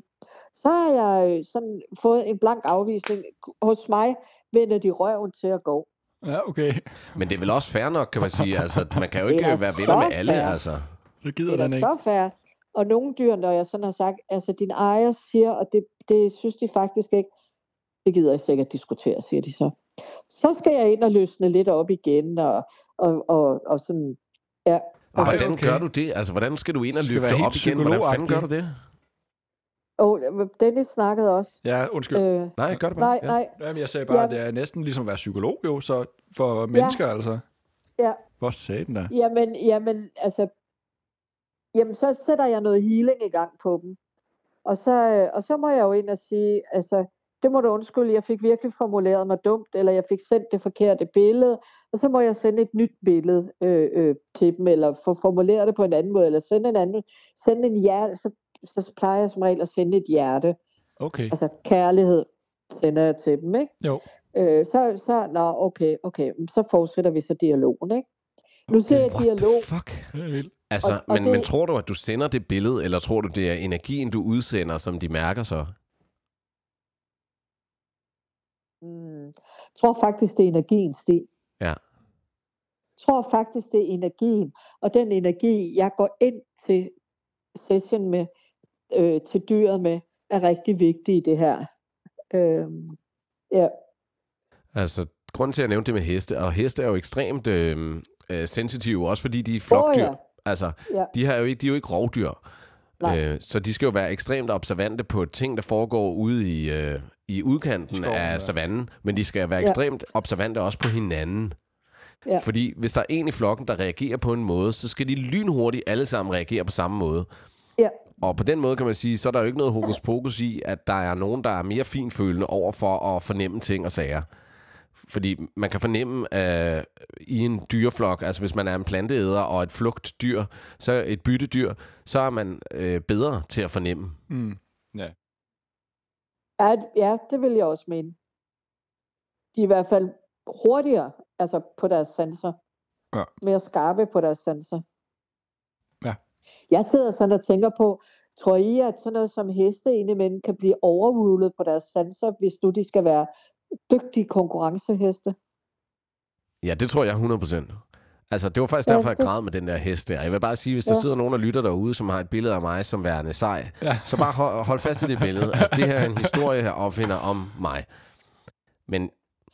D: så har jeg øh, sådan fået en blank afvisning. Hos mig vender de røven til at gå.
B: Ja, okay.
A: Men det er vel også fair nok, kan man sige. Altså, man kan jo
D: Det er
A: ikke være venner med
D: så
A: alle,
D: fair.
A: altså.
B: Det gider
D: Det er
B: den
D: da
B: ikke.
D: så fair. Og nogle dyr, når jeg sådan har sagt, altså din ejer siger, og det, det synes de faktisk ikke, det gider jeg sikkert diskutere, siger de så. Så skal jeg ind og løsne lidt op igen, og, og, og, og sådan, ja.
A: Og
B: Ej,
A: hvordan
B: okay.
A: gør du det? Altså, hvordan skal du ind og
B: Skal
A: løfte
B: være helt
A: op igen? Hvordan fanden gør du
B: psykologagtig.
A: det?
D: Og Dennis snakkede også.
B: Ja, undskyld. Øh,
D: Øh,
A: Nej, gør det bare.
D: nej,
A: ja.
D: nej,
B: Jamen, jeg sagde bare,
D: ja.
B: at det er næsten ligesom at være psykolog, jo, så for mennesker, altså.
D: ja.
B: Hvor satan da.
D: Jamen, jamen, altså, jamen, så sætter jeg noget healing i gang på dem. Og så, øh, og så må jeg jo ind og sige, altså, det må du undskylde, jeg fik virkelig formuleret mig dumt, eller jeg fik sendt det forkerte billede, og så må jeg sende et nyt billede øh, øh, til dem, eller få formuleret det på en anden måde, eller sende en anden, sende en hjerte, så, så plejer jeg som regel at sende et hjerte,
B: Okay.
D: altså kærlighed sender jeg til dem, ikke?
B: Jo.
D: Øh, så, så, nå, okay, okay, så fortsætter vi så dialogen, ikke? Nu ser jeg
A: What
D: dialog,
A: the fuck?
B: Det er vildt.
A: Altså,
D: Og- og
A: men,
D: det-
A: men tror du, at du sender det billede, eller tror du, det er energien, du udsender, som de mærker så?
D: Mm. Jeg tror faktisk, det er energien, Stig.
A: Ja.
D: tror faktisk, det er energien. Og den energi, jeg går ind til session med, øh, til dyret med, er rigtig vigtig i det her. Øh, ja.
A: Altså, grunden til, at jeg nævnte det med heste, og heste er jo ekstremt øh, øh, sensitive, også fordi de er flokdyr.
D: Åh,
A: Altså,
D: Ja.
A: de, har jo ikke, de er jo ikke rovdyr.
D: Nej.
A: Øh, så de skal jo være ekstremt observante på ting, der foregår ude i, øh, i udkanten
B: Skoven,
A: Skoven, af
B: ja.
A: savannen, men de skal være
D: Ja.
A: ekstremt observante også på hinanden.
D: Ja.
A: Fordi hvis der er en i flokken, der reagerer på en måde, så skal de lynhurtigt alle sammen reagere på samme måde.
D: Ja.
A: Og på den måde kan man sige, så er der jo ikke noget hokus pokus i, at der er nogen, der er mere finfølende over for at fornemme ting og sager. Fordi man kan fornemme øh, i en dyreflok, altså hvis man er en planteæder og et flugtdyr, så et byttedyr, så er man øh, bedre til at fornemme.
B: Mm.
D: Ja, ja, det vil jeg også mene. De er i hvert fald hurtigere altså på deres sanser.
B: Ja.
D: Mere skarpe på deres sanser.
B: Ja.
D: Jeg sidder sådan og tænker på, tror I, at sådan noget som heste indimellem kan blive overrulet på deres sanser, hvis nu de skal være dygtige konkurrenceheste?
A: Ja, det tror jeg 100%. Altså, det var faktisk
D: Ja,
A: derfor, jeg
D: det-
A: græd med den der hest der. Jeg vil bare sige, hvis der
D: Ja.
A: sidder nogen og lytter derude, som har et billede af mig som værende sej,
B: Ja.
A: så bare hold, hold fast i det
B: *laughs*
A: billede. Altså, det her er en historie, jeg opfinder om mig. Men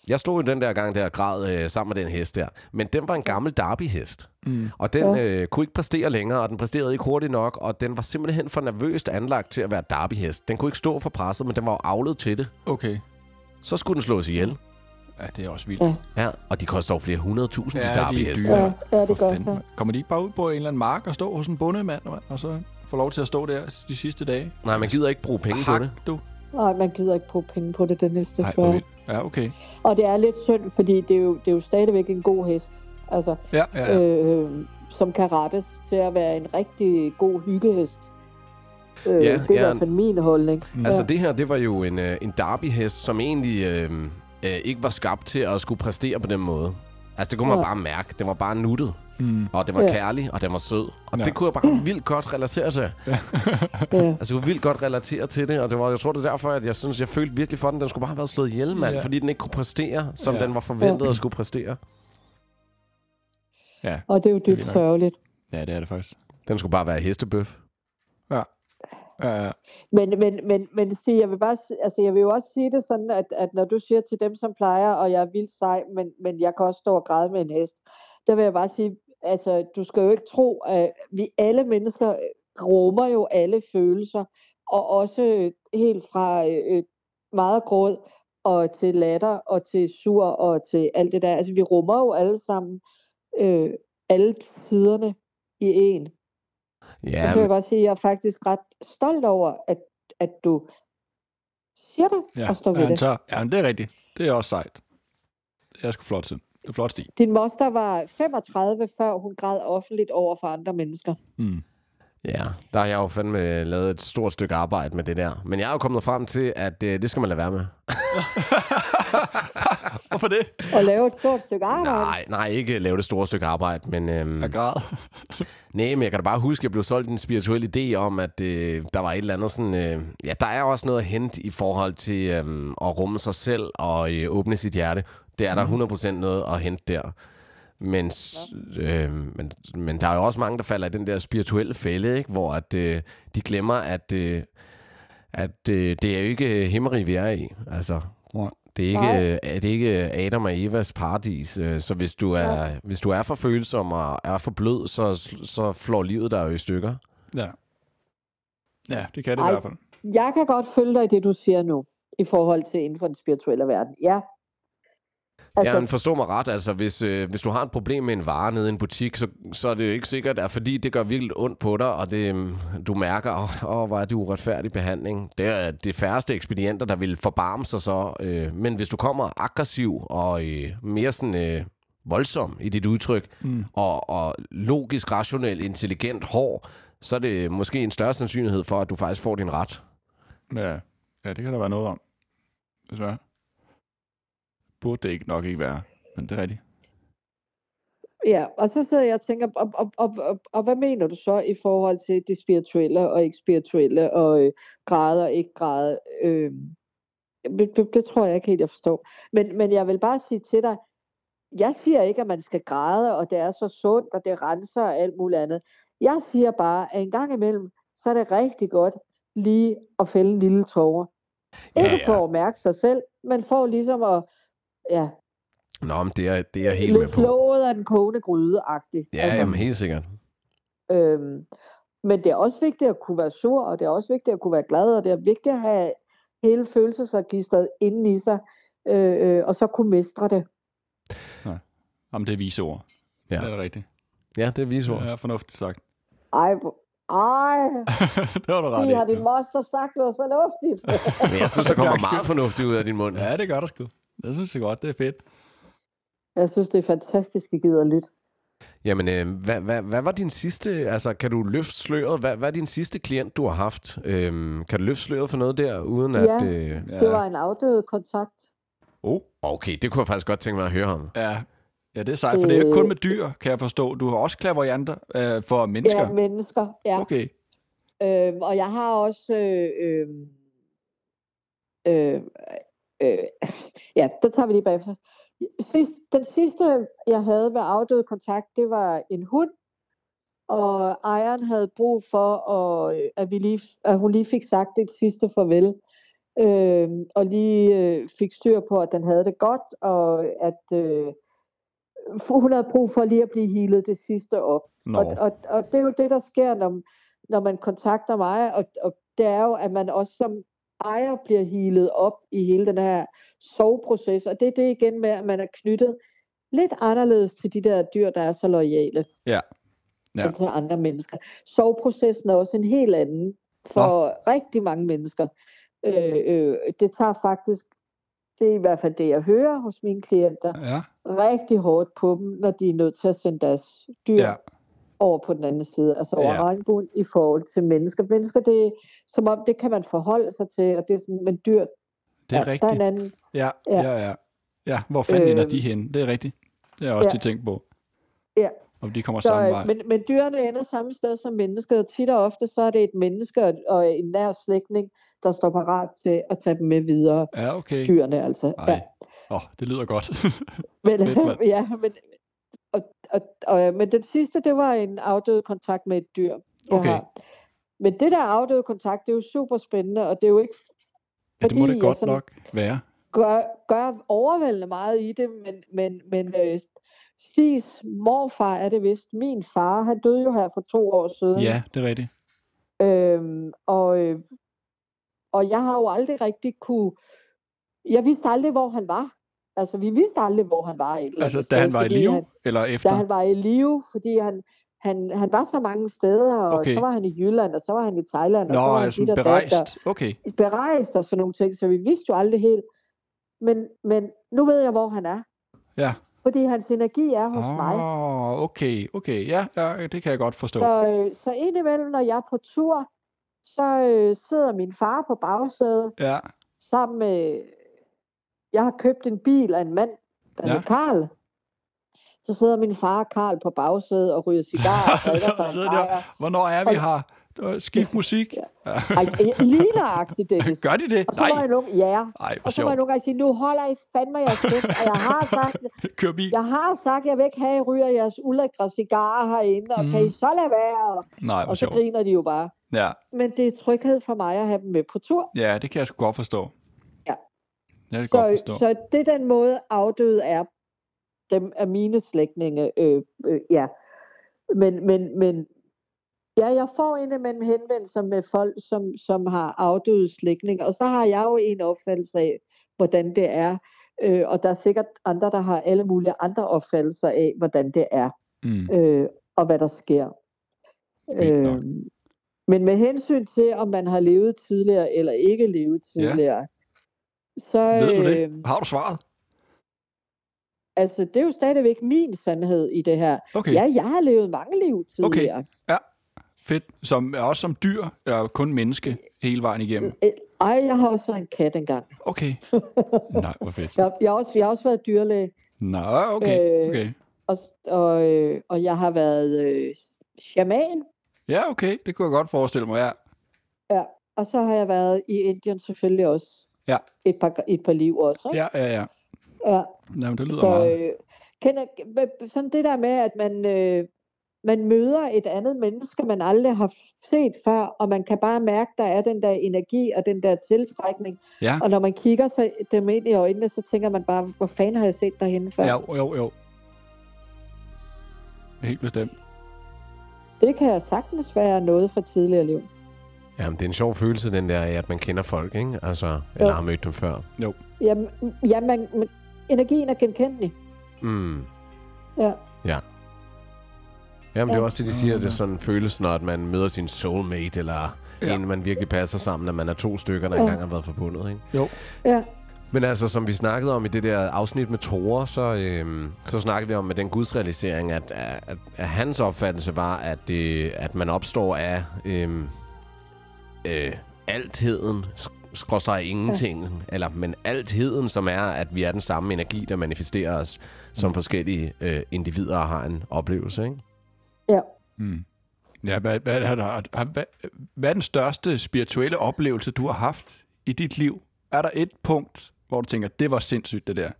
A: jeg stod jo den der gang der og græd øh, sammen med den hest der. Men den var en gammel derbyhest.
B: Mm.
A: Og den øh, kunne ikke præstere længere, og den præsterede ikke hurtigt nok, og den var simpelthen for nervøst anlagt til at være derbyhest. Den kunne ikke stå for presset, men den var jo avlet til det.
B: Okay.
A: Så skulle den slås ihjel.
B: Ja, det er også vildt.
D: Ja.
A: Ja, og de koster jo flere hundredtusind,
B: Ja,
A: ja,
B: de
A: de
B: er
A: derbyheste.
B: dyre.
A: De
D: Ja, ja det
B: For
D: gør
B: fanden,
D: så.
B: mand. Kommer de ikke bare ud på en eller anden mark og stå hos en bondemand, mand, og så får lov til at stå der de sidste dage?
A: Nej, man gider ikke bruge penge på det.
B: du.
D: Nej, man gider ikke bruge penge på det, det næste.
B: Nej,
D: tror
B: hvor
D: jeg.
B: vildt. Ja, okay.
D: Og det er lidt synd, fordi det er jo, det er jo stadigvæk en god hest. Altså,
B: Ja, ja, ja.
D: øh, som kan rettes til at være en rigtig god hyggehest. Øh,
A: Ja,
D: det er i
A: ja.
D: hvert fald min holdning.
A: Altså det her, det var jo en, øh, en derbyhest, som egentlig øh, øh, ikke var skabt til at skulle præstere på den måde. Altså det kunne man
D: Ja.
A: bare mærke. Den var bare nuttet,
B: Mm.
A: og den var
D: Ja.
A: kærlig, og den var sød. Og
B: Ja.
A: det kunne jeg bare vildt godt relatere til. *laughs*
D: Ja.
A: Altså jeg kunne vildt godt relatere til det, og det var, jeg tror det er derfor, at jeg synes, jeg følte virkelig for den. Den skulle bare have været slået ihjel, mand,
B: Ja.
A: fordi den ikke kunne præstere, som
B: Ja.
A: den var forventet at skulle præstere.
B: Ja.
D: Og det er jo
B: er
D: dybt
B: nok.
D: sørgeligt.
B: ja, det er det faktisk.
A: Den skulle bare være hestebøf.
B: Ja, ja.
D: Men, men, men, men Stig, jeg vil, bare, si- altså, jeg vil jo også sige det sådan, at, at når du siger til dem, som plejer, og jeg er vildt sej, men, men jeg kan også stå og græde med en hest, der vil jeg bare sige, altså, du skal jo ikke tro, at vi alle mennesker øh, rummer jo alle følelser, og også øh, helt fra øh, øh, meget gråd, og til latter, og til sur, og til alt det der. Altså, vi rummer jo alle sammen øh, alle siderne i en. Så
A: Ja,
D: kan jeg
A: men,
D: bare sige, at jeg er faktisk ret stolt over, at, at du siger det
B: ja.
D: og står ved
B: ja,
D: det.
B: Så, ja, men det er rigtigt. Det er også sejt. Det er sgu flot til. Det er flot stil.
D: Din moster var 35, før hun græd offentligt over for andre mennesker.
B: Mm.
A: ja, der har jeg jo fandme lavet et stort stykke arbejde med det der. Men jeg er jo kommet frem til, at øh, det skal man lade være med.
B: Hvorfor det?
D: Og lave et stort stykke arbejde.
A: Nej, nej, ikke lave det store stykke arbejde, men... Øhm,
B: Jeg græd.
A: Nej, men jeg kan da bare huske, at jeg blev solgt en spirituel idé om, at øh, der var et eller andet sådan... Øh, ja, der er også noget at hente i forhold til øh, at rumme sig selv og øh, åbne sit hjerte. Det er der 100% noget at hente der. Men, s- øh, men, men der er jo også mange, der falder i den der spirituelle fælde, ikke? hvor at, øh, de glemmer, at, øh, at øh, det er jo ikke himmeri, vi er i. Altså,
B: Nej.
A: det er
D: Nej.
A: ikke, øh, det er ikke Adam og Evas paradis. øh, Så hvis du er, hvis du er for følsom og er for blød, så, så flår livet dig jo i stykker.
B: Ja. Ja, det kan det i
D: Ej.
B: hvert fald.
D: Jeg kan godt følge dig i det, du siger nu, i forhold til inden for den spirituelle verden. Ja.
A: Altså, Jamen, forstå mig ret. Altså, hvis, øh, hvis du har et problem med en vare nede i en butik, så, så er det jo ikke sikkert, at fordi det gør virkelig ondt på dig, og det, øhm, du mærker, åh, oh, oh, hvor er det uretfærdig behandling. Det er det færreste ekspedienter, der vil forbarme sig så. Øh, men hvis du kommer aggressiv og øh, mere sådan... Øh, voldsom i dit udtryk, mm. og, og logisk, rationel, intelligent, hård, så er det måske en større sandsynlighed for, at du faktisk får din ret.
B: Ja. ja, det kan der være noget om. Desværre. Burde det ikke nok ikke være, men det er rigtigt.
D: Ja, og så sidder jeg og tænker, og, og, og, og, og hvad mener du så i forhold til det spirituelle og ikke spirituelle, og øh, græde og ikke Øhm, græde? Øh, det, det, det tror jeg ikke helt, jeg forstår. Men, men jeg vil bare sige til dig, jeg siger ikke, at man skal græde, og det er så sundt, og det renser og alt muligt andet. Jeg siger bare, at en gang imellem, så er det rigtig godt lige at fælde en lille tårer.
A: Ja,
D: Ikke
A: ja.
D: for at mærke sig selv, men for ligesom at ja,
A: Nå, men det er, det er jeg helt med
D: lidt
A: på.
D: slået af den kogende Altså, gryde-agtigt.
A: Ja, jamen, helt sikkert.
D: Øhm, men det er også vigtigt at kunne være sur, og det er også vigtigt at kunne være glad, og det er vigtigt at have hele følelsesregisteret inden i sig, øh, øh, og så kunne mestre det.
B: Jamen, det er vise ord.
A: Ja.
B: Det er det rigtigt.
A: Ja, det er visord.
B: Ja, fornuftigt sagt. *laughs*
D: Ej, hvor- ej,
B: det *laughs* var du ret
D: det har
B: i.
D: din moster sagt noget
B: *laughs*
D: fornuftigt.
A: Men jeg synes, der kommer meget fornuftigt ud af din mund.
B: Ja, det gør der sgu. Det synes jeg godt, det er fedt.
D: Jeg synes, det er fantastisk, at I gider at lytte.
A: Jamen, øh, hvad, hvad, hvad var din sidste... Altså, kan du løfte sløret? Hvad, hvad er din sidste klient, du har haft? Øhm, kan du løfte sløret for noget der, uden
D: Ja.
A: at... Øh,
B: Ja.
D: Det var en afdød kontakt.
A: oh. Okay, det kunne jeg faktisk godt tænke mig at høre om.
B: Ja. ja, det er sejt, for det er jo ikke kun med dyr, kan jeg forstå. Du har også klaverjanter øh, for mennesker.
D: Øh. Ja, mennesker. Ja.
B: Okay.
D: Øhm, og jeg har også... Øh, øh, øh, øh, *laughs* ja, der tager vi lige bagefter. Sidst, den sidste, jeg havde med afdøde kontakt, det var en hund. Og ejeren havde brug for, at, øh, at, vi lige, at hun lige fik sagt et sidste farvel. Øh, og lige øh, fik styr på, at den havde det godt, og at øh, hun havde brug for lige at blive healet det sidste op.
B: Nå.
D: Og, og, og det er jo det, der sker, når, når man kontakter mig, og, og det er jo, at man også som ejer bliver healet op i hele den her soveproces, og det er det igen med, at man er knyttet lidt anderledes til de der dyr, der er så lojale
B: Ja. Ja.
D: end til andre mennesker. Soveprocessen er også en helt anden for rigtig mange mennesker. Øh, øh, det tager faktisk, det er i hvert fald det, jeg hører hos mine klienter,
B: Ja.
D: rigtig hårdt på dem, når de er nødt til at sende deres dyr
B: Ja.
D: ja over på den anden side, altså over
B: Ja.
D: ja. regnbuen i forhold til mennesker. Mennesker, det er som om, det kan man forholde sig til, og det er sådan, men dyr,
B: Det er
D: ja, der er en
B: rigtigt.
D: anden.
B: Ja,
D: Ja.
B: ja, ja. Ja, hvor fanden ender
D: Øhm.
B: de henne? Det er rigtigt. Det er jeg også
D: Ja.
B: til at tænke på.
D: Ja.
B: Om de kommer samme
D: Så, øh,
B: vej.
D: men, men dyrene ender samme sted som mennesket, og tit og ofte, så er det et menneske og- og en nær slægtning, der står parat til at tage dem med videre.
B: Ja, okay.
D: Dyrene altså.
B: Ej. Åh, oh, det lyder godt. *laughs*
D: Men,
B: Fedt, mand.
D: *laughs* ja, men, og, og, og, øh, men den sidste, det var en afdød kontakt med et dyr. jeg
B: Okay.
D: har. Men det der afdøde kontakt, det er jo super spændende, og det er jo ikke
B: ja, det må det
D: Fordi altså- jeg
B: godt
D: sådan-
B: nok være.
D: gør, gør overvældende meget i det, men, men, men øh, Stis morfar er det vist. Min far, han døde jo her for to år siden.
B: Ja, det er rigtigt.
D: Øhm, og, øh, og jeg har jo aldrig rigtig kunne... Jeg vidste aldrig, hvor han var. Altså, vi vidste aldrig, hvor han var. Et eller
B: Altså,
D: andet
B: da
D: sted,
B: han var i
D: fordi
B: live,
D: Han,
B: eller
D: da
B: efter?
D: han var i live, fordi han, han, han var så mange steder, og
B: Okay.
D: så var han i Jylland, og så var han i Thailand, og så
B: Nå,
D: var
B: er
D: han dit
B: sådan
D: og dat, og-
B: berejst. Okay.
D: berejst og sådan nogle ting, så vi vidste jo aldrig helt. Men, men nu ved jeg, hvor han er.
B: Ja.
D: Fordi hans energi er
B: Ah.
D: hos oh. mig.
B: Åh, okay, okay. Ja, ja, det kan jeg godt forstå.
D: Så, øh, så indimellem, når jeg er på tur, så øh, sidder min far på bagsædet
B: *laughs* Ja,
D: sammen med... Jeg har købt en bil af en mand, der
B: Ja.
D: ja. Karl. Så sidder min far og Karl på bagsædet og ryger cigar
B: *laughs*
D: og drikker sig en
B: Sidder der.
D: bajer.
B: Hvornår er vi
D: Og-
B: her? Øh, Skift musik?
D: Ej, ligner agtigt, Dennis.
B: *laughs* Gør de det?
D: Og så må
B: Nej.
D: jeg nogle, ja,
B: Nej, hvor
D: og så må jeg
B: sjovt.
D: nogle gange sige, nu holder I fandme jeres kæft, og jeg har sagt,
B: Kør bil.
D: Jeg har sagt, jeg vil ikke have, at I ryger jeres ulækre cigarer herinde, og
B: Mm.
D: mm. kan I så lade være? Og,
B: Nej, hvor
D: og så
B: sjovt.
D: griner de jo bare.
B: Ja,
D: Men det er tryghed for mig at have dem med på tur.
B: ja, det kan jeg sgu godt forstå.
D: Ja.
B: Jeg kan godt
D: Så,
B: forstå.
D: så det er den måde, afdøde er. Dem er mine slægtninge, øh, øh, ja. Men, men, men ja, jeg får indimellem henvendelser med folk, som, som har afdøde slægtninge, og så har jeg jo en opfattelse af, hvordan det er. Øh, og der er sikkert andre, der har alle mulige andre opfattelser af, hvordan det er.
B: Mm.
D: øh, og hvad der sker. Øh,
B: Fint nok.
D: men med hensyn til, om man har levet tidligere eller ikke levet
B: Ja.
D: tidligere, så
B: Ved du
D: øh,
B: det? Har du svaret?
D: altså, det er jo stadigvæk min sandhed i det her.
B: Okay,
D: Okay. Ja, jeg har levet mange liv tidligere. Okay.
B: fedt. Som, også som dyr, eller kun menneske, hele vejen igennem.
D: Øh, Ej, jeg har også været en kat engang. *laughs*
B: Okay. Nej, hvor fedt.
D: Jeg, jeg, har, også, jeg har også været dyrlæge,
B: Nå, okay,
D: Øh.
B: okay.
D: og, og, øh, og jeg har været øh, shaman,
B: Ja, okay, det kunne jeg godt forestille mig, ja.
D: og så har jeg været i Indien selvfølgelig også.
B: Ja.
D: Et par, et par liv også. Ikke?
B: Ja, ja, ja.
D: Ja.
B: Jamen, det lyder
D: Så
B: meget.
D: øh, kender, b- b- sådan det der med, at man, øh, man møder et andet menneske, man aldrig har set før, og man kan bare mærke, der er den der energi og den der tiltrækning.
B: Ja.
D: Og når man kigger sig dem ind i øjnene, så tænker man bare, hvor fanden har jeg set dig henne før?
B: Ja, jo, jo, jo. Helt bestemt.
D: Det kan jeg sagtens være noget fra tidligere liv.
A: Jamen, det er en sjov følelse, den der, af, at man kender folk, ikke? Altså, eller
D: Jo.
A: har mødt dem før.
D: Jamen, ja, man, man, energien er genkendelig.
A: Mm.
D: Ja.
A: Ja. Jamen, det er
D: Ja.
A: også det, de siger, at det er sådan følelsen, når at man møder sin soulmate, eller ja.
B: Ja.
A: en, man virkelig passer sammen, at man er to stykker, der
D: Ja.
A: engang har været forbundet, ikke?
B: Jo.
D: Ja,
A: Men altså, som vi snakkede om i det der afsnit med Tore, så, øhm, så snakkede vi om med den gudsrealisering, at, at, at, at hans opfattelse var, at, det, at man opstår af øhm, øh, altheden, sk- skråstreg ingenting, eller men altheden, som er, at vi er den samme energi, der manifesterer os som forskellige øh, individer og har en oplevelse, ikke?
D: ja.
B: Mm. Ja, hvad, hvad, er der, har- hvad, hvad er den største spirituelle oplevelse, du har haft i dit liv? Er der et punkt, hvor du tænker, det var sindssygt, det der?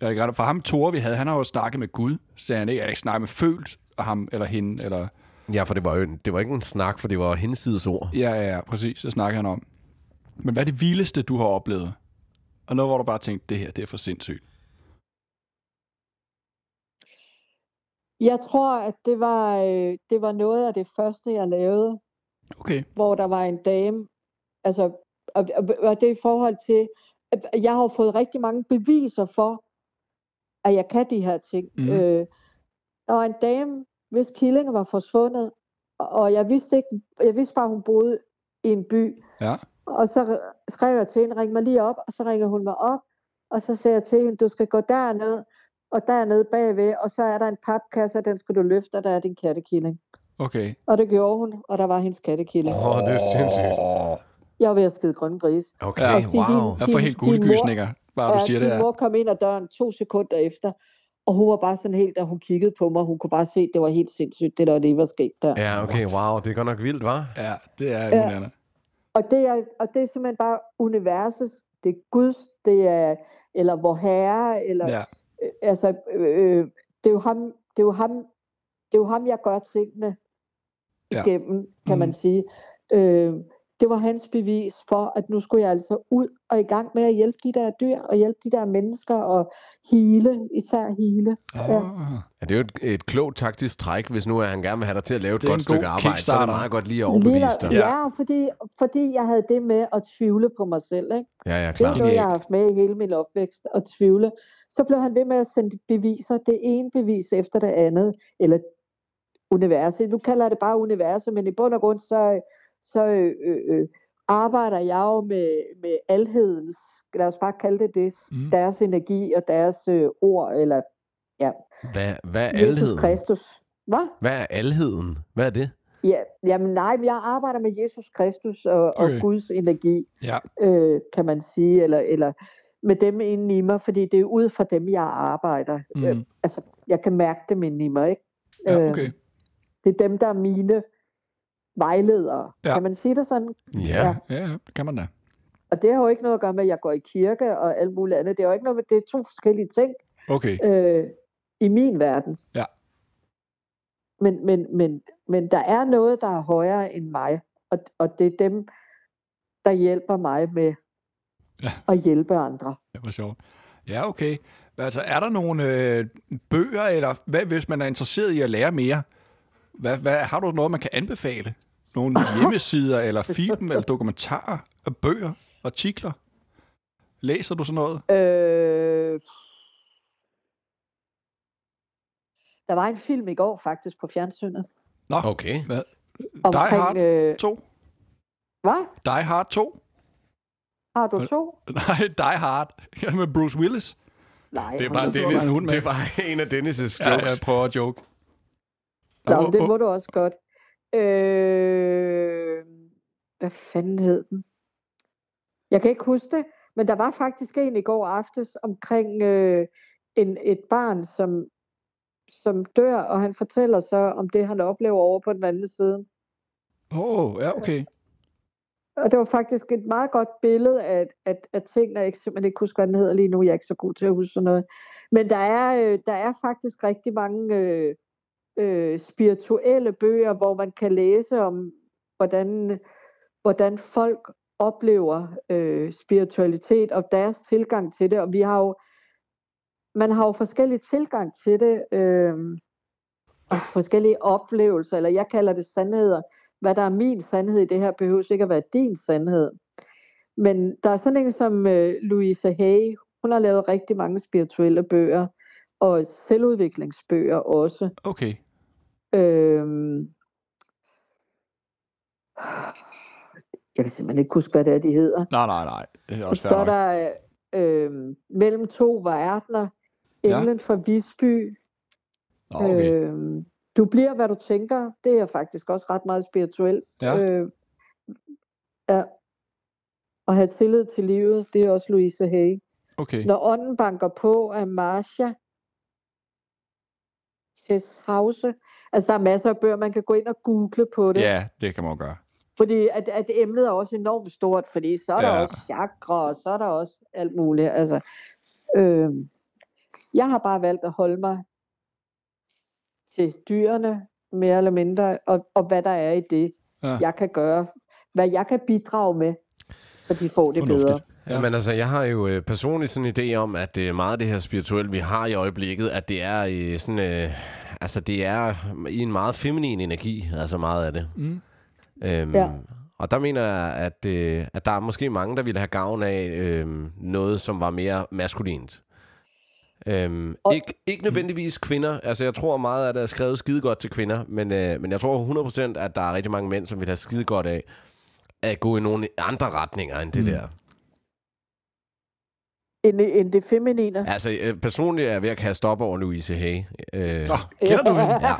B: Jeg kan rette- For ham Tore, vi havde, han har jo snakket med Gud, så han ikke, er ikke snakket med følt af ham eller hende. Eller...
A: Ja, for det var jo en- det var ikke en snak, for det var hinsides ord.
B: Ja, ja, ja, præcis, så snakker han om. Men hvad er det vildeste, du har oplevet? Og noget, hvor du bare tænkte, det her, det er for sindssygt.
D: Jeg tror, at det var, øh, det var noget af det første, jeg lavede,
B: Okay.
D: hvor der var en dame, altså, og, og, og det er i forhold til, at jeg har jo fået rigtig mange beviser for, at jeg kan de her ting.
B: Mhm.
D: Øh, der var en dame, hvis killing var forsvundet, og- og jeg vidste, ikke, jeg vidste bare, at hun boede i en by.
B: Ja.
D: Og så skrev jeg til hende, ring mig lige op, og så ringer hun mig op, og så sagde jeg til hende, du skal gå derned, og dernede bagved, og så er der en papkasse, og den skal du løfte, og der er din kattekilling.
B: Okay.
D: Og det gjorde hun, og der var hendes kattekilling.
A: Åh, oh, det er sindssygt.
D: Jeg var ved at skide grønne gris.
B: Ja.
A: Okay, wow.
B: Jeg får helt
D: Din- din mor-
B: guldegysninger, bare du
D: Ja,
B: siger det
D: min
B: her.
D: mor kom ind ad døren to sekunder efter, og hun var bare sådan helt, da hun kiggede på mig, hun kunne bare se, at det var helt sindssygt, det der lige var sket der. Ja.
A: Ja, okay, wow. Det er godt nok vildt, var?
B: Ja, det er
D: Ja.
B: imponerende.
D: Og, det er, og det er simpelthen bare universets, det er Guds, det er, eller vor herre, eller,
B: Ja.
D: ja. øh, altså, øh, øh, det er jo ham, det er jo ham, det er jo ham, jeg gør tingene
B: Ja.
D: igennem, kan man
B: Mhm.
D: sige. Øh, det var hans bevis for, at nu skulle jeg altså ud og i gang med at hjælpe de der dyr, og hjælpe de der mennesker, og hele, især hele.
B: Ah.
A: Ja, det er jo et, et klogt taktisk træk, hvis nu at han gerne vil have dig til at lave et
B: Det er
A: godt
B: en god
A: stykke arbejde. Så er det
B: kickstarter.
A: meget godt lige at overbevise
D: Lige-
A: dig.
B: Ja.
D: Ja, fordi, fordi jeg havde det med at tvivle på mig selv. Ikke?
A: Ja, ja,
D: Det er
A: klart.
D: noget, jeg har
B: Genialt.
D: haft med i hele min opvækst, at tvivle. Så blev han ved med at sende beviser, det ene bevis efter det andet, eller universet. Nu kalder jeg det bare universet, men i bund og grund, så, så øh, øh, arbejder jeg jo med, med alhedens, lad os bare kalde det det,
B: Mm.
D: mm. deres energi og deres øh, ord, eller
A: Hvad, hvad er
D: Jesus
A: alheden?
D: Kristus. Hvad?
A: Hvad er alheden? Hvad er det?
D: Ja, jamen nej, men jeg arbejder med Jesus Kristus og, okay.
B: Okay.
D: og Guds energi,
B: Ja.
D: øh, kan man sige, eller, eller med dem inden i mig, fordi det er ud fra dem, jeg arbejder. Mm. Øh,
B: Mm.
D: altså, jeg kan mærke dem inden i mig, ikke?
B: Ja,
D: Øh,
B: okay.
D: det er dem, der er mine vejledere,
B: Ja.
D: ja. kan man sige det sådan?
A: Ja.
B: Ja, ja, det kan man da.
D: Og det har jo ikke noget at gøre med, at jeg går i kirke og alt muligt andet. Det er jo ikke noget med, det er to forskellige ting
B: Okay.
D: øh, i min verden.
B: Ja.
D: Men, men, men, men der er noget, der er højere end mig, og, og det er dem, der hjælper mig med
B: Ja.
D: at hjælpe andre.
B: Det var sjovt. Ja, okay. Altså, er der nogle øh, bøger, eller hvad, hvis man er interesseret i at lære mere? Hvad, hvad, har du noget, man kan anbefale?
D: *laughs*
B: Nogle hjemmesider, eller film, eller dokumentarer, og bøger, artikler? Læser du sådan noget?
D: Øh, der var en film i går faktisk på fjernsynet.
B: Nå,
A: Okay.
B: Hard.
D: øh,
B: to.
D: hvad?
B: Die Hard 2?
D: Har du to?
B: *laughs* Nej, Die Hard. Ja, med Bruce Willis.
D: Nej.
A: Det er
D: hold
A: bare,
D: nu
B: det er
D: op.
A: Dennis,
B: en hund med.
A: det er bare *laughs* en af Dennis'
B: Ja, jeg
A: jokes.
B: prøver at joke.
D: Nå,
B: Åh,
D: men det
B: åh.
D: må du også godt. Øh, hvad fanden hed den? Jeg kan ikke huske det, men der var faktisk en i går aftes omkring øh, en, et barn, som, som dør, og han fortæller så om det, han oplever over på den anden side.
B: Åh, oh, ja, okay.
D: Og det var faktisk et meget godt billede af, at, at ting, der ikke simpelthen ikke husker, hvad den hedder lige nu. Jeg er ikke så god til at huske sådan noget. Men der er, øh, der er faktisk rigtig mange øh, øh, spirituelle bøger, hvor man kan læse om, hvordan, hvordan folk oplever øh, spiritualitet og deres tilgang til det. Og vi har jo, man har jo forskellige tilgang til det, øh, og forskellige oplevelser, eller jeg kalder det sandheder hvad der er min sandhed i det her, behøver ikke at være din sandhed. Men der er sådan en som øh, Louise Hay, hun har lavet rigtig mange spirituelle bøger, og selvudviklingsbøger også.
B: Okay.
D: Øhm, jeg kan simpelthen ikke huske, hvad det er, de hedder.
B: Nej, nej, nej. Det er
D: Og
B: også
D: så
B: fair
D: er
B: nok.
D: der øh, Mellem to verdener,
B: Ja.
D: Englen ja. fra Visby,
B: Nå, okay.
D: Øhm, du bliver, hvad du tænker. Det er faktisk også ret meget spirituelt.
B: Ja.
D: Øh, ja. At have tillid til livet, det er også Louise Hay.
B: okay.
D: Når ånden banker på af Marcia Tesshause. Altså, der er masser af bøger, man kan gå ind og google på det.
B: Ja, det kan man gøre.
D: Fordi at, at emnet er også enormt stort, fordi så er der
B: Ja.
D: også chakra, og så er der også alt muligt. Altså, øh, jeg har bare valgt at holde mig til dyrene, mere eller mindre, og, og hvad der er i det,
B: Ja.
D: jeg kan gøre. Hvad jeg kan bidrage med, så de får det
B: Fornuftigt.
D: bedre.
B: Ja.
A: Ja. Jamen altså, jeg har jo øh, personligt sådan en idé om, at det er meget af det her spirituelle, vi har i øjeblikket, at det er øh, sådan... Øh, altså, det er i en meget feminin energi, altså meget af det.
B: Mm.
A: Øhm,
D: Ja.
A: ja. Og der mener jeg, at, øh, at der er måske mange, der ville have gavn af øh, noget, som var mere maskulint. Øhm,
D: Og-
A: ikke, ikke nødvendigvis kvinder. Altså, jeg tror meget af det er skrevet skide godt til kvinder, men, øh, men jeg tror 100% at der er rigtig mange mænd, som vil have skide godt af at gå i nogle andre retninger end det
B: Mm.
A: mm. der.
D: End, end det feminine.
A: Altså, øh, personligt er jeg ved at kaste op over Louise Hay. Øh,
B: Nå, kender du hende?
A: Ja.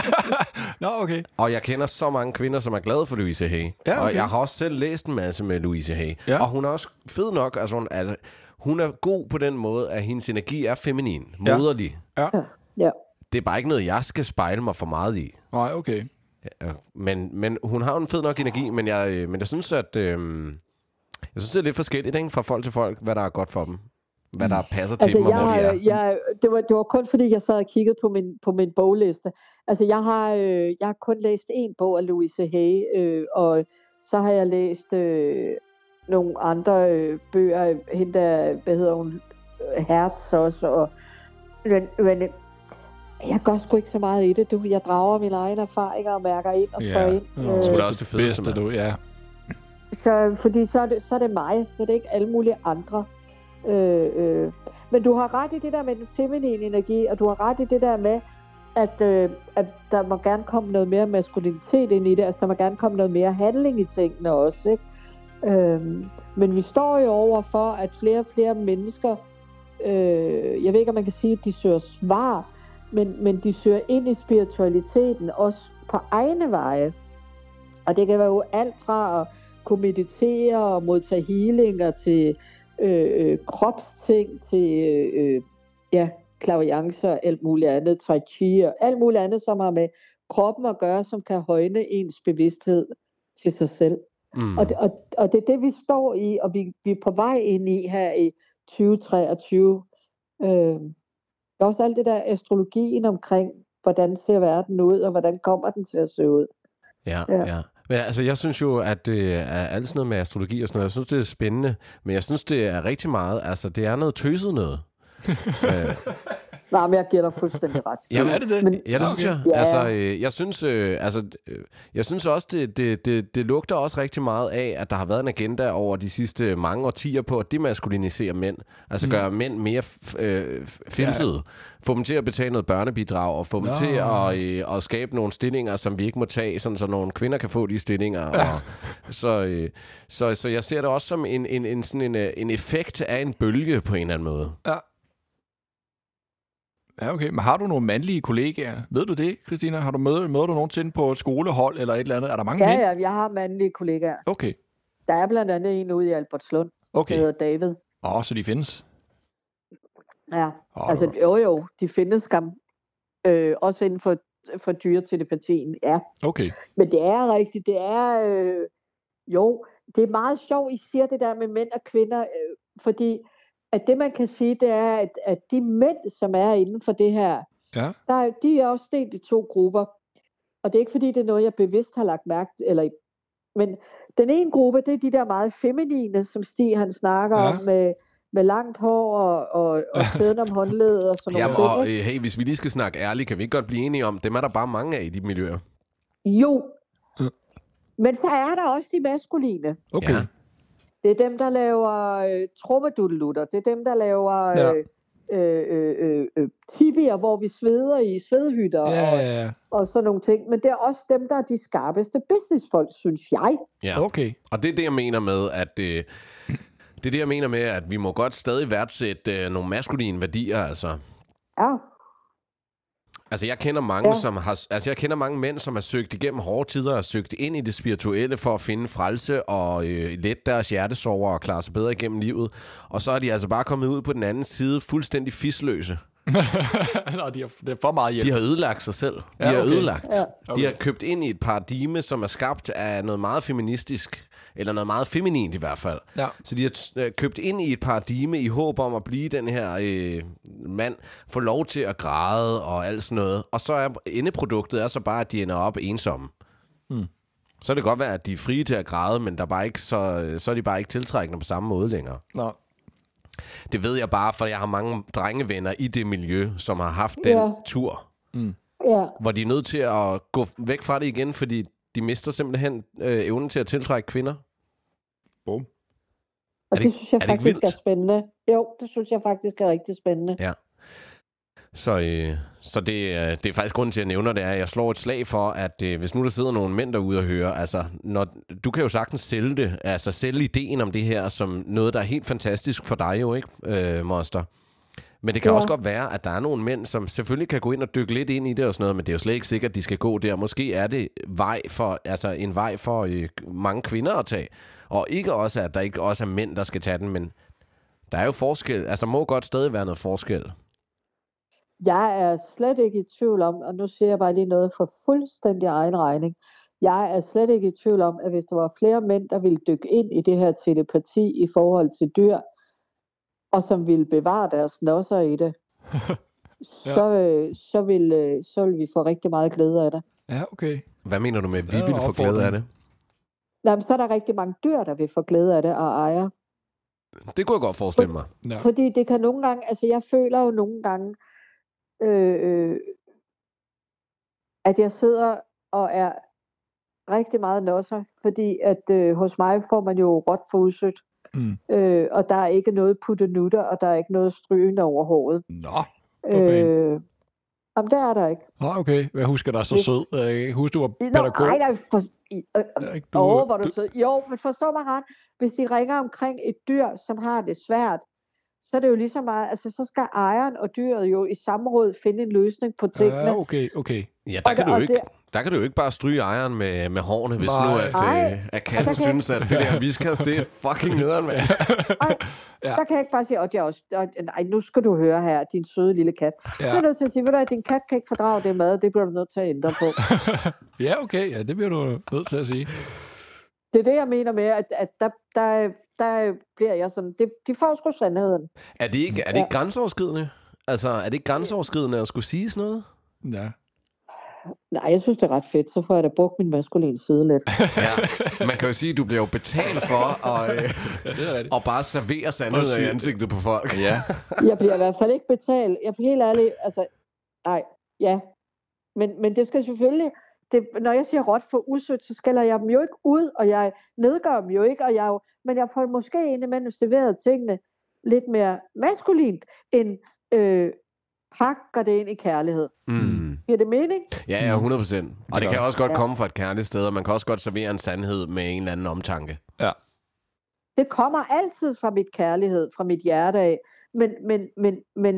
B: *laughs* Nå, okay.
A: Og jeg kender så mange kvinder, som er glade for Louise Hay.
B: Ja, okay.
A: Og jeg har også selv læst en masse med Louise Hay.
B: Ja.
A: Og hun er også fed nok. Altså, hun, altså, hun er god på den måde, at hendes energi er feminin,
B: Ja.
A: moderlig.
D: ja.
A: Det er bare ikke noget, jeg skal spejle mig for meget i.
B: Nej, okay.
A: Ja, Men, men hun har jo en fed nok energi, men jeg, øh, men jeg synes, at... Øh, jeg synes, det er lidt forskelligt ikke? fra folk til folk, hvad der er godt for dem. Hvad der passer til
D: Altså,
A: dem, og
D: jeg,
A: hvor de er.
D: har- jeg, det, var, det var kun fordi, jeg sad og kiggede på min, på min bogliste. Altså, jeg har, øh, jeg har kun læst en bog af Louise Hay, øh, og så har jeg læst øh, nogle andre øh, bøger. Hende der, hvad hedder hun? Hertz også. Og, men, men øh, jeg gør sgu ikke så meget i det. Du, jeg drager mine egne erfaringer og mærker ind og
B: Ja.
D: spørger ind.
B: Nå.
A: Det er
D: Øh,
A: sgu da også det fedeste,
B: Bedste,
A: mand.
B: du, ja.
D: så, fordi så er, det, så er det mig, så er det ikke alle mulige andre. Øh, øh. Men du har ret i det der med den feminine energi, og du har ret i det der med, at, øh, at der må gerne komme noget mere maskulinitet ind i det. Altså, der må gerne komme noget mere handling i tingene også, ikke? Øhm, men vi står jo over for, at flere og flere mennesker, øh, jeg ved ikke, om man kan sige, at de søger svar, men, men de søger ind i spiritualiteten, også på egne veje. Og det kan være jo alt fra at kunne meditere og modtage healinger til øh, øh, kropsting, til øh, øh, ja, klaviancer og alt muligt andet, tai chi og alt muligt andet, som har med kroppen at gøre, som kan højne ens bevidsthed til sig selv.
A: Mm.
D: Og det, og, og det er det, vi står i, og vi, vi er på vej ind i her i 2023. Øh, der er også alt det der astrologien omkring, hvordan ser verden ud, og hvordan kommer den til at se ud.
A: Ja,
D: Ja.
A: ja. ja. Men altså, jeg synes jo, at det er alt sådan noget med astrologi og sådan noget. Jeg synes, det er spændende, men jeg synes, det er rigtig meget. Altså, det er noget tøset noget. øh,
D: Nej, men jeg giver dig fuldstændig ret.
A: *laughs* Jamen,
B: er det det?
D: Men-
A: ja, det synes jeg.
D: Ja.
A: Altså, øh, jeg synes, øh, altså, øh, jeg synes også, det, det, det, det lugter også rigtig meget af, at der har været en agenda over de sidste mange årtier på at demaskulinisere mænd. Altså mm. gøre mænd mere f- øh, f- fimsede. Få dem til at betale noget børnebidrag, og få dem
B: Nå.
A: til at, øh, at skabe nogle stillinger, som vi ikke må tage, sådan, så nogle kvinder kan få de stillinger. Og, så, øh, så, så jeg ser det også som en, en, en, sådan en, øh, en effekt af en bølge på en eller anden måde.
B: Ja. Ja, okay. Men har du nogle mandlige kollegaer? Ved du det, Christina? Har du møder, møder du nogensinde på et skolehold eller et eller andet? Er der mange
D: Ja,
B: mænd?
D: ja, jeg har mandlige kollegaer.
B: Okay,
D: Der er blandt andet en ude i Albertslund, der
B: okay.
D: hedder David.
B: Åh, så de findes.
D: Ja,
B: Åh,
D: altså
B: det er
D: jo jo, de findes skam. Øh, også inden for, for dyretelepatien, ja.
B: godt. Okay.
D: Men det er rigtigt, det er... Øh, jo, det er meget sjovt, I siger det der med mænd og kvinder, øh, fordi at det man kan sige, det er, at, at de mænd, som er inden for det her,
B: Ja.
D: der, er- de er også delt i to grupper. Og det er ikke fordi, det er noget, jeg bevidst har lagt mærke til. Eller, men den ene gruppe, det er de der meget feminine, som Stig han snakker
B: Ja.
D: ja. om, med, med langt hår og, og,
B: *laughs*
D: og kæden om håndledet og sådan noget.
A: Jamen, og øh, hey, hvis vi lige skal snakke ærligt, kan vi ikke godt blive enige om, dem er der bare mange af i de miljøer.
D: Jo.
B: Ja.
D: Men så er der også de maskuline.
B: Okay.
A: Ja.
D: Det er dem, der laver øh, trummedudelutter. Det er dem, der laver
B: Ja.
D: øh, øh, øh, øh, øh, tibier, hvor vi sveder i svedehytter
B: Ja,
D: og,
B: ja, ja.
D: og sådan nogle ting. Men det er også dem, der er de skarpeste businessfolk, synes jeg.
A: Ja.
B: Okay. *laughs*
A: Og det er det, jeg mener med, at... Øh, det er det, jeg mener med, at vi må godt stadig værdsætte øh, nogle maskuline værdier, altså.
D: Ja.
A: Altså, jeg kender mange, ja.
D: Ja.
A: som har, altså, jeg kender mange mænd, som har søgt igennem hårde tider og har søgt ind i det spirituelle for at finde frelse og øh, let deres hjertesover og klare sig bedre igennem livet. Og så er de altså bare kommet ud på den anden side fuldstændig fisløse.
B: Nå, de har, det er for meget hjælp.
A: De har ødelagt sig selv. De
B: Ja,
A: har
B: okay.
A: ødelagt.
D: Ja.
A: De har købt ind i et paradigme, som er skabt af noget meget feministisk, eller noget meget feminint i hvert fald.
B: Ja.
A: Så de har t- øh, købt ind i et paradigme i håb om at blive den her øh, mand, få lov til at græde og alt sådan noget. Og så er endeproduktet er så bare, at de ender op ensomme.
B: Hmm.
A: Så kan det godt være, at de er frie til at græde, men der er bare ikke, så, så er de bare ikke tiltrækkende på samme måde længere.
B: Nå.
A: Det ved jeg bare, for jeg har mange drengevenner i det miljø, som har haft den
D: Ja.
A: tur
D: ja.
A: hvor de er nødt til at gå væk fra det igen, fordi de mister simpelthen øh, evnen til at tiltrække kvinder.
B: Bum.
A: Er
D: Og
A: det
D: det,
A: ikke-
D: det synes jeg
A: er det ikke
D: faktisk
A: vildt?
D: er spændende. Jo, det synes jeg faktisk er rigtig spændende.
A: Ja. Så, øh, så det, øh, det er faktisk grunden til, at jeg nævner det, er, at jeg slår et slag for, at øh, hvis nu der sidder nogle mænd derude og hører, altså, når, du kan jo sagtens sælge det, altså sælge ideen om det her som noget, der er helt fantastisk for dig jo, ikke, øh, Monster? Men det kan ja.
D: Ja.
A: også godt være, at der er nogle mænd, som selvfølgelig kan gå ind og dykke lidt ind i det og sådan noget, men det er jo slet ikke sikkert, at de skal gå der. Måske er det vej for, altså en vej for øh, mange kvinder at tage. Og ikke også, at der ikke også er mænd, der skal tage den, men der er jo forskel. Altså må godt stadig være noget forskel.
D: Jeg er slet ikke i tvivl om, og nu siger jeg bare lige noget for fuldstændig egen regning. Jeg er slet ikke i tvivl om, at hvis der var flere mænd, der ville dykke ind i det her telepati i forhold til dyr, og som ville bevare deres nosser i
A: *laughs*
D: det, så, øh, så, vil, øh, så vil vi få rigtig meget glæde af det.
B: Ja, okay.
A: Hvad mener du med, at vi
B: Det er
A: ville få glæde af det?
B: opfordringen.
D: Jamen, så er der rigtig mange dyr, der vil få glæde af det og ejer.
A: Det kunne jeg godt forestille mig.
B: Ja.
D: Fordi det kan nogle gange, altså jeg føler jo nogle gange, øh, øh, at jeg sidder og er rigtig meget nosser, fordi at øh, hos mig får man jo råt for usødt,
B: Mm.
D: øh, og der er ikke noget puttenutter, og der er ikke noget strygende over håret.
B: Nå. Okay.
D: Øh, jamen, det er der ikke.
B: Nå, okay. Jeg husker dig så
D: Det-
B: sød. Øh, Jeg husker, du var
D: Nå,
B: pædagog.
D: ej, nej, for, i, øh,
B: Ja, ikke?
D: du, Åh, hvor du, du... Jo, men forstå mig ret. Hvis de ringer omkring et dyr, som har det svært, så er det jo lige så meget, altså så skal ejeren og dyret jo i samråd finde en løsning på tingene.
B: Ja, okay, okay.
A: Ja, der kan,
D: Og det-
A: du jo
D: og
A: ikke,
D: det-
A: der kan du jo ikke bare stryge ejeren med, med hårene, hvis
B: Nej.
A: nu at,
D: Nej.
A: øh, at
D: Og der
A: katten
D: kan-
A: synes, at det der viskast, det er fucking nederen, mand.
B: Ja.
D: Ja. Der kan jeg ikke bare sige, at jeg også, og, nej, nu skal du høre her, din søde lille kat. Ja. Så er jeg nødt til at sige, ved du at din kat kan ikke fordrage det mad, det bliver du nødt til at ændre *laughs* på.
B: Ja, okay. Ja, det bliver du nødt til at sige.
D: det er det, jeg mener med, at, at der, der, der bliver jeg sådan, det, de får sgu sandheden.
A: Er det ikke, er det ikke grænseoverskridende? Altså, er det ikke grænseoverskridende at skulle sige sådan noget?
B: Ja.
D: Nej, jeg synes, det er ret fedt, så får jeg da brugt min maskuline side lidt.
A: Ja, man kan jo sige, at du bliver jo betalt for at, øh,
B: ja, det er rigtigt.
A: at bare servere sandheder i ansigtet på folk.
B: Ja.
D: Jeg bliver i hvert fald ikke betalt. Jeg er helt ærlig, altså, nej, ja. Men, men det skal selvfølgelig, det, når jeg siger råt for usødt, så skælder jeg dem jo ikke ud, og jeg nedgør dem jo ikke, og jeg, er jo- men jeg får måske indimellem serveret tingene lidt mere maskulint, end øh, pakker det ind i kærlighed.
A: Mm.
D: Giver det mening?
A: Ja, ja, 100 procent. Og det kan også godt
D: Ja.
A: komme fra et kærligt sted, og man kan også godt servere en sandhed med en eller anden omtanke.
B: Ja.
D: Det kommer altid fra mit kærlighed, fra mit hjerte af. Men, men, men, men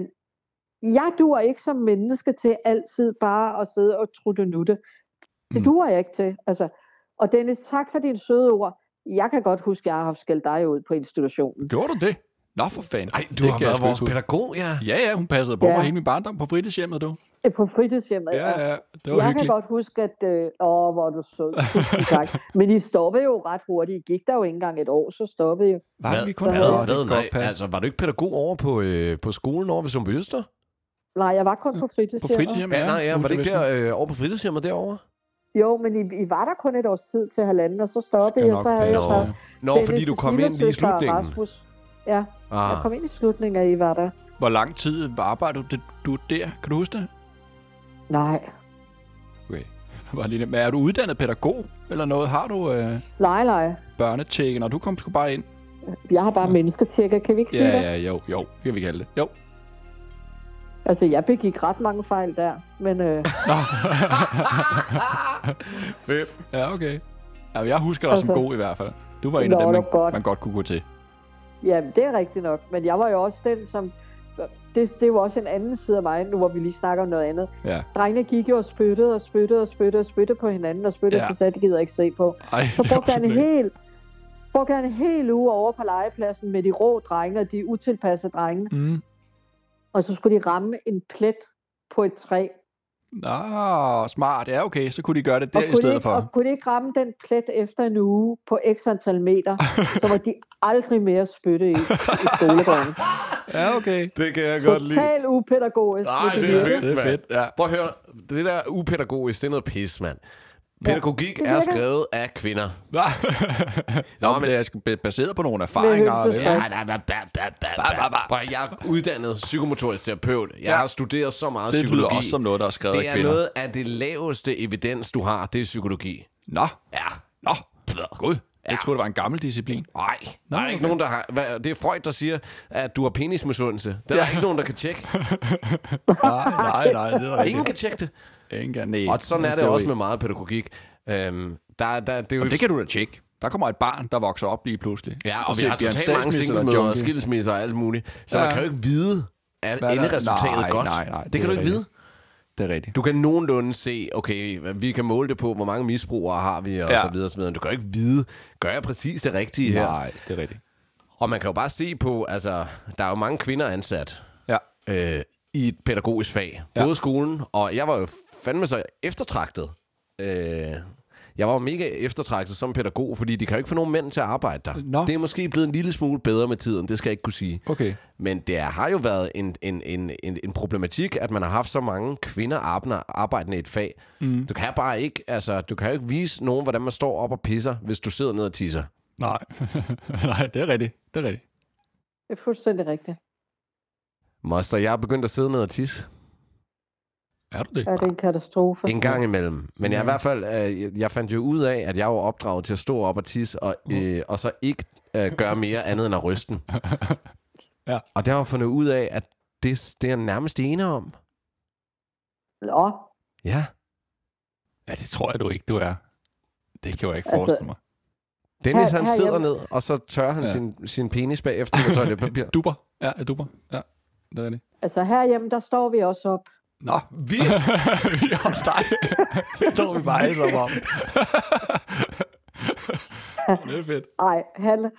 D: jeg dur ikke som menneske til altid bare at sidde og trutte nutte. Det
B: Mm.
D: mm. duer jeg ikke til. Altså, og Dennis, tak for dine søde ord. Jeg kan godt huske, at jeg har haft skældt dig ud på institutionen.
B: Gjorde du det? Nå, for fanden.
A: Ej, du
B: Det
A: har
B: kan jeg
A: været
B: sgu
A: vores
B: ikke huske.
A: pædagog, ja.
B: Ja, ja, hun passede på
D: Ja.
B: mig hele min barndom på fritidshjemmet, du.
D: øh, på fritidshjemmet. og
B: Ja, ja, det var
D: jeg
B: hyggeligt.
D: kan godt huske, at... Øh, åh, hvor er du sød. Tusind tak. Men I stoppede jo ret hurtigt. I gik der jo ikke engang et år, så stoppede I. jo.
B: Var det, vi kun
D: hvad-
B: havde?
D: hvad-
B: Nå, det
A: nej,
B: kan godt passe.
A: altså, var du ikke pædagog over på, øh, på skolen over ved Sumpe Øster?
D: Nej, jeg var kun på
B: På
D: fritidshjemmet.
B: fritidshjem,
A: Ja, nej, ja,
B: Nu
A: var
B: er
A: det ikke
B: vist-
A: der, øh, over på fritidshjemmet derovre?
D: Jo, men I, I var der kun et års tid til halvanden, og så stoppede
B: Skal
D: I, og
B: nok
D: så havde jeg
A: passe.
D: så...
A: Nå. Nå,
D: Dennis
A: fordi du kom
D: Cecilia
A: ind lige i
D: søster ligesom og
A: slutningen.
D: Rasmus. Ja, jeg
A: Ah,
D: kom ind i slutningen, at I var der.
B: Hvor lang tid arbejdede du, du der? Kan du huske det?
D: Nej,
B: Okay. Det var lige det. Men er du uddannet pædagog eller noget? Har du øh,
D: nej, nej.
B: børnetjekken, og du kom sgu bare ind?
D: Jeg har bare mennesketjekker, kan vi ikke sige
B: Ja,
D: det?
B: ja, jo, jo. Det kan vi kalde det. Jo.
D: Altså, jeg begik ret mange fejl der, men
A: *laughs*
D: øh,
A: fedt.
B: Ja, okay. Ja, men jeg husker dig som
D: Altså.
B: god i hvert fald. Du var en
D: Nå,
B: af dem,
D: det
B: man,
D: var godt.
B: man godt kunne gå til.
D: jamen, det er rigtigt nok. Men jeg var jo også den, som... Det, det er jo også en anden side af mig, nu hvor vi lige snakker om noget andet.
B: Ja.
D: Drengene gik jo og spyttede og spyttede og spyttede og spyttede på hinanden, og spyttede,
B: Ja.
D: ja. så sagde, det gider jeg ikke se på.
B: Ej,
D: Så
B: det var
D: brugte han en
B: sådan lidt-
D: hel, brugte han en hel uge over på legepladsen med de rå drenge og de utilpassede drenge.
B: Mm.
D: Og så skulle de ramme en plet på et træ.
B: Nå, smart. Ja, okay. Så kunne de gøre det
D: Og
B: der i
D: kunne, de
B: stedet
D: ikke,
B: for.
D: og kunne de ikke ramme den plet efter en uge på x antal meter, så må de aldrig mere spytte i, i skolegården.
B: Ja, okay.
A: Det kan jeg *laughs* godt lide.
D: Total upædagogisk.
A: Nej,
D: men
A: det er
D: virker.
A: fedt,
B: Det er
A: mand.
B: fedt, ja.
A: Prøv at høre, det der upædagogisk, det er noget pis, mand. Pædagogik
D: det
A: er
D: virker.
A: skrevet af kvinder.
B: Nå, Nå
A: men-
B: men det er sgu ba- baseret på nogle erfaringer.
D: hønsesteg.
B: vel?
A: Ja, da, da, da, da, da, da. Prøv, at- jeg er uddannet psykomotorisk terapeut. Jeg
B: Ja.
A: har studeret så meget
B: Det
A: psykologi.
B: lyder også som noget, der er skrevet
A: det
B: af
A: er
B: kvinder.
A: noget af det laveste evidens, du har, det er psykologi.
B: Nå,
A: Ja.
B: nå. Gud, jeg troede, det var en gammel disciplin.
A: Nej, der er
B: Nå,
A: ikke
B: okay.
A: nogen, der har... Hvad, det er Freud, der siger, at du har penismisundelse. Det er der ikke nogen, der kan
B: *laughs*
A: tjekke.
B: Nej, nej, nej, det er
A: Ingen
B: rigtigt.
A: kan tjekke det.
B: Ingen kan, nej.
A: Og sådan er det
B: Teori.
A: også med meget pædagogik. Øhm, der, der, det er jo
B: Det kan du da tjekke. Der kommer et barn, der vokser op lige pludselig.
A: Ja, og, vi
B: se,
A: har
B: bliver han
A: totalt mange
B: statsminister eller
A: singlemøder og
B: junkie?
A: skilsmisser og alt muligt. Så
B: Ja.
A: man kan jo ikke vide, at
B: Hvad er der-
A: enderesultatet
B: Nej,
A: godt.
B: nej, nej,
A: det,
B: det
A: kan du
B: er
A: ikke vide.
B: Det er rigtigt.
A: Du kan nogenlunde se, okay, vi kan måle det på, hvor mange misbrugere har vi, og
B: Ja.
A: ja. så videre, og så videre. Du kan jo ikke vide, gør jeg præcis det rigtige her?
B: Nej, det er rigtigt.
A: Og man kan jo bare se på, altså, der er jo mange kvinder ansat
B: Ja.
A: øh, i et pædagogisk fag.
B: Ja.
A: Ja. Både skolen, og jeg var jo fandme så eftertragtet. Øh, jeg var jo mega eftertragtet som pædagog, fordi de kan jo ikke få nogen mænd til at arbejde der.
B: Nå.
A: Det er måske blevet en lille smule bedre med tiden, det skal jeg ikke kunne sige.
B: Okay.
A: Men det har jo været en, en, en, en, en problematik, at man har haft så mange kvinder arbejdende, arbejdende i et fag. Mm. Du kan bare ikke, altså, du kan jo ikke vise nogen, hvordan man står op og pisser, hvis du sidder ned og tisser.
B: Nej. *laughs* nej, det er rigtigt. Det er rigtigt.
D: Det er fuldstændig rigtigt.
A: Moster, jeg er begyndt at sidde ned og tisse.
B: Er du det?
D: Ja, det er en katastrofe.
A: En gang imellem. Men jeg, er i hvert fald, øh, jeg- jeg fandt jo ud af, at jeg var opdraget til at stå op og tisse, og,
D: Mm.
A: øh, og så ikke øh, gøre mere andet end at
D: *laughs*
A: ryste.
B: Ja.
A: Og der har jeg fundet ud af, at det, det er jeg nærmest ene om.
D: Nå,
A: Ja,
B: Ja, det tror jeg du ikke, du er. Det kan jeg ikke
D: Altså-
B: forestille mig.
A: Dennis
D: Her-
A: han
D: herhjemme-
A: sidder ned, og så tørrer han
B: Ja.
A: ja. sin, sin penis bagefter med toiletpapir.
D: *laughs*
B: Duber. Ja, er duber. Ja, det er rigtigt.
D: altså herhjemme, der står vi også op.
B: Nå, vi, *laughs* vi er hos dig. Står vi bare alle sammen om. *laughs* det er fedt.
D: Nej, han,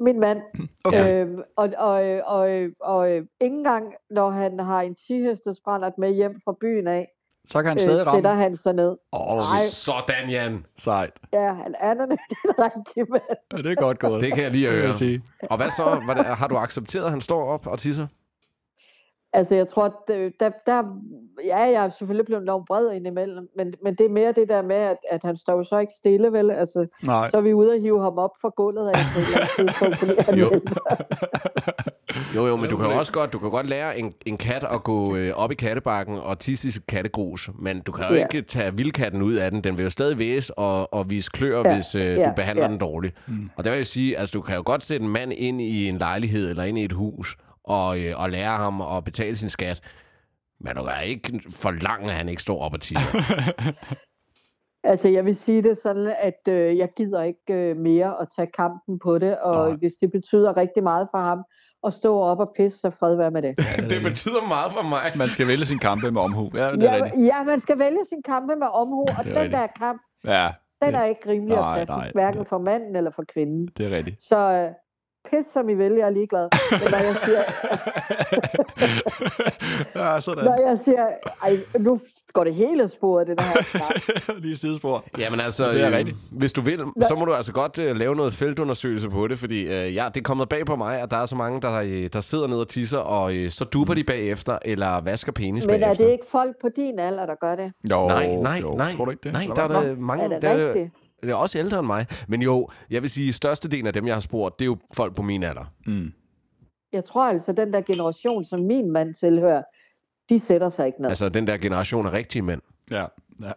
D: min mand.
B: Okay.
D: Øhm, og, og, og, og, øh, ikke engang, når han har en 10-hestes brændert med hjem fra byen af,
B: Så kan han
D: øh,
B: stadig ramme.
D: sætter
B: Åh,
D: han sig ned.
B: oh,
D: Ej.
A: Sådan, Jan.
B: sejt.
D: Ja, han er nemlig *laughs* den rigtige mand.
B: Ja, det er godt gået.
A: Det kan jeg lige
B: Det vil
A: høre.
B: jeg sige.
A: Og hvad så? Hvordan, har du accepteret, at han står op og tisser?
D: Altså, jeg tror, at øh, der, der, ja, jeg er selvfølgelig blevet enormt bred indimellem, men, men det er mere det der med, at, at han står jo så ikke stille, vel? Altså,
B: Nej.
D: så er vi ude og hive ham op fra gulvet af på et eller andet
B: *laughs*
D: tidspunkt, fordi han
A: Jo.
D: vælter.
A: Jo, jo, men du kan jo også godt, du kan godt lære en, en kat at gå øh, op i kattebakken og tisse i sit kattegrus, men du kan jo
D: Ja.
A: ikke tage vildkatten ud af den. Den vil jo stadig væse og, og vise klør,
D: Ja,
A: hvis øh, du
D: ja,
A: behandler
D: ja.
A: den dårligt. Mm. Og der vil jeg sige, altså du kan jo godt sætte en mand ind i en lejlighed eller ind i et hus og, øh, og lære ham at betale sin skat, men du kan ikke forlange, at han ikke står op og tisser.
D: Altså, jeg vil sige det sådan, at øh, jeg gider ikke øh, mere at tage kampen på det, og
B: Nej.
D: Nej. hvis det betyder rigtig meget for ham at stå op og pisse, så fred være med
B: *laughs*
D: det.
A: det betyder meget for mig.
B: Man skal vælge sin kampe med omhu. Ja, det er
D: ja,
B: rigtigt.
D: ja, man skal vælge sin kampe med omhu, og
B: Det er
D: den
B: rigtigt.
D: der kamp,
B: Ja,
D: den
B: det,
D: er ikke rimelig
B: Nej,
D: og
B: nej,
D: *laughs* passende, hverken for manden eller for kvinden.
B: det er rigtigt.
D: Så øh, pisse, som I vil, jeg er ligeglad. Men når jeg
B: *laughs*
D: siger,
B: ja, sådan.
D: når jeg siger ej, nu går det hele af sporet, det der her snak.
B: *laughs* Lige sidespor.
A: Jamen altså,
B: Det er
A: øh,
B: rigtigt.
A: hvis du vil, så må du altså godt øh, lave noget feltundersøgelse på det, fordi øh, ja, det er kommet bag på mig, at der er så mange, der, øh, der sidder ned og tisser, og øh, så duper de bagefter, eller vasker penis
D: Men er
A: bagefter.
D: det ikke folk på din alder, der gør det?
B: Jo,
A: Nej, nej,
B: jo.
A: nej.
B: Tror du ikke det?
A: Nej,
B: Eller
A: der
B: hvad?
A: er der mange...
D: Er det
A: der er-
D: rigtigt?
A: Det er også ældre end mig. Men jo, jeg vil sige, at størstedelen af dem, jeg har spurgt, det er jo folk på min alder.
B: Mm.
D: Jeg tror altså, den der generation, som min mand tilhører, de sætter sig ikke ned.
A: Altså den der generation af rigtige mænd.
B: Ja, ja.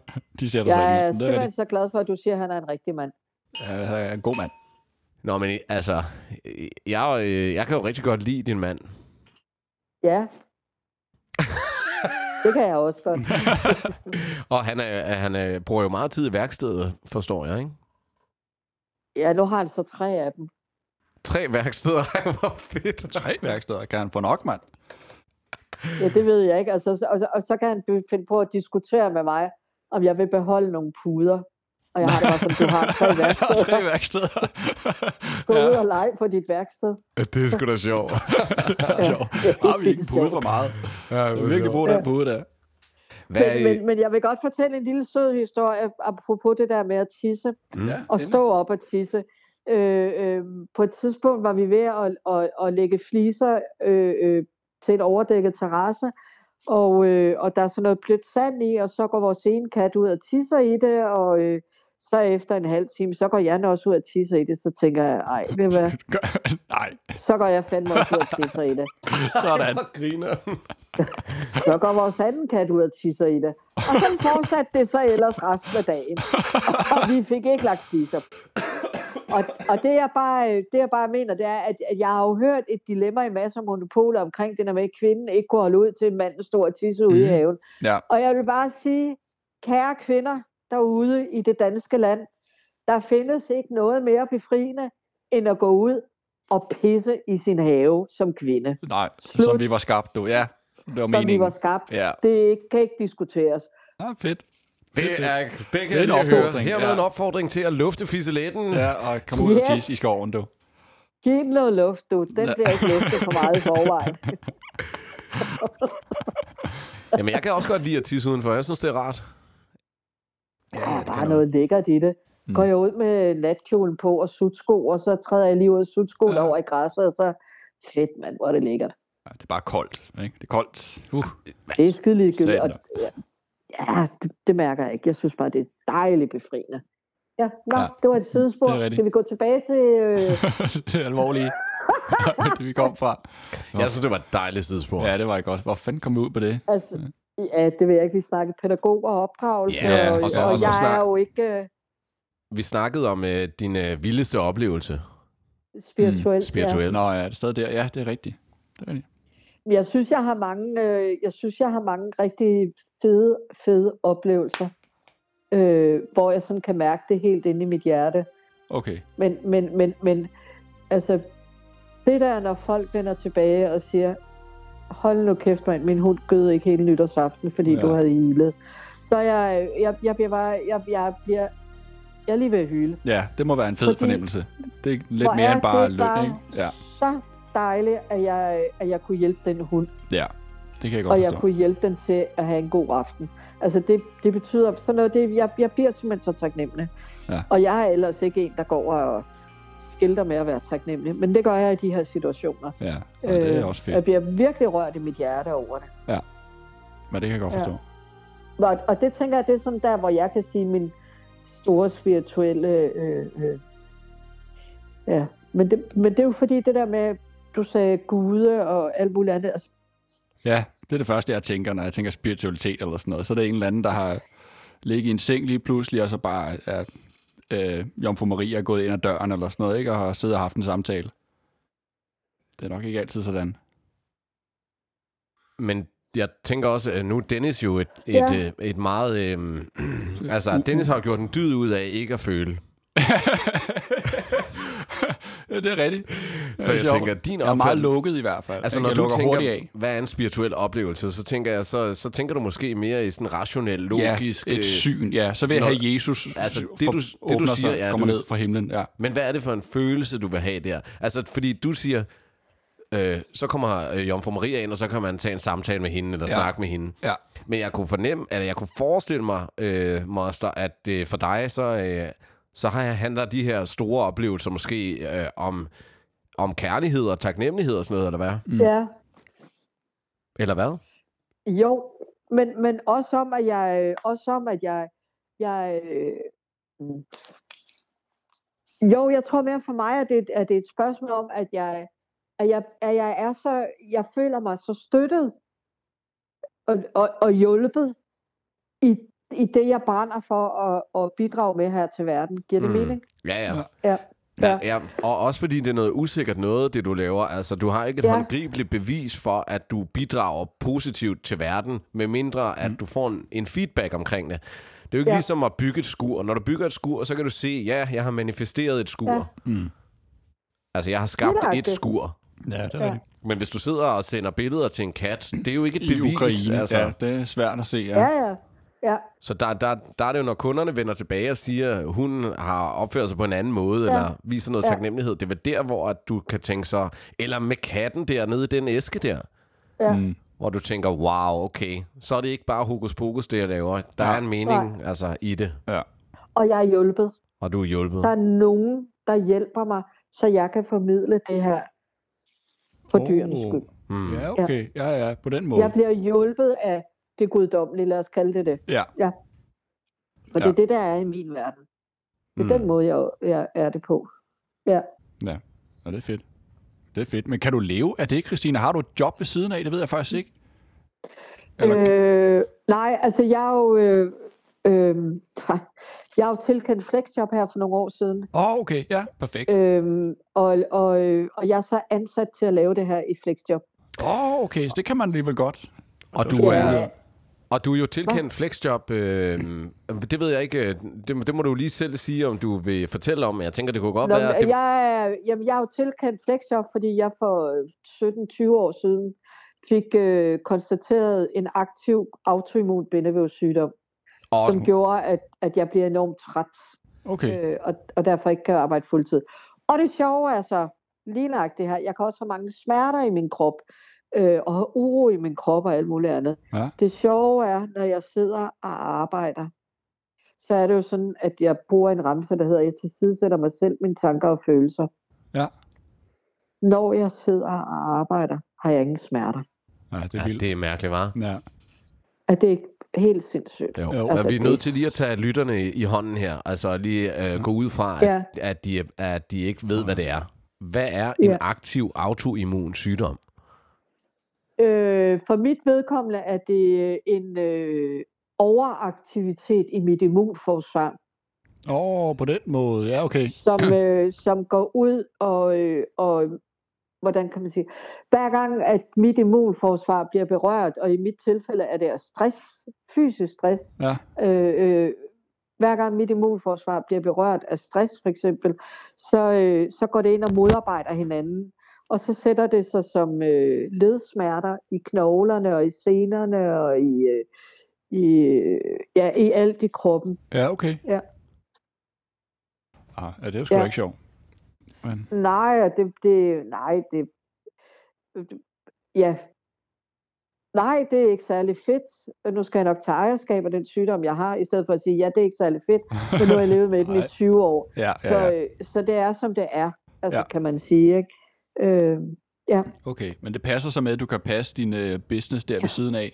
B: *laughs* De ser dig
D: jeg er
B: selv. Det er
D: simpelthen
B: rigtigt.
D: så glad for, at du siger, at han er en rigtig mand.
B: Ja, Han er en god mand.
A: Nå, men altså, øh, jeg, øh, jeg kan jo rigtig godt lide din mand.
B: *laughs*
D: Ja. Det kan jeg også godt.
A: Og han, er, øh, han er, bruger jo meget tid i værkstedet, forstår jeg, ikke?
D: Ja, nu har han så tre af dem.
A: Tre værksteder, *laughs* Ej, hvor fedt.
D: *laughs*
B: Tre værksteder kan han få nok, mand.
D: Ja, det ved jeg ikke. Altså, så- og, så, og så kan han be- finde på at diskutere med mig, om jeg vil beholde nogle puder. Og jeg har det bare sådan, du har
B: *laughs*
D: tre værksteder.
B: *laughs* tre værksteder.
D: Gå ud
B: ja,
D: og lege på dit værksted.
A: Det er sgu da *laughs* sjovt.
B: det er sjovt. Har vi ikke en pude for *laughs* meget? Jeg vil virkelig bruge den pude der.
A: Hvad,
D: Men, men, men jeg vil godt fortælle en lille sød historie, apropos det der med at tisse.
B: Ja,
D: og
B: endelig.
D: stå op og tisse. Øh, øh, på et tidspunkt var vi ved at, at, at lægge fliser øh, øh, til en overdækket terrasse, og, øh, og der er sådan noget blødt sand i, og så går vores ene kat ud og tisser i det, og øh, så efter en halv time, så går Jan også ud og tisser i det, så tænker jeg, ej, ved du hvad,
B: *laughs* Nej,
D: så går jeg fandme også ud og tisser i det.
B: sådan.
A: Hvor griner
D: Så går vores anden kat ud og tisser i det. Og sådan fortsatte det så ellers resten af dagen. Og vi fik ikke lagt fliser. Og, og det, jeg bare, det, jeg bare mener, det er, at at jeg har jo hørt et dilemma i masser af monopoler omkring det, når med, at kvinden ikke kunne holde ud til en mand, der stod og tissede
B: Mm.
D: ude i haven.
B: Ja.
D: Og jeg vil bare sige, kære kvinder derude i det danske land, der findes ikke noget mere befriende, end at gå ud og pisse i sin have som kvinde.
B: Nej,
D: Slut.
B: som vi var skabt, du. Ja, det var
D: Som vi var
B: meningen.
D: skabt.
B: Ja,
D: Det kan ikke diskuteres.
B: ja fedt.
A: Det, er, det kan
B: er
A: jeg
B: en
A: lige høre.
B: opfordring,
A: Hermed
B: ja.
A: en opfordring til at lufte fiseletten.
B: Ja, og kom ud og
D: Ja.
B: tisse i skoven, du.
D: Giv den noget luft, du. Den bliver ikke luftet for meget i forvejen.
A: Jamen, jeg kan også godt lide at tisse udenfor. Jeg synes, det er rart.
D: Der er
B: det kan
D: bare noget lækkert i det. Går jeg ud med natkjolen på og sutsko, og så træder jeg lige ud af sutskoen
B: Ja.
D: ja. over i græsset, og så fedt, mand, hvor er det lækkert.
B: Ja, det er bare koldt, ikke? Det er koldt. Uh. *laughs*
D: Det er skide ligegyldigt. Og,
B: Satan.
D: ja, det, det, mærker jeg ikke. Jeg synes bare, det er dejligt befriende. Ja, nå,
B: Ja.
D: ja. det var et sidespor.
B: Det er rigtigt.
D: Skal vi gå tilbage til... Øh,
B: det er alvorligt. *laughs* det vi kom fra.
A: Jeg synes, det var et dejligt sidespor.
B: Ja, det var ikke godt. Hvor fanden kom vi ud på det?
D: altså, ja, det ved jeg ikke. Vi snakkede pædagoger og opdragelse,
A: Ja,
D: og,
A: og så-
D: og,
A: og så
D: jeg
A: snak-
D: er jo ikke øh,
A: Vi snakkede om øh, din øh, vildeste oplevelse
D: spirituel.
A: Mm,
D: Ja.
A: spirituelt.
B: Nå ja, det er stadig der. Ja, det er rigtigt. Det er rigtigt.
D: Men Jeg synes, jeg har mange, øh, jeg synes, jeg har mange rigtig fede, fede oplevelser, øh, hvor jeg sådan kan mærke det helt inde i mit hjerte.
B: Okay.
D: Men, men, men, men altså, det der, når folk vender tilbage og siger, hold nu kæft, mand, min hund gød ikke hele nytårsaften, fordi
B: Ja.
D: ja. du havde ilet. Så jeg, jeg, jeg bliver bare, jeg, jeg bliver, jeg er lige ved at hyle.
B: Ja, det må være en fed
D: Fordi-
B: fornemmelse. Det er lidt
D: Hvor
B: mere
D: er
B: end bare
D: det
B: løn,
D: bare-
B: ikke? Ja,
D: Så dejligt, at jeg, at jeg kunne hjælpe den hund.
B: ja. Det kan jeg godt
D: og jeg
B: forstå.
D: kunne hjælpe den til at have en god aften. Altså det, det betyder sådan noget, det, jeg, jeg bliver simpelthen så taknemmelig.
B: Ja.
D: Og jeg er ellers ikke en, der går og skilter med at være taknemmelig, men det gør jeg i de her situationer. Øh,
B: Ja, og det er også
D: Jeg
B: fedt.
D: bliver virkelig rørt i mit hjerte over det.
B: Men det kan jeg godt
D: Ja.
B: forstå.
D: Og, og det tænker jeg, det er sådan der, hvor jeg kan sige min store spirituelle... Øh, øh. Ja, men det, men det er jo fordi det der med, du sagde gude og alt muligt andet. Altså,
B: Ja, det er det første, jeg tænker, når jeg tænker spiritualitet eller sådan noget. Så er det en eller anden, der har ligget i en seng lige pludselig, og så bare er øh, Jomfru Maria er gået ind ad døren eller sådan noget, ikke? og har siddet og haft en samtale. Det er nok ikke altid sådan.
A: Men jeg tænker også, at nu er Dennis jo et, et,
D: Ja.
A: ja. et meget... *clears throat* Øh, altså, Dennis har jo gjort en dyd ud af ikke at føle.
B: Ja, det er rigtigt.
A: Så jeg
B: sjovt.
A: tænker, din
B: Jeg er meget
A: opfattelse-
B: lukket i hvert fald.
A: Altså,
B: Jeg
A: når du
B: lukker hurtigt af.
A: tænker, hvad er en spirituel oplevelse, så tænker, jeg, så, så tænker du måske mere i sådan rationel, logisk...
B: ja, et
A: øh,
B: syn, ja. Så vil jeg
A: når-
B: have Jesus
A: Altså, det
B: for-
A: du- det, du
B: åbner
A: siger,
B: sig,
A: ja,
B: kommer
A: du-
B: ned fra himlen. Ja.
A: Men hvad er det for en følelse, du vil have der? Altså, fordi du siger, øh, så kommer øh, Jomfru Maria ind, og så kan man tage en samtale med hende, eller ja.
B: Ja.
A: snakke med hende.
B: Ja.
A: Men jeg kunne fornemme, eller jeg kunne forestille mig, øh, Moster, at øh, for dig, så, øh, så har jeg, handler de her store oplevelser måske øh, om, om kærlighed og taknemmelighed og sådan noget, eller hvad?
D: Mm. Ja,
A: Eller hvad?
D: Jo, men, men også om, at jeg, øh, også om, at jeg, jeg øh, mm. jo, jeg tror mere for mig, at det, at det er et spørgsmål om, at jeg, at jeg, at jeg er så, jeg føler mig så støttet og, og, og hjulpet i, i det, jeg brænder for at, at bidrage med her til verden. Giver det
A: Mm.
D: mm. mening?
A: Ja, ja.
D: Ja.
A: Ja. ja, og også fordi det er noget usikkert noget, det du laver. Altså, du har ikke et ja.
D: Ja.
A: håndgribeligt bevis for, at du bidrager positivt til verden, medmindre at du får en, en feedback omkring det. Det er jo ikke ja.
D: Ja.
A: ligesom at bygge et skur. Når du bygger et skur, så kan du se, ja, jeg har manifesteret et skur. Ja.
D: Ja.
B: Mm.
A: Altså, jeg har skabt
D: Lige
A: et
D: nøjagtigt.
A: skur.
B: ja, det er
D: Ja.
B: rigtigt.
A: Men hvis du sidder og sender billeder til en kat, det er jo ikke et
B: I
A: bevis.
B: Ukraine,
A: altså.
B: altså. ja, det er svært at se. Ja.
D: Ja, ja. ja.
A: Så der, der, der er det jo, når kunderne vender tilbage og siger, at hun har opført sig på en anden måde, ja.
D: Ja.
A: eller viser noget ja.
D: Ja.
A: taknemmelighed. Det er vel der, hvor at du kan tænke så, eller med katten der nede i den æske der,
D: ja.
B: Mm.
A: hvor du tænker, wow, okay, så er det ikke bare hokus pokus, det jeg laver. Der
B: Nej.
A: er en mening altså, i det,
B: ja.
D: Og jeg er hjulpet.
A: og du er hjulpet.
D: Der er nogen, der hjælper mig, så jeg kan formidle det her for oh. dyrenes skyld.
A: Mm.
B: Ja, okay. Ja, ja, på den måde.
D: Jeg bliver hjulpet af det guddommelige, lad os kalde det det.
B: Ja.
D: For det er
B: Ja.
D: det, der er i min verden. Det
A: Mm.
D: er mm. den måde, jeg, jeg er det på. Ja.
B: Ja, og det er fedt. Det er fedt. Men kan du leve af det, Christina? Har du et job ved siden af? Det ved jeg faktisk ikke. Eller, øh,
D: Øh, nej, altså jeg er jo... Øh, øh, jeg har jo tilkendt flexjob her for nogle år siden,
B: oh, okay, ja, perfekt. Åh,
D: øhm, og, og, øh, og jeg er så ansat til at lave det her i flexjob.
B: øh. oh, okay, så det kan man alligevel godt.
A: Og du
D: Ja.
A: er... Og du er jo tilkendt flexjob, øh, det ved jeg ikke, øh, det, det må du lige selv sige, om du vil fortælle om. Jeg tænker, det kunne godt
D: Nå,
A: være... at
D: men
A: Det,
D: jeg, er- jamen, jeg er jo tilkendt flexjob, fordi jeg for øh, 17-20 år siden fik øh, konstateret en aktiv autoimmun bindevævssygdom,
A: og,
D: som gjorde, at, at jeg bliver enormt træt,
B: Okay,
D: øh, og, og derfor ikke kan arbejde fuldtid. Og det sjove er så, lige nok det her, jeg kan også have mange smerter i min krop, øh, og have uro i min krop og alt muligt andet.
B: Ja.
D: Det sjove er, når jeg sidder og arbejder, så er det jo sådan, at jeg bruger en ramse, der hedder, jeg tilsidesætter mig selv, mine tanker og følelser.
B: ja.
D: Når jeg sidder og arbejder, har jeg ingen smerter.
B: Ja, det er
A: ja,
B: vildt.
A: det er mærkeligt, var.
B: Ja.
D: Er det ikke helt sindssygt?
A: Jo.
B: Jo.
A: jo. Altså, vi er nødt
D: det-
A: til lige at tage lytterne i, i hånden her, altså lige øh, gå ud fra, at, ja.
D: Ja.
A: at, de, at de ikke ved, hvad det er. Hvad er en
D: Ja.
A: aktiv autoimmun sygdom?
D: Øh, for mit vedkommende er det en øh, overaktivitet i mit immunforsvar,
B: Åh, oh, på den måde, ja, okay.
D: som, øh, som går ud og, øh, og, hvordan kan man sige, hver gang at mit immunforsvar bliver berørt, og i mit tilfælde er det af stress, fysisk stress,
B: Ja,
D: øh, øh, hver gang mit immunforsvar bliver berørt af stress for eksempel, så, øh, så går det ind og modarbejder hinanden. Og så sætter det sig som øh, ledsmerter i knoglerne og i senerne og i, øh, i, øh, ja, i alt i kroppen.
B: ja okay.
D: Ja.
B: Ah, ja, det er jo sgu da
D: Ja.
B: ikke sjovt. Men,
D: Nej, og det, det, nej, det, øh, det- ja. Nej, det er ikke særlig fedt. Øh, Nu skal jeg nok tage ejerskab af den sygdom, jeg har, i stedet for at sige, ja, det er ikke særlig fedt, men nu har jeg levet med den
B: *laughs*
D: i
B: Nej.
D: 20 år.
B: ja,
D: Så,
B: ja, ja.
D: øh, så det er, som det er, altså,
B: Ja.
D: ja. kan man sige. Ikke? Øh,
B: Okay, men det passer så med, at du kan passe din øh, business der ved siden af.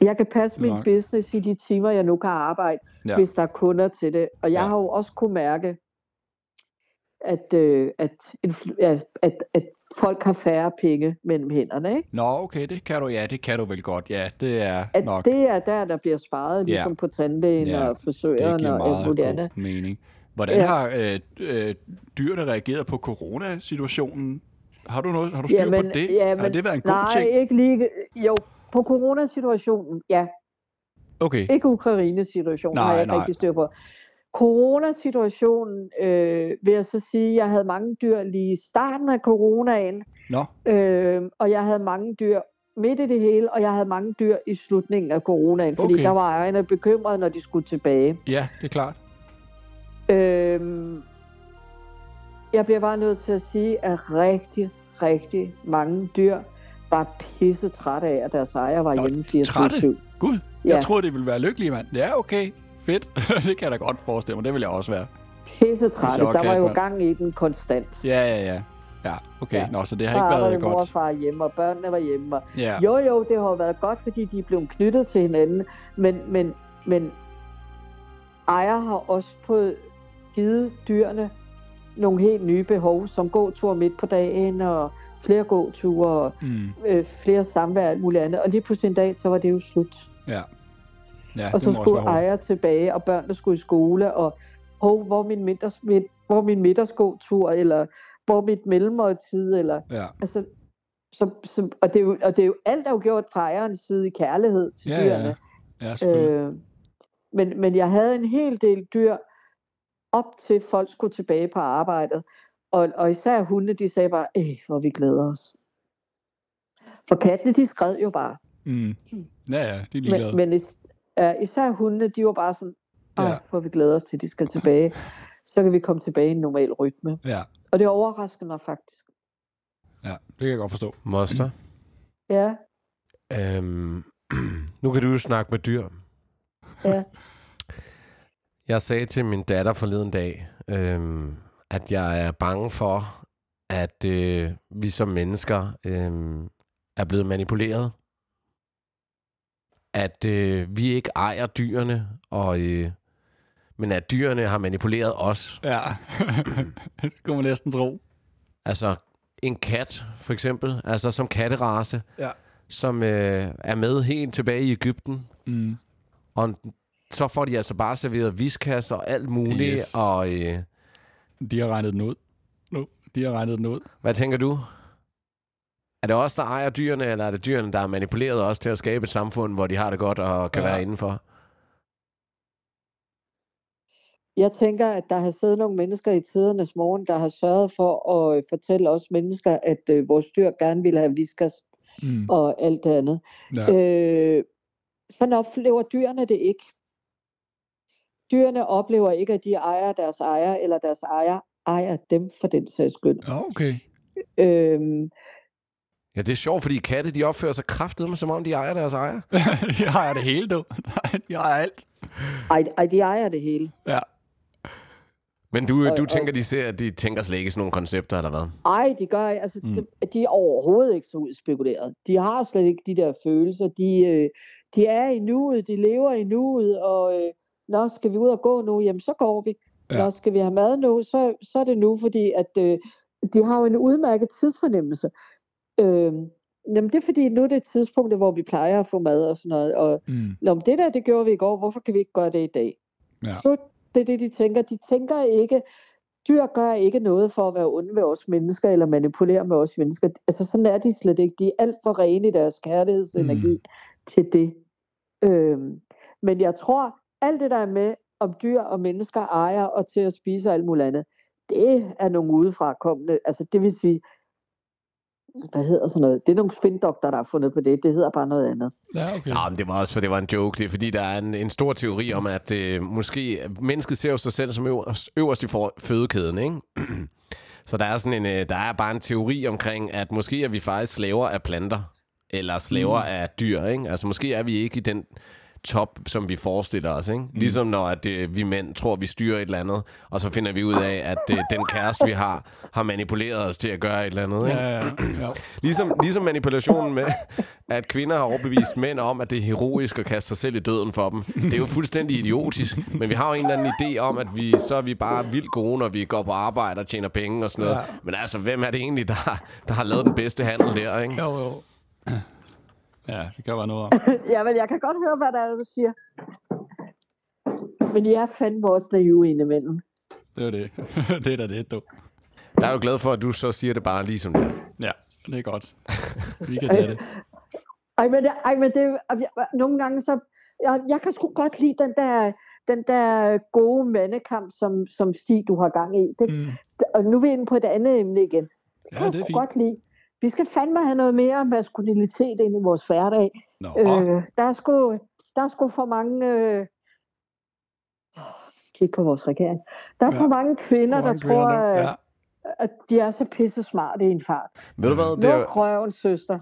D: jeg kan passe min
B: Nok.
D: business i de timer, jeg nu kan arbejde,
B: Ja.
D: ja. hvis der er kunder til det. Og jeg
B: Ja.
D: ja. har jo også kunne mærke, at, øh, at, influ- ja, at, at folk har færre penge mellem hænderne. Ikke?
B: Nå, okay, det kan du, ja, det kan du vel godt. Ja, det er
D: At
B: nok.
D: det er der, der bliver sparet,
B: Ja.
D: ligesom på tandlægen
B: Ja,
D: ja. og
B: Det
D: frisøren
B: giver
D: og alt
B: meget
D: muligt andet.
B: god mening. Hvordan ja.
D: øh, Ja.
B: har øh, øh, dyrene reageret på coronasituationen? Har du, noget, har du styr på det? har det været en god
D: nej,
B: ting?
D: ikke lige... Jo, på coronasituationen, ja.
B: Okay,
D: Ikke Ukraine-situationen, har
B: Nej,
D: jeg ikke
B: nej.
D: rigtig styr på. Coronasituationen øh, vil jeg så sige, jeg havde mange dyr lige i starten af coronaen,
B: Nå,
D: øh, og jeg havde mange dyr midt i det hele, og jeg havde mange dyr i slutningen af coronaen, fordi
B: Okay.
D: der var ejerne bekymrede, når de skulle tilbage.
B: ja, det er klart.
D: Øhm, jeg bliver bare nødt til at sige, at rigtig, rigtig mange dyr var pisse trætte af, at deres ejer var
B: Nå,
D: hjemme
B: trætte?
D: 24
B: Gud, ja.
D: Ja.
B: jeg troede, det ville være lykkelige, mand. Ja, okay. Fedt. *laughs* det kan jeg da godt forestille mig. Det vil jeg også være.
D: Pisse trætte.
B: Det er så
D: Der var jo
B: okay,
D: gang i den konstant.
B: Ja, ja, ja. Ja, okay. Ja.
D: Ja.
B: Nå, så det har
D: Der
B: ikke
D: arbejdede
B: været
D: mor og
B: godt.
D: far hjemme, og børnene var hjemme. og-
B: Ja.
D: Jo, jo, det har jo været godt, fordi de er blevet knyttet til hinanden, men, men, men ejer har også fået givet dyrene nogle helt nye behov, som gåtur midt på dagen, og flere gåture, og
B: Mm,
D: øh, flere samvær og alt muligt andet. Og lige pludselig en dag, så var det jo slut.
B: ja. Ja,
D: og
B: det
D: så
B: må også
D: skulle
B: være hårdt.
D: ejer tilbage, og børnene skulle i skole, og hov, hvor er min, middags, mid, hvor er min middagsgåtur, eller hvor er mit mellemmåltid, eller
B: Ja.
D: altså, så, så, og, det er jo, og det er jo alt, der er jo gjort fra ejerens side i kærlighed til
B: Ja, ja.
D: dyrene.
B: Ja, selvfølgelig.
D: Øh, men, men jeg havde en hel del dyr, op til folk skulle tilbage på arbejdet. Og, og især hunde, de sagde bare, æh, hvor vi glæder os. For kattene, de skred jo bare.
B: Mm. Ja, ja, de er ligeglade.
D: Øh. Men, men is, ja, især hundene, de var bare sådan,
B: Ja.
D: ja. hvor vi glæder os til, de skal tilbage. Så kan vi komme tilbage i en normal rytme.
B: Ja,
D: Og det overraskede mig faktisk.
B: ja, det kan jeg godt forstå.
A: Moster,
D: Ja,
A: øhm, *clears throat* nu kan du jo snakke med dyr.
D: ja.
A: Jeg sagde til min datter forleden dag, øhm, at jeg er bange for, at øh, vi som mennesker øhm, er blevet manipuleret. At øh, vi ikke ejer dyrene, og, øh, men at dyrene har manipuleret os.
B: Ja, *laughs* det kunne man næsten tro.
A: Altså en kat, for eksempel, altså som katterace,
B: Ja.
A: som øh, er med helt tilbage i Ægypten,
B: Mm.
A: og så får de altså bare serveret viskasser og alt muligt,
B: Yes.
A: yes. og... Øh,
B: De har regnet den ud. Nu, de har regnet den ud.
A: Hvad tænker du? Er det os, der ejer dyrene, eller er det dyrene, der har manipuleret os til at skabe et samfund, hvor de har det godt og kan
B: Ja.
A: ja. være indenfor?
D: Jeg tænker, at der har siddet nogle mennesker i tidernes morgen, der har sørget for at øh, fortælle os mennesker, at øh, vores dyr gerne ville have viskas
B: Mm.
D: og alt det andet.
B: Ja.
D: Ja. Øh, sådan oplever dyrene det ikke. Dyrene oplever ikke, at de ejer deres ejer, eller deres ejer ejer dem for den sags skyld.
B: Nå, okay. *laughs*
D: Øhm,
A: Ja, det er sjovt, fordi katte, de opfører sig kraftedeme, som om de ejer deres ejer.
B: jeg ejer det hele, du. Nej, jeg ejer alt.
D: ej, ej, de ejer det hele.
B: Ja.
A: Men du,
D: Og-
A: du
D: og-
A: tænker, de ser, at de tænker slet ikke sådan nogle koncepter, eller hvad?
D: Ej, de gør ikke. Altså,
B: Mm.
D: mm. de, de er overhovedet ikke så udspekuleret. De har slet ikke de der følelser. De, øh, de er i nuet, de lever i nuet, og øh, nå, skal vi ud og gå nu? Jamen, så går vi.
B: Ja.
D: Ja. Nå, skal vi have mad nu? Så, så er det nu, fordi at, øh, de har jo en udmærket tidsfornemmelse. Øh, jamen, det er fordi, nu er det tidspunktet, hvor vi plejer at få mad og sådan noget, og
B: Mm.
D: Nå, men det der, det gjorde vi i går. Hvorfor kan vi ikke gøre det i dag?
B: Ja.
D: Slut. Det er det, de tænker. De tænker ikke, dyr gør ikke noget for at være onde ved os mennesker, eller manipulere med os mennesker. Altså, sådan er de slet ikke. De er alt for rene i deres kærlighedsenergi mm. til det. Øhm, men jeg tror, alt det der er med, om dyr og mennesker ejer og til at spise og alt muligt andet, det er nogle udefrakommende. Altså, det vil sige, hvad hedder sådan noget? Det er nogle spindokter, der har fundet på det. Det hedder bare noget andet.
B: Ja, okay.
D: Ah.
A: Ja, men det var også, for det var en joke. Det er, fordi der er en, en stor teori om, at øh, måske mennesket ser jo sig selv som øverst, øverst i for, fødekæden, ikke? *clears throat* Så der er, sådan en, øh, der er bare en teori omkring, at måske er vi faktisk slaver af planter, eller slaver mm. af dyr, ikke? Altså måske er vi ikke i den top, som vi forestiller os,
B: Mm.
A: ikke? Ligesom når at, øh, vi mænd tror, vi styrer et eller andet, og så finder vi ud af, at øh, den kæreste, vi har, har manipuleret os til at gøre et eller andet, ikke?
B: Ja, ja, ja.
A: Ligesom, ligesom manipulationen med, *laughs* at kvinder har overbevist mænd om, at det er heroisk at kaste sig selv i døden for dem. Det er jo fuldstændig idiotisk, men vi har jo en eller anden idé om, at vi, så er vi bare vildt gode, når vi går på arbejde og tjener penge og sådan noget.
B: Ja.
A: Men altså, hvem er det egentlig, der, der har lavet den bedste handel der, ikke?
B: Jo, jo. Ja, det kan være noget om.
D: Ja, men jeg kan godt høre, hvad der er, du siger. Men jeg er fandme også naive indimellem.
B: Det *laughs* er det. det er da det, du.
A: Der er jo glad for, at du så siger det bare ligesom det er.
B: Ja, det er godt. Vi kan tage det.
D: Ej, men, det- ej, men det, er- og jeg- nogle gange så... Jeg, jeg kan sgu godt lide den der... den der gode mandekamp, som, som Stig, du har gang i. Det,
B: Mm.
D: og nu er vi inde på et andet emne igen. Det
B: Ja,
D: kan jeg
B: det er
D: sgu
B: fint.
D: godt lide. Vi skal fandme have noget mere maskulinitet ind i vores hverdag.
B: Nå,
D: Øh, der, er sgu, der er sgu for mange... Øh... Kig på vores regering. Der er
B: Ja.
D: ja. for mange kvinder, der tror, øh,
B: der.
D: ja.
B: Ja.
D: at de er så pisse smarte i en fart.
A: Ved du hvad? Det er,
D: Luk røven, søster.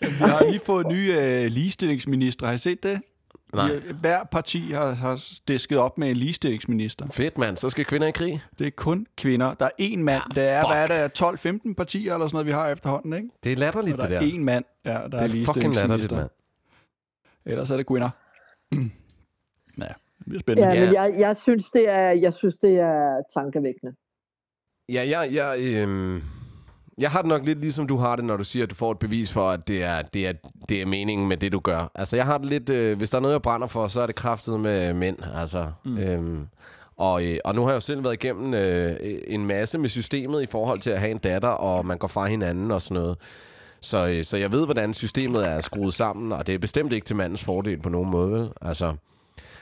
B: Vi har lige fået nye øh, ligestillingsminister. Har I set det?
A: Nej.
B: De- Hver parti har, har disket op med en ligestillingsminister.
A: fedt, mand. Så skal kvinder i krig.
B: Det er kun kvinder. Der er én mand. Ja, der er, hvad er der, 12-15 partier eller sådan noget, vi har efterhånden, ikke?
A: Det er latterligt,
B: Og der
A: det der.
B: er én mand, ja, der er,
A: Det er fucking latterligt,
B: ligestillingsminister.
A: mand.
B: Ellers er det kvinder. *clears throat* ja, det bliver
D: Ja,
B: spændende.
A: Ja.
D: men jeg, jeg, synes, det er, jeg synes, det er tankevækkende.
A: Ja, jeg, jeg, øhm, jeg har det nok lidt ligesom du har det, når du siger, at du får et bevis for, at det er, det er, det er meningen med det, du gør. Altså, jeg har det lidt... Øh, hvis der er noget, jeg brænder for, så er det kraftet med mænd, altså. Mm. Øhm, og, øh, og nu har jeg jo selv været igennem øh, en masse med systemet i forhold til at have en datter, og man går fra hinanden og sådan noget. Så, øh, så jeg ved, hvordan systemet er skruet sammen, og det er bestemt ikke til mandens fordel på nogen måde. vel? Altså,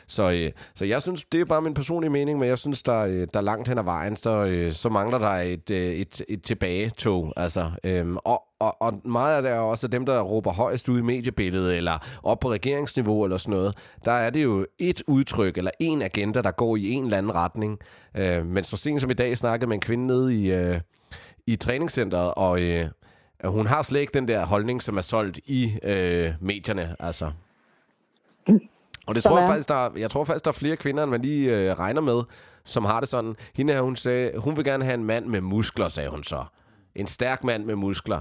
A: så, øh, så jeg synes, det er bare min personlige mening, men jeg synes, der, øh, der langt hen ad vejen, så, øh, så mangler der et, øh, et, et tilbagetog. Altså, øhm, og, og, og meget af det er jo også dem, der råber højst ud i mediebilledet, eller op på regeringsniveau, eller sådan noget. Der er det jo et udtryk, eller en agenda, der går i en eller anden retning. Øh, men så sent som i dag snakkede med en kvinde nede i, øh, i træningscenteret, og øh, hun har slet ikke den der holdning, som er solgt i øh, medierne. Altså, og det
D: Som
A: tror jeg,
D: er?
A: faktisk, der, jeg tror faktisk, der er flere kvinder, end man lige øh, regner med, som har det sådan. Hende her, hun sagde, hun vil gerne have en mand med muskler, sagde hun så. En stærk mand med muskler.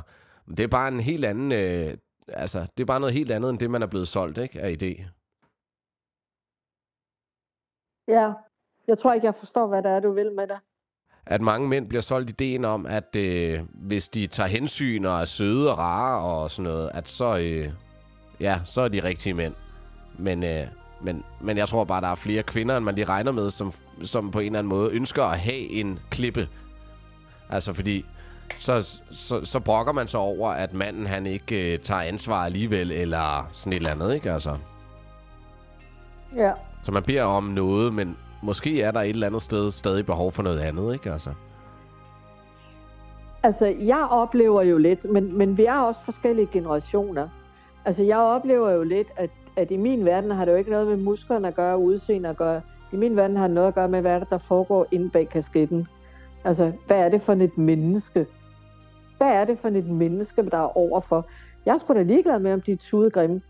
A: Det er bare en helt anden... Øh, altså, det er bare noget helt andet, end det, man er blevet solgt, ikke? Af idé.
D: Ja, jeg tror ikke, jeg forstår, hvad det er, du vil med det.
A: At mange mænd bliver solgt ideen om, at øh, hvis de tager hensyn og er søde og rare og sådan noget, at så, øh, ja, så er de rigtige mænd. Men, øh, men, men jeg tror bare, der er flere kvinder, end man lige regner med, som, som på en eller anden måde ønsker at have en klippe. Altså fordi, så, så, så brokker man sig over, at manden han ikke øh, tager ansvar alligevel, eller sådan et eller andet, ikke? Altså,
D: Ja.
A: så man beder om noget, men måske er der et eller andet sted stadig behov for noget andet, ikke? Altså,
D: Altså, jeg oplever jo lidt, men, men vi er også forskellige generationer. Altså, jeg oplever jo lidt, at, at i min verden har det jo ikke noget med musklerne at gøre, udseende at gøre. I min verden har det noget at gøre med, hvad er det, der foregår inde bag kasketten. Altså, hvad er det for et menneske? Hvad er det for et menneske, der er overfor? Jeg er sgu da ligeglad med, om de er tudegrimme.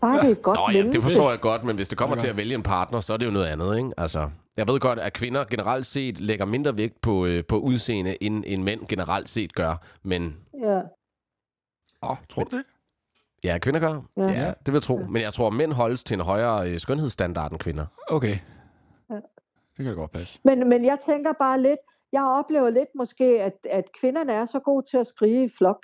D: Bare det er et godt
A: Nå, jamen,
D: menneske.
A: det forstår jeg godt, men hvis det kommer til at vælge en partner, så er det jo noget andet, ikke? Altså, jeg ved godt, at kvinder generelt set lægger mindre vægt på, øh, på udseende, end, end mænd generelt set gør. Men
D: Ja.
B: Åh, tror du det?
A: ja, kvinder gør.
D: Ja.
A: Ja, det vil jeg tro. Men jeg tror, at mænd holdes til en højere øh, skønhedsstandard end kvinder.
B: Okay.
D: Ja.
B: Det kan da godt passe.
D: Men, men jeg tænker bare lidt, jeg oplever lidt måske, at, at kvinderne er så gode til at skrige i flok.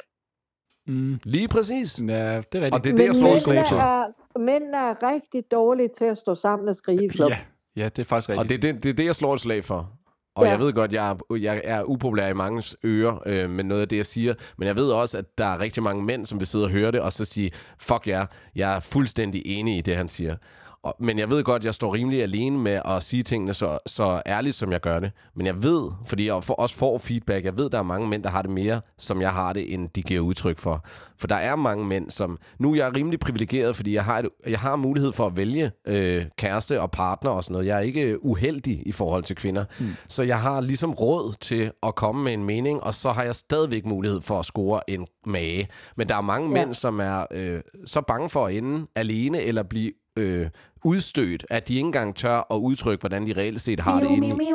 B: Mm.
A: Lige præcis.
B: Ja, det er rigtigt.
A: Og det er det, jeg slår et slag
D: mændene
A: for.
D: er, mænd er rigtig dårlige til at stå sammen og skrige i flok.
B: Ja, ja, det er faktisk rigtigt.
A: Og det er det, det, er det jeg slår et slag for. Og ja.
D: Ja.
A: jeg ved godt, jeg er, jeg er upopulær i mangens ører øh, med noget af det, jeg siger. Men jeg ved også, at der er rigtig mange mænd, som vil sidde og høre det, og så sige, fuck jer, jeg er fuldstændig enig i det, han siger. Og, men jeg ved godt, jeg står rimelig alene med at sige tingene så, så ærligt, som jeg gør det. Men jeg ved, fordi jeg får, også får feedback, jeg ved, der er mange mænd, der har det mere, som jeg har det, end de giver udtryk for. For der er mange mænd, som... Nu er jeg rimelig privilegeret, fordi jeg har, et, jeg har mulighed for at vælge øh, kæreste og partner og sådan noget. Jeg er ikke øh, uheldig i forhold til kvinder. Mm. Så jeg har ligesom råd til at komme med en mening, og så har jeg stadigvæk mulighed for at score en mage. Men der er mange ja.
D: Ja.
A: mænd, som er øh, så bange for at ende alene eller blive øh, udstødt, at de ikke engang tør at udtrykke, hvordan de reelt set har det inde i.
D: Men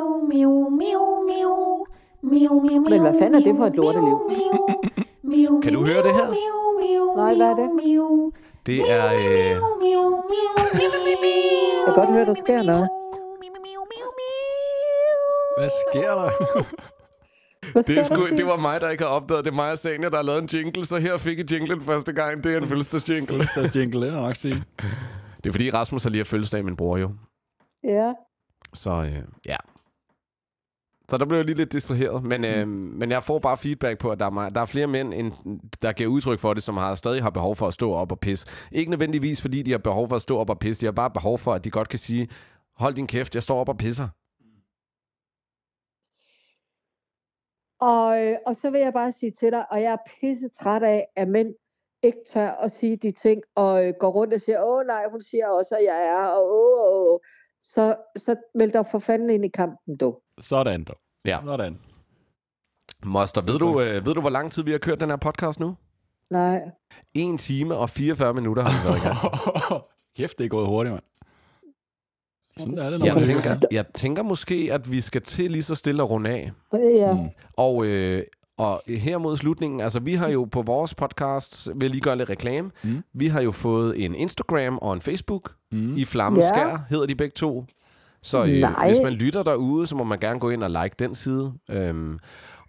D: hvad fanden er det for et lorteliv?
A: Kan du høre det her?
D: Nej, hvad er det?
A: Det er... Øh,
D: Jeg kan godt høre, der sker noget.
B: Hvad sker
A: *laughs*
B: der?
D: Hvad sker
A: Det, er
D: der,
A: sgu,
D: Signe?
A: det var mig, der ikke har opdaget. Det er mig og Sanja, der har lavet en jingle, så her fik I jinglen første gang. Det er en fødselsdagsjingle.
B: Det er jingle, det er nok sige.
A: Det er fordi, Rasmus har lige har fødselsdag, min bror jo.
D: Ja.
A: Så øh, ja. Så der blev jeg lige lidt distraheret, men, øh, men jeg får bare feedback på, at der er, meget, der er flere mænd, end, der giver udtryk for det, som har, stadig har behov for at stå op og pisse. Ikke nødvendigvis, fordi de har behov for at stå op og pisse. De har bare behov for, at de godt kan sige, hold din kæft, jeg står op og pisser.
D: Og, øh, og så vil jeg bare sige til dig, og jeg er pisse træt af, at mænd ikke tør at sige de ting, og øh, går rundt og siger, åh nej, hun siger også, at jeg er, og åh, åh, åh. Så, så meld dig for fanden ind i kampen, du.
B: Sådan dog.
A: Ja.
B: Sådan.
A: Moster, ved du, øh, ved du, hvor lang tid vi har kørt den her podcast nu?
D: Nej.
A: 1 time og 44 minutter har vi været i
B: *laughs*
A: gang.
B: Kæft, det er gået hurtigt, mand. Sådan er det, når
A: Jeg
B: man
A: tænker, jeg tænker måske, at vi skal til lige så stille at runde af.
D: Ja.
B: Mm.
A: Og, øh, og her mod slutningen, altså vi har jo på vores podcast, vil jeg lige gøre lidt reklame, mm.
B: Mm.
A: vi har jo fået en Instagram og en Facebook mm.
B: Mm.
A: i Flammeskær,
D: Ja.
A: hedder de begge to. Så øh,
D: Nej.
A: hvis man lytter derude, så må man gerne gå ind og like den side. Øhm,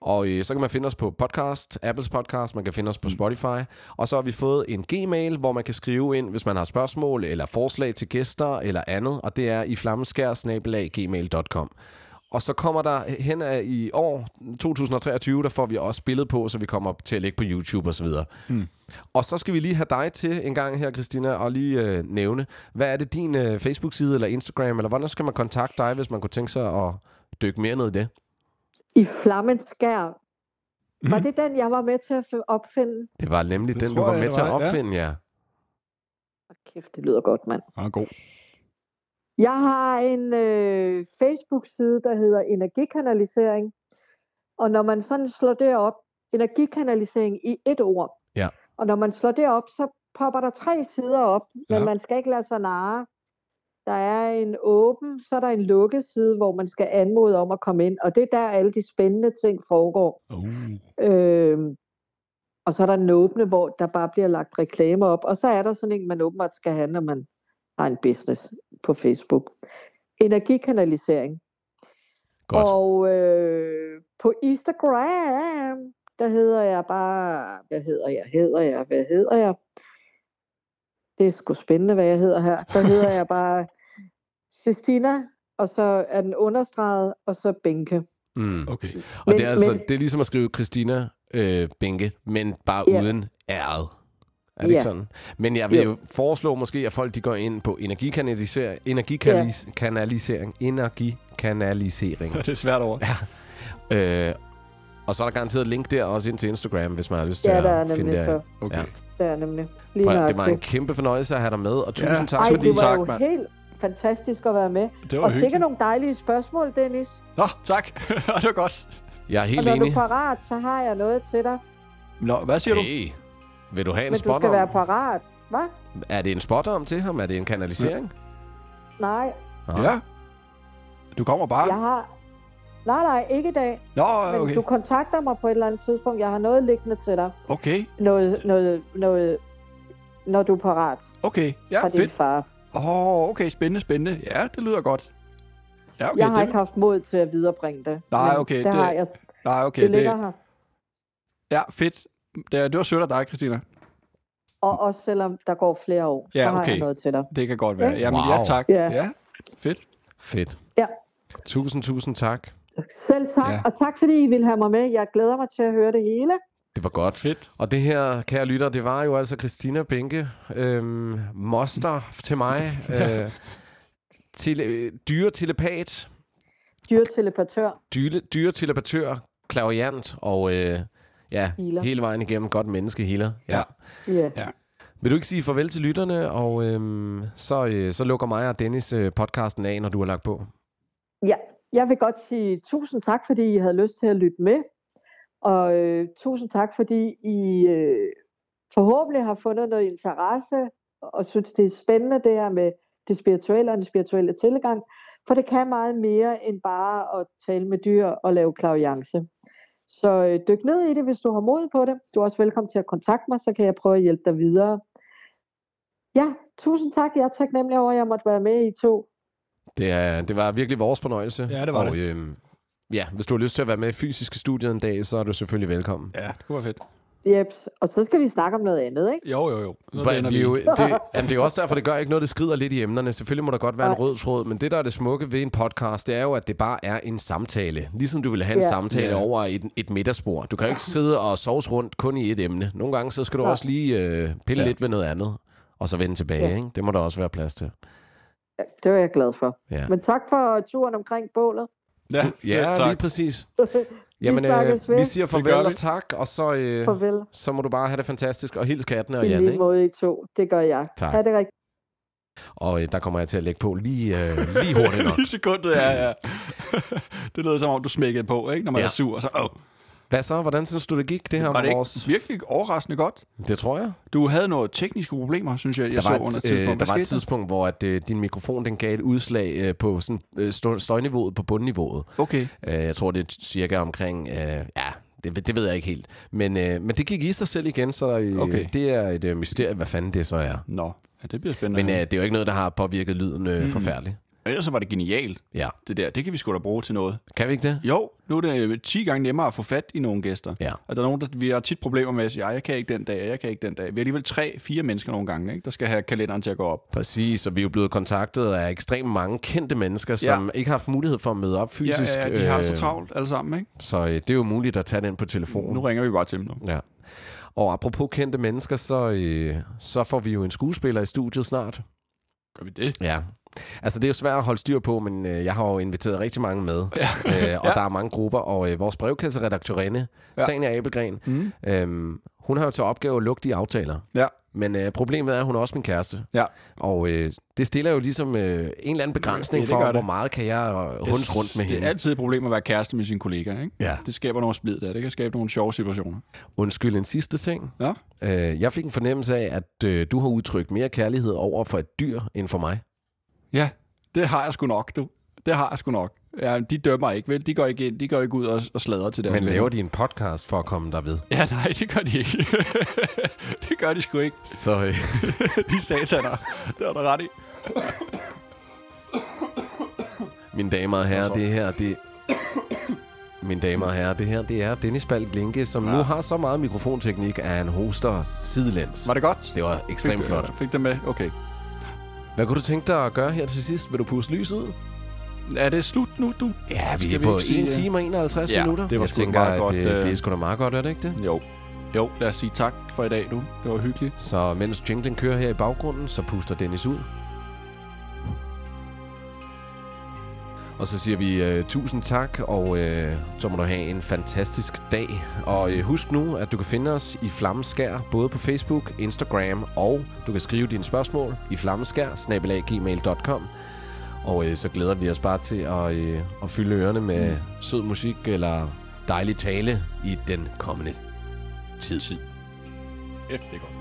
A: og øh, så kan man finde os på podcast, Apples podcast, man kan finde
D: Mm.
A: os på Spotify. Og så har vi fået en gmail, hvor man kan skrive ind, hvis man har spørgsmål eller forslag til gæster eller andet. Og det er i flammeskær-gmail.com. Og så kommer der hen af i år 2023, der får vi også billedet på, så vi kommer til at lægge på YouTube osv. Mm. Og så skal vi lige have dig til en gang her, Christina, og lige øh, nævne, hvad er det din øh, Facebook-side eller Instagram, eller hvordan skal man kontakte dig, hvis man kunne tænke sig at dykke mere ned i det?
D: I flammen skær.
A: Mm-hmm.
D: Var det den, jeg var med til at f- opfinde?
A: Det var nemlig
B: Det
A: den, du
B: tror
A: var
B: jeg,
A: med
B: det
A: til at
B: var, ja.
A: opfinde, ja.
D: Åh, kæft, det lyder godt, mand.
B: Ja, ah, god.
D: Jeg har en øh, Facebook-side, der hedder Energikanalisering. Og når man sådan slår det op, energikanalisering i et ord.
A: Ja.
D: Og når man slår det op, så popper der tre sider op, men
B: Ja.
D: man skal ikke lade sig narre. Der er en åben, så er der en lukket side, hvor man skal anmode om at komme ind. Og det er der alle de spændende ting foregår.
B: Uh.
D: Øhm, og så er der den åbne, hvor der bare bliver lagt reklamer op. Og så er der sådan en, man åbenbart skal have, når man har en business på Facebook. Energikanalisering.
A: Godt.
D: Og øh, på Instagram, der hedder jeg bare... Hvad hedder jeg? Hedder jeg? Hvad hedder jeg? Det er sgu spændende, hvad jeg hedder her. Der hedder
A: *laughs*
D: jeg bare Sistina, og så er den understreget, og så Bænke.
A: Mm.
D: *laughs*
B: Okay.
A: Og
D: Men-
A: det er altså
D: men-
A: det er ligesom at skrive Christina øh, Bænke, men bare
D: Ja.
A: uden æret. Er det ikke
D: Ja.
A: sådan? Men jeg vil
D: Jo.
A: jo foreslå måske, at folk de går ind på energikanalisering, energikanalisering, energikanalisering.
B: Det er svært over.
A: øh, og så er der garanteret et link der også ind til Instagram, hvis man har lyst til
D: Ja, der er
A: at finde
D: nemlig
A: det.
D: så.
B: Okay.
D: Der er nemlig lige
A: Prøv, at- det var
D: nøjagtigt.
A: en kæmpe fornøjelse at have dig med, og tusind
B: Ja.
A: tak
D: Ej,
A: fordi...
D: det var
B: Tak,
D: jo
B: mand.
D: helt fantastisk at være med.
B: Det var
D: og
B: hyggeligt.
D: sikkert nogle dejlige spørgsmål, Dennis.
B: Nå, tak. *laughs* det var godt.
A: Jeg er
D: Og
A: helt
D: når du
A: enig.
D: er parat, så har jeg noget til dig.
B: Nå, hvad siger du?
A: Hey, vil du have en
D: Men du
A: spot
D: skal være
A: om?
D: parat. Hvad?
A: Er det en spot om til ham? Er det en kanalisering?
D: Nej,
B: Ja. Du kommer bare.
D: jeg har... Nej, nej, ikke i dag.
B: Nå,
D: Men
B: okay.
D: du kontakter mig på et eller andet tidspunkt. Jeg har noget liggende til dig.
B: Okay,
D: Noget, noget, noget, når du er parat
B: okay. Ja,
D: fra din
B: fedt.
D: far.
B: Åh, oh, okay. Spændende, spændende. Ja, det lyder godt. Ja, okay.
D: jeg har
B: det...
D: ikke haft mod til at viderebringe det.
B: Nej,
D: men
B: okay,
D: Det,
B: det-
D: har jeg.
B: Nej, okay.
D: det ligger her.
B: Ja, fedt. Det, det var sødt af dig, Christina.
D: Og også selvom der går flere år,
B: Ja,
D: så har jeg
B: okay.
D: noget til dig.
B: Det kan godt være.
D: Ja.
B: Jamen,
A: Wow.
B: ja, tak.
D: Ja.
B: ja. Fedt.
A: Fedt.
D: Ja.
A: Tusind, tusind tak.
D: Selv tak,
B: Ja.
D: ja. og tak fordi I ville have mig med. Jeg glæder mig til at høre det hele.
A: Det var godt.
B: Fedt.
A: Og det her, kære lytter, det var jo altså Christina Benke, øhm, moster til mig, øh, tele, øh, dyretelepat,
D: Dyreteleportør.
A: dyre, dyretelepatør, klaviant og øh, ja,
D: Healer.
A: hele vejen igennem godt menneske healer. Ja.
B: Ja.
D: Yeah.
B: Ja.
A: Vil du ikke sige farvel til lytterne, og øhm, så, øh, så lukker mig og Dennis øh, podcasten af, når du har lagt på.
D: Ja, jeg vil godt sige tusind tak, fordi I havde lyst til at lytte med. Og øh, tusind tak, fordi I øh, forhåbentlig har fundet noget interesse og synes, det er spændende det her med det spirituelle og den spirituelle tilgang. For det kan meget mere end bare at tale med dyr og lave klaviance. Så øh, dyk ned i det, hvis du har mod på det. Du er også velkommen til at kontakte mig, så kan jeg prøve at hjælpe dig videre. Ja, tusind tak. Jeg er taknemmelig over, at jeg måtte være med i to.
A: Det, er, det var virkelig vores fornøjelse.
B: Ja, det var
A: og, det. Øhm, ja, hvis du har lyst til at være med i fysiske studier en dag, så er du selvfølgelig velkommen.
B: Ja, det kunne være fedt.
D: Jeps. Og så skal vi snakke om noget andet, ikke?
B: Jo, jo, jo. Så
A: But
B: vender
A: vi, jo, det, jamen, det er jo også derfor, det gør ikke noget, det skrider lidt i emnerne. Selvfølgelig må der godt være en
D: Nej.
A: rød tråd, men det, der er det smukke ved en podcast, det er jo, at det bare er en samtale. Ligesom du ville have en
D: Ja.
A: samtale
B: Ja.
A: over et, et middagsbord. Du kan jo ikke sidde og sovs rundt kun i et emne. Nogle gange, så skal du
D: Nej.
A: også lige øh, pille
B: Ja.
A: lidt ved noget andet, og så vende tilbage.
D: Ja.
A: Ikke? Det må der også være plads til.
D: Ja, det var jeg glad for.
A: Ja,
D: Men tak for turen omkring bålet.
B: Ja,
A: ja
B: tak.
A: lige
D: *laughs*
A: præcis. Jamen,
D: snakkes
A: øh,
D: ved.
A: vi siger
B: Det gør
A: farvel
B: vi.
A: og tak, og så, øh,
D: Farvel.
A: så må du bare have det fantastisk. Og hils kattene og
D: I
A: Jan,
D: lige
A: ikke?
D: måde I to. Det gør jeg.
A: Tak.
D: Ha' det rigtigt.
A: Og øh, der kommer jeg til at lægge på lige, øh, lige hurtigt nok.
B: Lige *laughs* sekundet, ja, ja. det lød som om, du smækkede på, ikke? Når man
A: Ja.
B: ja. er sur, så... Oh.
A: Hvad så? Hvordan synes du, det gik, det her
B: Var
A: med
B: det
A: vores...
B: ikke virkelig overraskende godt?
A: Det tror jeg.
B: Du havde nogle tekniske problemer, synes jeg, jeg så
A: der var et,
B: under et tidspunkt.
A: øh, der
B: Hvad
A: var et
B: skete
A: tidspunkt, hvor at, øh, din mikrofon den gav et udslag øh, på sådan, øh, stø- støjniveauet på bundniveauet.
B: Okay.
A: Øh, jeg tror, det er cirka omkring... Øh, ja, det, ved- det ved jeg ikke helt. Men, øh, men det gik i sig selv igen, så øh, okay.
B: Okay.
A: det er et øh, mysterie, hvad fanden det så er.
B: Nå, ja, det bliver spændende.
A: Men
B: Men,
A: øh,
B: uh...
A: det er jo ikke noget, der har påvirket lyden øh, mm. forfærdeligt.
B: Ellers så var det genialt,
A: Ja.
B: det der. Det kan vi sgu da bruge til noget.
A: Kan vi ikke det?
B: Jo, nu er det øh, 10 gange nemmere at få fat i nogle gæster.
A: Ja.
B: Og der er nogen, der, vi har tit problemer med at sige, "Ej, jeg kan ikke den dag, jeg kan ikke den dag. Vi er alligevel 3-4 mennesker nogle gange, ikke? der skal have kalenderen til at gå op.
A: Præcis, og vi er jo blevet kontaktet af ekstremt mange kendte mennesker, som ikke har haft mulighed for at møde op fysisk.
B: ja, ja, ja, de har
A: øh,
B: så travlt alle sammen, ikke?
A: Så øh, det er jo muligt at tage den på telefonen.
B: Nu ringer vi bare til dem nu.
A: Ja. Og apropos kendte mennesker, så, øh, så får vi jo en skuespiller i studiet snart.
B: Gør vi det?
A: Ja. Altså, det er jo svært at holde styr på, men øh, jeg har jo inviteret rigtig mange med. Ja. Øh, og ja. der er mange grupper, og øh, vores brevkasseredaktorinde, ja.
B: Ja. Mhm.
A: Sanja Abelgren, mm. øh, hun har jo til opgave at lukke de aftaler.
B: Ja.
A: Men øh, problemet er, at hun er også min kæreste.
B: Ja.
A: Og øh, det stiller jo ligesom øh, en eller anden begrænsning
B: Ja, det
A: for,
B: gør det.
A: hvor meget kan jeg øh, hundes rundt med
B: det
A: hende.
B: er altid et problem at være kæreste med sine kollegaer, ikke?
A: Ja.
B: Det skaber nogle splid der. Det kan skabe nogle sjove situationer.
A: Undskyld, en sidste ting.
B: Ja.
A: Øh, jeg fik en fornemmelse af, at øh, du har udtrykt mere kærlighed over for et dyr end for mig.
B: Ja, det har jeg sgu nok, du. Det har jeg sgu nok. Ja, de dømmer ikke, vel? De går ikke ind, de går ikke ud og, og slader til det.
A: Men laver de en podcast for at komme der ved?
B: Ja, nej, det gør de ikke. *laughs* det gør de sgu ikke.
A: Så øh, *laughs*
B: De sataner. Det var der ret i.
A: mine damer og herrer, det her, det... Mine damer og herrer, det her, det er Dennis Balk Linke, som ja. nu har så meget mikrofonteknik, at han hoster sidelæns.
B: Var det godt?
A: Det var ekstremt
B: Fik-
A: flot.
B: Fik det med? Okay.
A: Hvad kunne du tænke dig at gøre her til sidst? Vil du puste lyset ud?
B: Er det slut nu, du?
A: Ja, vi
B: Skal
A: er
B: vi
A: på
B: ikke
A: 1
B: sige, øh,
A: time og 51
B: ja,
A: minutter.
B: det var
A: jeg
B: sgu da
A: tænker,
B: meget
A: at
B: godt,
A: øh,
B: øh,
A: det er sgu da meget godt, er det ikke det?
B: Jo. Jo, lad os sige tak for i dag, du. Det var hyggeligt.
A: Så mens jinglen kører her i baggrunden, så puster Dennis ud. Og så siger vi øh, tusind tak, og øh, så må du have en fantastisk dag. Og øh, husk nu, at du kan finde os i Flammeskær, både på Facebook, Instagram, og du kan skrive dine spørgsmål i flammeskær-gmail.com. Og øh, så glæder vi os bare til at, øh, at fylde ørerne med mm. sød musik eller dejlig tale i den kommende tid.
B: F, det er godt.